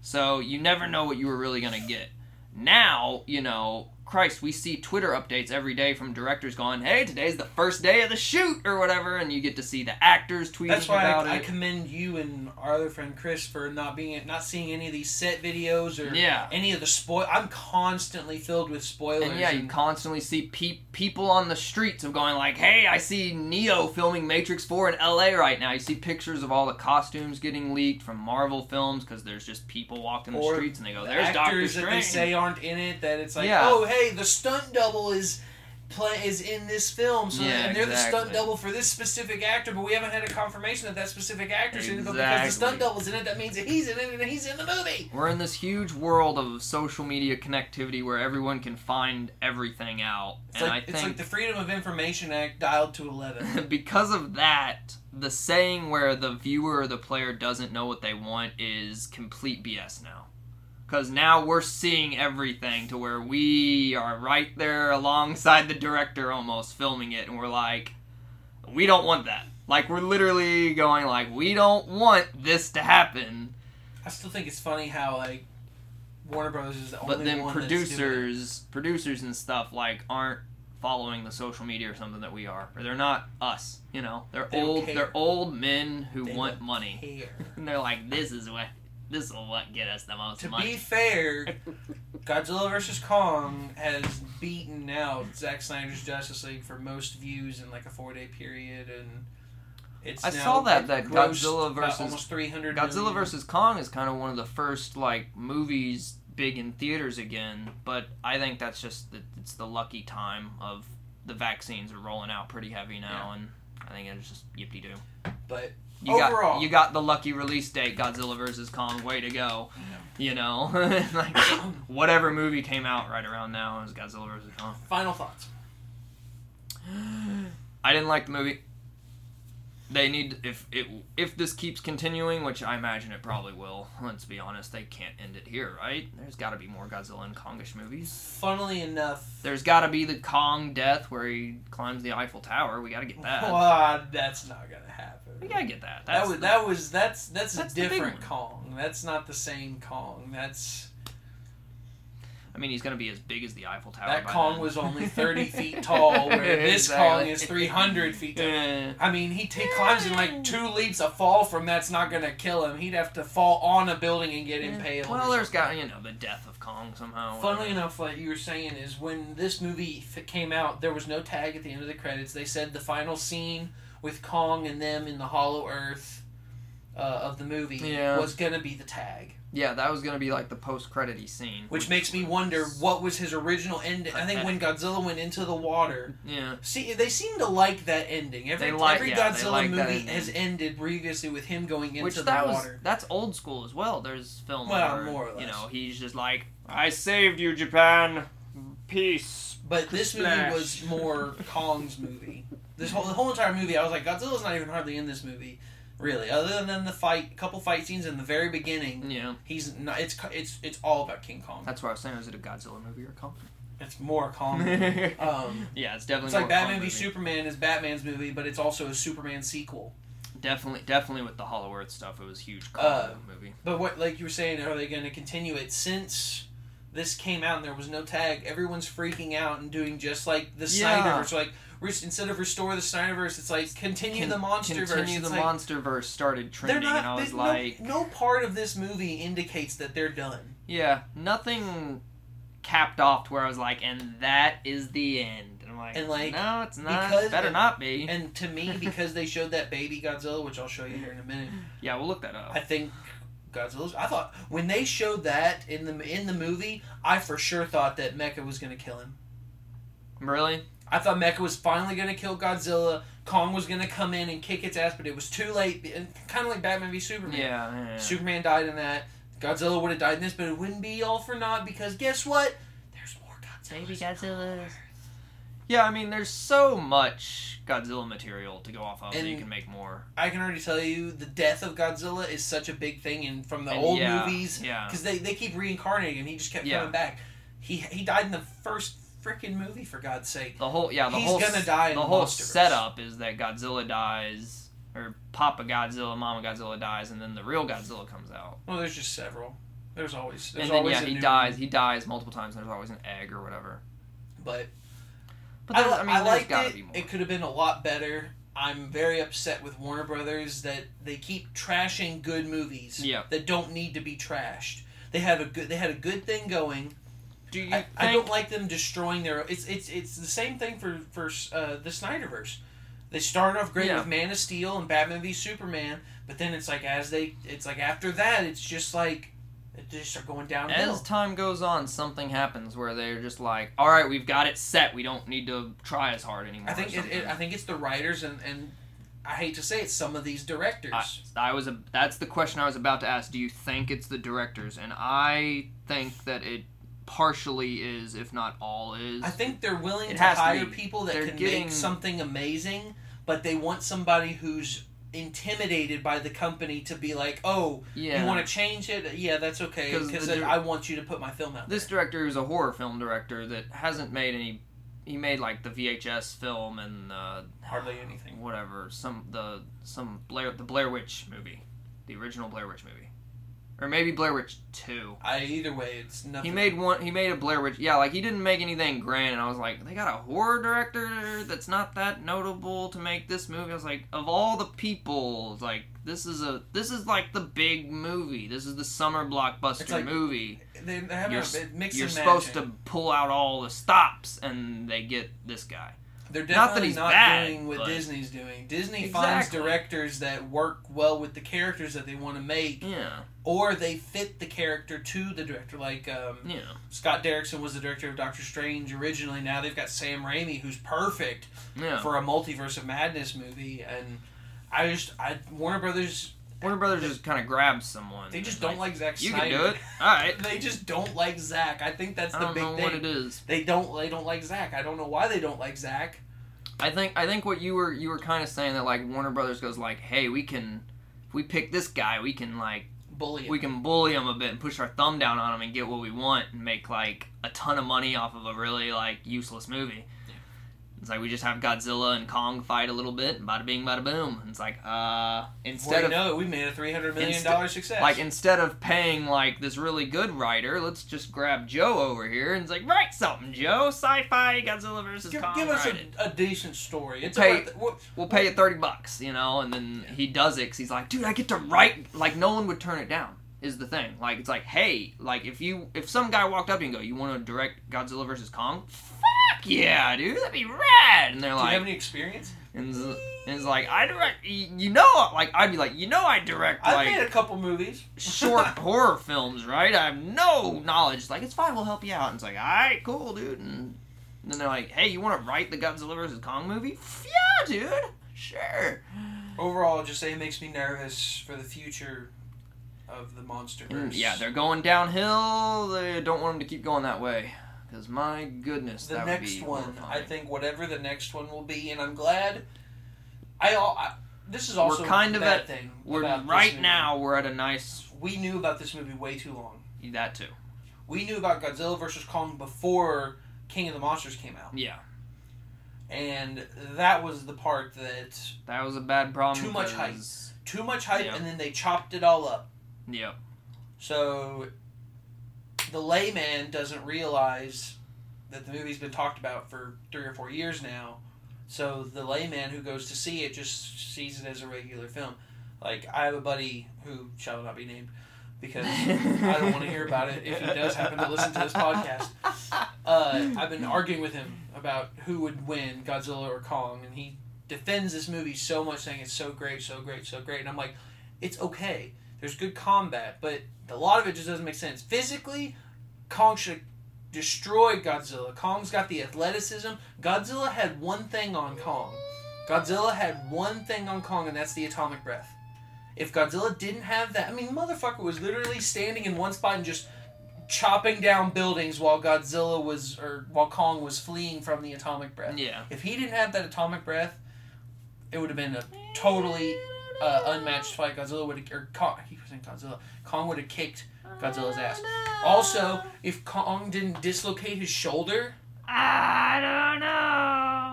Speaker 1: So you never know what you were really gonna get. Now, you know, Christ, we see Twitter updates every day from directors going, "Hey, today's the first day of the shoot" or whatever, and you get to see the actors tweeting
Speaker 2: That's why
Speaker 1: about
Speaker 2: I, I
Speaker 1: it.
Speaker 2: commend you and our other friend Chris for not being not seeing any of these set videos or
Speaker 1: yeah,
Speaker 2: any of the spoil. I'm constantly filled with spoilers.
Speaker 1: and yeah, you
Speaker 2: and-
Speaker 1: constantly see pe- people on the streets of going like, "Hey, I see Neo filming Matrix Four in L.A. right now." You see pictures of all the costumes getting leaked from Marvel films because there's just people walking the
Speaker 2: Or
Speaker 1: streets and they go,
Speaker 2: the
Speaker 1: "There's Doctor
Speaker 2: actors that they
Speaker 1: Strange."
Speaker 2: say aren't in it. That it's like,
Speaker 1: Yeah.
Speaker 2: oh hey, the stunt double is play is in this film, so
Speaker 1: Yeah,
Speaker 2: and they're the stunt
Speaker 1: exactly.
Speaker 2: double for this specific actor, but we haven't had a confirmation that that specific actor's in it. But because the stunt
Speaker 1: Exactly.
Speaker 2: double's in it, that means that he's in it and he's in the movie.
Speaker 1: We're in this huge world of social media connectivity where everyone can find everything out.
Speaker 2: It's,
Speaker 1: and
Speaker 2: like,
Speaker 1: I
Speaker 2: it's like
Speaker 1: think
Speaker 2: the Freedom of Information Act dialed to eleven.
Speaker 1: because of that, the saying where the viewer or the player doesn't know what they want is complete BS now. Because now we're seeing everything to where we are right there alongside the director almost filming it, and we're like, we don't want that. Like we're literally going like we don't want this to happen,
Speaker 2: I still think it's funny how like Warner Brothers is the only
Speaker 1: but then
Speaker 2: one that's doing it.
Speaker 1: producers, producers and stuff like aren't following the social media or something that we are, or they're not us. You know, they're
Speaker 2: They don't
Speaker 1: old.
Speaker 2: care.
Speaker 1: They're old men who
Speaker 2: They
Speaker 1: want
Speaker 2: don't
Speaker 1: money,
Speaker 2: care.
Speaker 1: and they're like, this is what this will what get us the most
Speaker 2: To
Speaker 1: money.
Speaker 2: be fair, Godzilla vs Kong has beaten out Zack Snyder's Justice League for most views in like a four day period, and it's
Speaker 1: I
Speaker 2: now
Speaker 1: saw that, that
Speaker 2: grossed
Speaker 1: Godzilla
Speaker 2: about
Speaker 1: versus-
Speaker 2: almost three hundred
Speaker 1: Godzilla vs Kong is kind of one of the first like movies big in theaters again, but I think that's just that it's the lucky time of the vaccines are rolling out pretty heavy now, and I think it's just yippee doo.
Speaker 2: But
Speaker 1: You got
Speaker 2: Overall.
Speaker 1: you got the lucky release date, Godzilla vs Kong. Way to go, you know. like whatever movie came out right around now is Godzilla vs Kong.
Speaker 2: final thoughts.
Speaker 1: I didn't like the movie. They need if it if this keeps continuing, which I imagine it probably will. Let's be honest, they can't end it here, right? There's got to be more Godzilla and Kongish movies.
Speaker 2: Funnily enough,
Speaker 1: There's got to be the Kong death where he climbs the Eiffel Tower. We got to get that.
Speaker 2: well, that's not gonna happen.
Speaker 1: We gotta get that.
Speaker 2: that
Speaker 1: That's
Speaker 2: was
Speaker 1: the-
Speaker 2: that was that's that's,
Speaker 1: that's
Speaker 2: a
Speaker 1: the big
Speaker 2: different
Speaker 1: one.
Speaker 2: Kong. That's not the same Kong. That's
Speaker 1: I mean, he's gonna be as big as the Eiffel Tower.
Speaker 2: That
Speaker 1: by
Speaker 2: Kong
Speaker 1: then.
Speaker 2: was only 30 feet tall, where this
Speaker 1: Exactly.
Speaker 2: Kong is 300 feet tall.
Speaker 1: Yeah.
Speaker 2: I mean, he t- climbs in like two leaps. A fall from that's not going to kill him. He'd have to fall on a building and get impaled.
Speaker 1: Well,
Speaker 2: or
Speaker 1: there's got
Speaker 2: something.
Speaker 1: you know the death of Kong somehow.
Speaker 2: Funnily enough, like you were saying, is when this movie f- came out, there was no tag at the end of the credits. They said the final scene with Kong and them in the Hollow Earth uh, of the movie
Speaker 1: Yeah.
Speaker 2: was going to be the tag.
Speaker 1: yeah, that was gonna be like the post-credity scene,
Speaker 2: Which makes me wonder what was his original end. I think when Godzilla went into the water,
Speaker 1: Yeah,
Speaker 2: See, they seem to like that ending. Every,
Speaker 1: They like-
Speaker 2: every
Speaker 1: yeah, they
Speaker 2: Godzilla
Speaker 1: like that
Speaker 2: movie
Speaker 1: ending.
Speaker 2: has ended previously with him going into
Speaker 1: which
Speaker 2: the
Speaker 1: that was
Speaker 2: water.
Speaker 1: that's old school as well. There's film
Speaker 2: Well,
Speaker 1: where,
Speaker 2: more or
Speaker 1: you
Speaker 2: less.
Speaker 1: know he's just like I saved you, Japan. Peace.
Speaker 2: But this
Speaker 1: Splash.
Speaker 2: movie was more Kong's movie. This whole the whole entire movie, I was like, Godzilla's not even hardly in this movie, really. Other than the fight, couple fight scenes in the very beginning,
Speaker 1: Yeah,
Speaker 2: he's not. It's it's it's all about King Kong.
Speaker 1: that's what I was saying. Was it a Godzilla movie or a Kong?
Speaker 2: It's more Kong.
Speaker 1: movie?
Speaker 2: um,
Speaker 1: Uh, yeah, it's definitely
Speaker 2: it's
Speaker 1: more a
Speaker 2: like
Speaker 1: Kong
Speaker 2: Batman v
Speaker 1: movie.
Speaker 2: Superman is Batman's movie, but it's also a Superman sequel.
Speaker 1: Definitely, definitely with the Hollow Earth stuff, it was huge Kong
Speaker 2: Uh,
Speaker 1: movie.
Speaker 2: But what, like you were saying, are they going to continue it since this came out and there was no tag? Everyone's freaking out and doing just like the
Speaker 1: Yeah.
Speaker 2: Snyderverse. Like re- instead of restore the Snyderverse, it's like continue
Speaker 1: Con-
Speaker 2: the monster verse.
Speaker 1: Continue the
Speaker 2: like,
Speaker 1: monster verse started
Speaker 2: They're
Speaker 1: trending,
Speaker 2: not.
Speaker 1: and I was
Speaker 2: they- no-
Speaker 1: like,
Speaker 2: no, part of this movie indicates that they're done.
Speaker 1: yeah, nothing capped off to where I was like, and that is the end. And I'm like,
Speaker 2: And, like,
Speaker 1: no, it's not.
Speaker 2: because-
Speaker 1: better not be.
Speaker 2: And to me, because they showed that baby Godzilla, which I'll show you here in a minute,
Speaker 1: yeah, we'll look that up.
Speaker 2: I think Godzilla's. I thought when they showed that in the in the movie, I for sure thought that Mecha was going to kill him.
Speaker 1: Really?
Speaker 2: I thought Mecha was finally going to kill Godzilla. Kong was going to come in and kick its ass, but it was too late. And kind of like Batman v
Speaker 1: Yeah.
Speaker 2: Superman.
Speaker 1: yeah, yeah.
Speaker 2: Superman died in that. Godzilla would have died in this, but it wouldn't be all for naught because guess what? There's more Godzilla.
Speaker 1: Baby Godzillas. Yeah, I mean, there's so much Godzilla material to go off of that you
Speaker 2: And-
Speaker 1: can make more.
Speaker 2: I can already tell you the death of Godzilla is such a big thing, and from the
Speaker 1: And
Speaker 2: old
Speaker 1: yeah,
Speaker 2: movies,
Speaker 1: yeah.
Speaker 2: because they, they keep reincarnating him. He just kept
Speaker 1: Yeah.
Speaker 2: coming back. He he died in the first freaking movie for God's sake.
Speaker 1: The whole yeah, the
Speaker 2: He's
Speaker 1: whole
Speaker 2: gonna
Speaker 1: s-
Speaker 2: die in
Speaker 1: the
Speaker 2: the
Speaker 1: whole
Speaker 2: Monsterverse.
Speaker 1: setup is that Godzilla dies, or Papa Godzilla, Mama Godzilla dies, and then the real Godzilla comes out.
Speaker 2: Well, there's just several. There's always there's
Speaker 1: and then
Speaker 2: always
Speaker 1: yeah,
Speaker 2: a
Speaker 1: he
Speaker 2: new
Speaker 1: dies. He dies multiple times. and There's always an egg or whatever.
Speaker 2: one. But
Speaker 1: But there's, I,
Speaker 2: li-
Speaker 1: mean, there's
Speaker 2: liked
Speaker 1: gotta
Speaker 2: it.
Speaker 1: be more.
Speaker 2: It could have been a lot better. I'm very upset with Warner Brothers that they keep trashing good movies
Speaker 1: Yeah.
Speaker 2: that don't need to be trashed. They have a good. They had a good thing going.
Speaker 1: Do you
Speaker 2: I,
Speaker 1: think?
Speaker 2: I don't like them destroying their. It's it's it's the same thing for for uh, the Snyderverse. They started off great
Speaker 1: Yeah.
Speaker 2: with Man of Steel and Batman v Superman, but then it's like as they, it's like after that, it's just like they just are going downhill.
Speaker 1: as time goes on, something happens where they're just like, "All right, we've got it set. We don't need to try as hard anymore."
Speaker 2: I
Speaker 1: or
Speaker 2: think it,
Speaker 1: something.
Speaker 2: it, I think it's the writers and and I hate to say it, some of these directors.
Speaker 1: I, I was a, that's the question I was about to ask. Do you think it's the directors? And I think that it partially is, if not all is.
Speaker 2: I think they're willing
Speaker 1: It
Speaker 2: to
Speaker 1: has to
Speaker 2: hire
Speaker 1: be.
Speaker 2: people that
Speaker 1: They're
Speaker 2: can
Speaker 1: getting-
Speaker 2: make something amazing, but they want somebody who's intimidated by the company to be like, "Oh,
Speaker 1: yeah.
Speaker 2: you want to change it? Yeah, that's okay
Speaker 1: 'Cause
Speaker 2: because
Speaker 1: the dir-
Speaker 2: I want you to put my film out."
Speaker 1: this
Speaker 2: there."
Speaker 1: director is a horror film director that hasn't made any he made like the VHS film and uh,
Speaker 2: Hardly anything.
Speaker 1: whatever some the some Blair the Blair Witch movie, the original Blair Witch movie, or maybe Blair Witch Two.
Speaker 2: I either way, it's nothing.
Speaker 1: He made one. He made a Blair Witch. Yeah, like he didn't make anything grand, and I was like, they got a horror director that's not that notable to make this movie. I was like, of all the people, it's like this is a this is like the big movie. This is the summer blockbuster
Speaker 2: It's like-
Speaker 1: movie.
Speaker 2: They, they have
Speaker 1: You're
Speaker 2: a
Speaker 1: s-
Speaker 2: bit mix
Speaker 1: You're
Speaker 2: and
Speaker 1: supposed
Speaker 2: matching.
Speaker 1: to pull out all the stops, and they get this guy.
Speaker 2: They're
Speaker 1: that
Speaker 2: definitely
Speaker 1: he's
Speaker 2: not
Speaker 1: bad,
Speaker 2: doing what
Speaker 1: but-
Speaker 2: Disney's doing. Disney finds
Speaker 1: Exactly.
Speaker 2: directors that work well with the characters that they want to make,
Speaker 1: Yeah,
Speaker 2: or they fit the character to the director. Like um,
Speaker 1: yeah.
Speaker 2: Scott Derrickson was the director of Doctor Strange originally. Now they've got Sam Raimi, who's perfect
Speaker 1: Yeah.
Speaker 2: for a multiverse of madness movie. And I just, I Warner Brothers,
Speaker 1: Warner Brothers just kind of grabs someone.
Speaker 2: they just
Speaker 1: and,
Speaker 2: don't like Zack
Speaker 1: You
Speaker 2: Snyder.
Speaker 1: can do it. All right.
Speaker 2: They just don't like Zack. I think that's
Speaker 1: I
Speaker 2: the
Speaker 1: don't
Speaker 2: big
Speaker 1: know
Speaker 2: thing.
Speaker 1: what it is.
Speaker 2: They don't. They don't like Zack. I don't know why they don't like Zack.
Speaker 1: I think I think what you were you were kind of saying that like Warner Brothers goes like, hey, we can if we pick this guy, we can like
Speaker 2: Bully. him.
Speaker 1: we can bully him a bit and push our thumb down on him and get what we want and make like a ton of money off of a really like useless movie. It's like we just have Godzilla and Kong fight a little bit, and bada bing, bada boom. And it's like uh instead
Speaker 2: Instead well,
Speaker 1: of
Speaker 2: you know, it, we made a three hundred million
Speaker 1: Insta-
Speaker 2: dollar success.
Speaker 1: like instead of paying like this really good writer, let's just grab Joe over here and it's like write something, Joe, sci-fi Godzilla versus
Speaker 2: give,
Speaker 1: Kong.
Speaker 2: give us
Speaker 1: write it."
Speaker 2: a, a decent story. It's
Speaker 1: Pay-
Speaker 2: about the, what,
Speaker 1: we'll pay you 30 bucks, you know, and then he does it 'cause he's like, dude, I get to write. Like, no one would turn it down, is the thing. Like, it's like, hey, like, if you, if some guy walked up to you and go, you want to direct Godzilla versus Kong? Fuck yeah, dude, that'd be rad. And they're
Speaker 2: do you have
Speaker 1: like,
Speaker 2: any experience?
Speaker 1: and, it's, and it's like, I direct, y- you know, like, I'd be like, you know, I direct,
Speaker 2: I've
Speaker 1: like,
Speaker 2: made a couple movies.
Speaker 1: short horror films, right? I have no knowledge. It's Like, it's fine, we'll help you out. And it's like, all right, cool, dude. And then they're like, hey, you want to write the Godzilla vs. Kong movie? Yeah, dude. Sure.
Speaker 2: Overall, just say it makes me nervous for the future of the monster.
Speaker 1: Mm, yeah, they're going downhill. They don't want them to keep going that way. Because, my goodness,
Speaker 2: the
Speaker 1: that would
Speaker 2: next
Speaker 1: be
Speaker 2: one. I
Speaker 1: horrifying.
Speaker 2: think whatever the next one will be, and I'm glad. I, al- I this is
Speaker 1: We're
Speaker 2: also
Speaker 1: kind
Speaker 2: a
Speaker 1: of
Speaker 2: bad
Speaker 1: at-
Speaker 2: thing.
Speaker 1: We're,
Speaker 2: about this
Speaker 1: right
Speaker 2: movie.
Speaker 1: now, we're at a nice.
Speaker 2: We knew about this movie way too long.
Speaker 1: That, too.
Speaker 2: We knew about Godzilla versus Kong before King of the Monsters came out,
Speaker 1: Yeah.
Speaker 2: and that was the part that
Speaker 1: That was a bad problem.
Speaker 2: Too much hype.
Speaker 1: 'cause-
Speaker 2: too much hype,
Speaker 1: Yeah.
Speaker 2: and then they chopped it all up.
Speaker 1: Yep.
Speaker 2: So the layman doesn't realize that the movie's been talked about for three or four years now. So the layman who goes to see it just sees it as a regular film. Like I have a buddy who shall not be named because I don't want to hear about it if he does happen to listen to this podcast. Uh, I've been arguing with him about who would win, Godzilla or Kong, and he defends this movie so much, saying it's so great, so great, so great. And I'm like, it's okay. There's good combat, but a lot of it just doesn't make sense. Physically, Kong should destroy Godzilla. Kong's got the athleticism. Godzilla had one thing on Kong. Godzilla had one thing on Kong, and that's the atomic breath. If Godzilla didn't have that, I mean, motherfucker was literally standing in one spot and just chopping down buildings while Godzilla was, or while Kong was fleeing from the atomic breath.
Speaker 1: Yeah.
Speaker 2: If he didn't have that atomic breath, it would have been a totally uh, unmatched fight. Godzilla would have, or Kong, he was in Godzilla. Kong would have kicked Godzilla's ass. Also, if Kong didn't dislocate his shoulder,
Speaker 1: I don't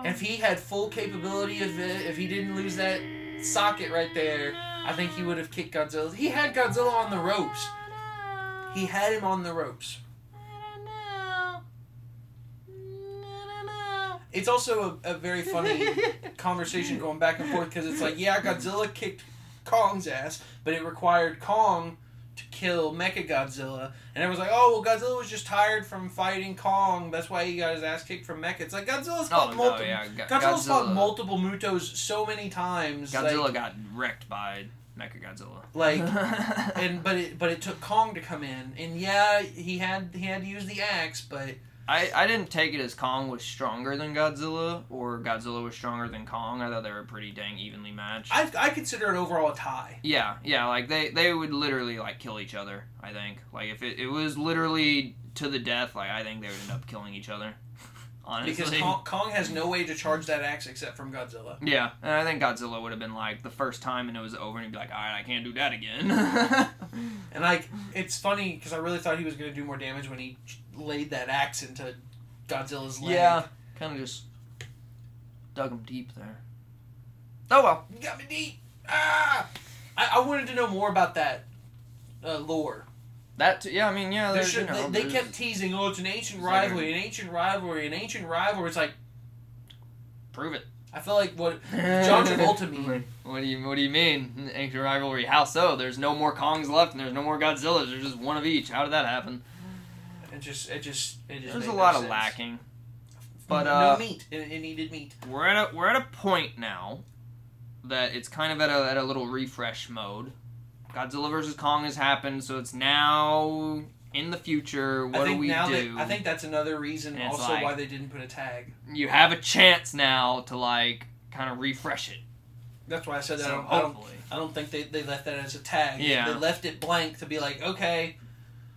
Speaker 1: know.
Speaker 2: if he had full capability of it, if he didn't lose that socket right there, I think he would have kicked Godzilla. He had Godzilla on the ropes. He had him on the ropes. It's also a, a very funny conversation going back and forth because it's like, yeah, Godzilla kicked Kong's ass, but it required Kong to kill Mecha Godzilla, and everyone's like, oh, well, Godzilla was just tired from fighting Kong. That's why he got his ass kicked from Mecha. It's like Godzilla's
Speaker 1: Oh,
Speaker 2: fought
Speaker 1: no,
Speaker 2: multiple.
Speaker 1: yeah. Go-
Speaker 2: Godzilla's fought
Speaker 1: Godzilla-
Speaker 2: multiple Mutos so many times.
Speaker 1: Godzilla
Speaker 2: like-
Speaker 1: got wrecked by Mechagodzilla.
Speaker 2: Like, and but it but it took Kong to come in, and yeah, he had he had to use the axe, but
Speaker 1: I, I didn't take it as Kong was stronger than Godzilla or Godzilla was stronger than Kong. I thought they were pretty dang evenly matched.
Speaker 2: I I consider it overall a tie.
Speaker 1: yeah, yeah, like they they would literally like kill each other. I think like if it, it was literally to the death, like I think they would end up killing each other. Honestly,
Speaker 2: Because Kong, Kong has no way to charge that axe except from Godzilla.
Speaker 1: yeah, and I think Godzilla would have been like the first time and it was over, and he'd be like, all right, I can't do that again.
Speaker 2: And like, it's funny because I really thought he was going to do more damage when he ch- laid that axe into Godzilla's leg.
Speaker 1: Yeah. Kind of just dug him deep there. Oh well.
Speaker 2: You got me deep. Ah! I, I wanted to know more about that uh, lore.
Speaker 1: That too, yeah, I mean yeah.
Speaker 2: There
Speaker 1: There's,
Speaker 2: should,
Speaker 1: you know,
Speaker 2: they, they
Speaker 1: there's-
Speaker 2: kept teasing, oh, it's an ancient
Speaker 1: It's like a-
Speaker 2: rivalry, an ancient rivalry, an ancient rivalry. It's like,
Speaker 1: prove it.
Speaker 2: I feel like what John Travolta
Speaker 1: Like,
Speaker 2: meme.
Speaker 1: what do you What do you mean? Ancient rivalry? How so? There's no more Kongs left, and there's no more Godzillas. There's just one of each. How did that happen?
Speaker 2: It just, it just, it just.
Speaker 1: There's
Speaker 2: made
Speaker 1: a
Speaker 2: no
Speaker 1: lot of
Speaker 2: sense.
Speaker 1: lacking. But
Speaker 2: no
Speaker 1: uh,
Speaker 2: meat. It, it needed meat.
Speaker 1: we're at a we're at a point now that it's kind of at a at a little refresh mode. Godzilla versus Kong has happened, so it's now in the future. What
Speaker 2: I think
Speaker 1: do we
Speaker 2: now
Speaker 1: do?
Speaker 2: That, I think that's another reason
Speaker 1: And it's
Speaker 2: also
Speaker 1: like-
Speaker 2: why they didn't put a tag.
Speaker 1: you have a chance now to like kind of refresh it.
Speaker 2: That's why I said that. I,
Speaker 1: So
Speaker 2: don't, I, don't,
Speaker 1: hopefully,
Speaker 2: I don't think they, they left that as a tag. They-
Speaker 1: Yeah.
Speaker 2: They left it blank to be like, okay,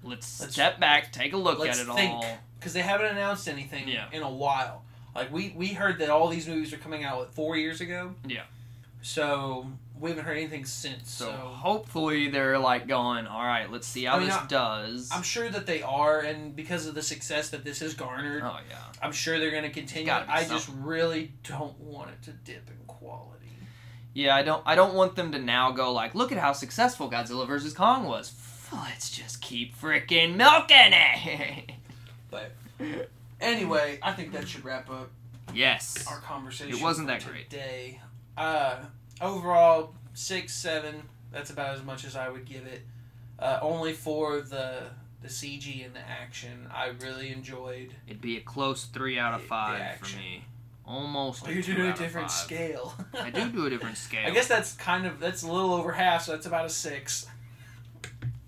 Speaker 1: let's,
Speaker 2: let's-
Speaker 1: step back, take a look at
Speaker 2: let's
Speaker 1: it
Speaker 2: think.
Speaker 1: all.
Speaker 2: because they haven't announced anything
Speaker 1: Yeah.
Speaker 2: in a while. Like we we heard that all these movies are coming out what, four years ago.
Speaker 1: Yeah.
Speaker 2: So we haven't heard anything since.
Speaker 1: So,
Speaker 2: So,
Speaker 1: hopefully they're like going, all right, let's see how
Speaker 2: I mean,
Speaker 1: this
Speaker 2: I-
Speaker 1: does.
Speaker 2: I'm sure that they are, and because of the success that this has garnered,
Speaker 1: oh yeah,
Speaker 2: I'm sure they're going to continue.
Speaker 1: gotta be
Speaker 2: I just really don't want it to dip in quality.
Speaker 1: yeah. I don't I don't want them to now go like, look at how successful Godzilla vs Kong was. F- Let's just keep freaking milking it.
Speaker 3: Anyway, I think that should wrap up
Speaker 1: yes.
Speaker 3: our conversation.
Speaker 1: It wasn't
Speaker 3: for
Speaker 1: that great.
Speaker 2: Day, uh, overall six seven. That's about as much as I would give it. Uh, only for the the CG and the action. I really enjoyed.
Speaker 1: It'd be a close three out of
Speaker 2: The- the
Speaker 1: five for
Speaker 2: action.
Speaker 1: me. Almost.
Speaker 2: Oh, you're
Speaker 1: two
Speaker 2: doing a
Speaker 1: out of
Speaker 2: different
Speaker 1: five.
Speaker 2: scale.
Speaker 1: I do do a different scale.
Speaker 2: I guess that's kind of that's a little over half, so that's about a six.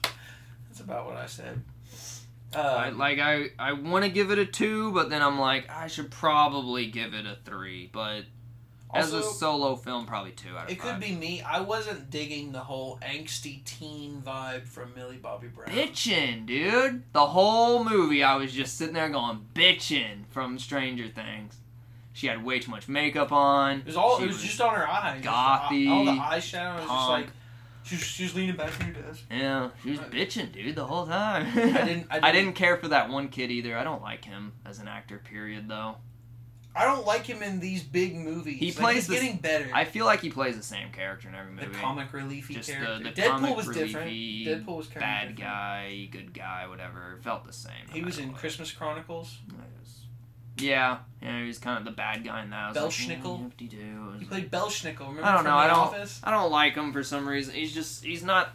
Speaker 2: That's about what I said. Uh,
Speaker 1: I, like I, I want to give it a two, but then I'm like I should probably give it a three. But
Speaker 2: also,
Speaker 1: as a solo film, probably two out of
Speaker 2: it could
Speaker 1: five.
Speaker 2: be me. I wasn't digging the whole angsty teen vibe from Millie Bobby Brown.
Speaker 1: bitching, dude. The whole movie, I was just sitting there going bitching from Stranger Things. She had way too much makeup on.
Speaker 2: It was all.
Speaker 1: She
Speaker 2: it was, just on her eye. Just the
Speaker 1: gothy,
Speaker 2: eye- All the eyeshadow. It was just
Speaker 1: punk.
Speaker 2: like she was, she was leaning back from her desk.
Speaker 1: yeah, she was bitching, dude, the whole time.
Speaker 2: I didn't. I didn't.
Speaker 1: I didn't care for that one kid either. I don't like him as an actor. Period, though.
Speaker 2: I don't like him in these big movies.
Speaker 1: He
Speaker 2: Like,
Speaker 1: plays
Speaker 2: he's
Speaker 1: the-
Speaker 2: getting better.
Speaker 1: I feel like he plays the same character in every
Speaker 2: the
Speaker 1: movie.
Speaker 2: comic reliefy
Speaker 1: Just the-
Speaker 2: character.
Speaker 1: the
Speaker 2: Deadpool
Speaker 1: comic
Speaker 2: was different.
Speaker 1: reliefy,
Speaker 2: Deadpool was kind
Speaker 1: bad
Speaker 2: of different.
Speaker 1: guy, good guy, whatever. It felt the same. no
Speaker 2: He was
Speaker 1: matter
Speaker 2: in
Speaker 1: what.
Speaker 2: Christmas Chronicles.
Speaker 1: It was- Yeah, yeah, he was kind of the bad guy in that. I was like,
Speaker 2: Belschnickel?
Speaker 1: "Yeah, whoopty-doo." It
Speaker 2: He
Speaker 1: was like-
Speaker 2: played Belschnickel. Remember
Speaker 1: I don't
Speaker 2: from
Speaker 1: know, I
Speaker 2: The
Speaker 1: don't-
Speaker 2: Office?
Speaker 1: I don't like him for some reason. He's just he's not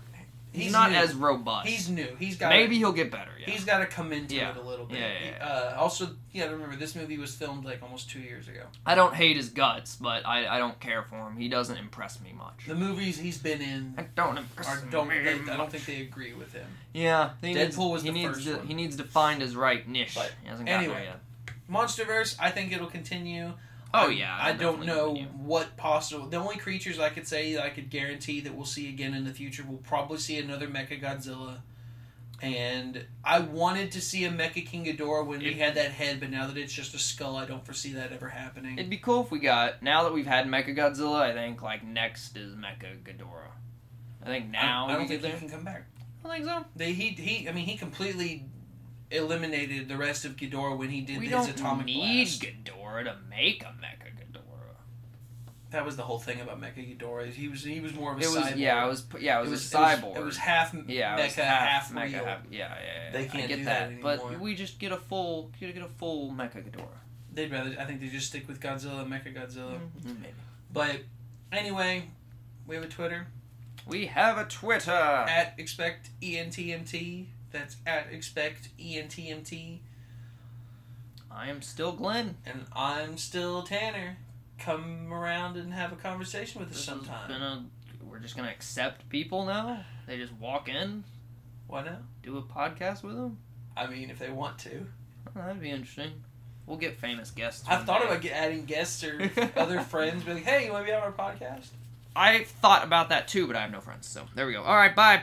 Speaker 1: he's,
Speaker 2: He's
Speaker 1: not
Speaker 2: new.
Speaker 1: as robust.
Speaker 2: He's new. He's got.
Speaker 1: Maybe he'll get better. Yeah.
Speaker 2: He's got to come into
Speaker 1: Yeah.
Speaker 2: it a little bit.
Speaker 1: Yeah, yeah, yeah.
Speaker 2: Uh, also, you got to remember this movie was filmed like almost two years ago.
Speaker 1: I don't hate his guts, but I, I don't care for him. He doesn't impress me much.
Speaker 2: The movies he's been
Speaker 1: I
Speaker 2: in
Speaker 1: don't impress
Speaker 2: are don't.
Speaker 1: me
Speaker 2: They, I don't
Speaker 1: much.
Speaker 2: think they agree with him.
Speaker 1: Yeah, he needs,
Speaker 2: Deadpool was
Speaker 1: he
Speaker 2: the
Speaker 1: needs
Speaker 2: first
Speaker 1: to,
Speaker 2: one.
Speaker 1: He needs to find his right niche.
Speaker 2: But
Speaker 1: he hasn't gotten
Speaker 2: anyway,
Speaker 1: there yet.
Speaker 2: MonsterVerse, I think it'll continue.
Speaker 1: Oh
Speaker 2: I-
Speaker 1: yeah,
Speaker 2: I don't
Speaker 1: definitely
Speaker 2: know
Speaker 1: continue.
Speaker 2: what possible. The only creatures I could say that I could guarantee that we'll see again in the future, we'll probably see another Mecha Godzilla. And I wanted to see a Mecha King Ghidorah when we
Speaker 1: It-
Speaker 2: had that head, but now that it's just a skull, I don't foresee that ever happening.
Speaker 1: It'd be cool if we got now that we've had Mecha Godzilla. I think like next is Mecha Ghidorah. I think
Speaker 2: I don't-
Speaker 1: now
Speaker 2: I don't
Speaker 1: we
Speaker 2: think
Speaker 1: get
Speaker 2: he
Speaker 1: there.
Speaker 2: can come back.
Speaker 1: I think so.
Speaker 2: They he he. I mean, he completely eliminated the rest of Ghidorah when he did
Speaker 1: we
Speaker 2: his
Speaker 1: don't
Speaker 2: atomic
Speaker 1: need
Speaker 2: blast.
Speaker 1: Ghidorah to make a Mecha Ghidorah.
Speaker 2: That was the whole thing about Mecha Ghidorah. He was he was more of a
Speaker 1: It was
Speaker 2: cyborg.
Speaker 1: yeah, it was yeah, it was, a
Speaker 2: it
Speaker 1: cyborg.
Speaker 2: was, half
Speaker 1: yeah,
Speaker 2: mecha,
Speaker 1: it was
Speaker 2: half,
Speaker 1: mecha,
Speaker 2: real.
Speaker 1: half yeah, yeah, yeah.
Speaker 2: They
Speaker 1: I
Speaker 2: can't
Speaker 1: get
Speaker 2: do that anymore.
Speaker 1: But we just get a full, you get a full Mecha Ghidorah.
Speaker 2: They'd rather. I think they just stick with Godzilla, and Mecha Godzilla.
Speaker 1: Maybe.
Speaker 2: But anyway, we have a Twitter
Speaker 1: We have a Twitter.
Speaker 2: at expect E entmt. That's at expect E entmt.
Speaker 1: I am still Glenn.
Speaker 2: And I'm still Tanner. Come around and have a conversation with us
Speaker 1: This has
Speaker 2: sometime.
Speaker 1: been a- we're just gonna accept people now. They just walk in,
Speaker 2: Why not?
Speaker 1: do a podcast with them.
Speaker 2: I mean, if they want to.
Speaker 1: Oh, that'd be interesting. We'll get famous guests.
Speaker 2: I've
Speaker 1: one
Speaker 2: thought
Speaker 1: day.
Speaker 2: about get- adding guests or other friends. Be like, hey, you want to be on our podcast?
Speaker 1: I thought about that too, but I have no friends. So there we go. All right, bye.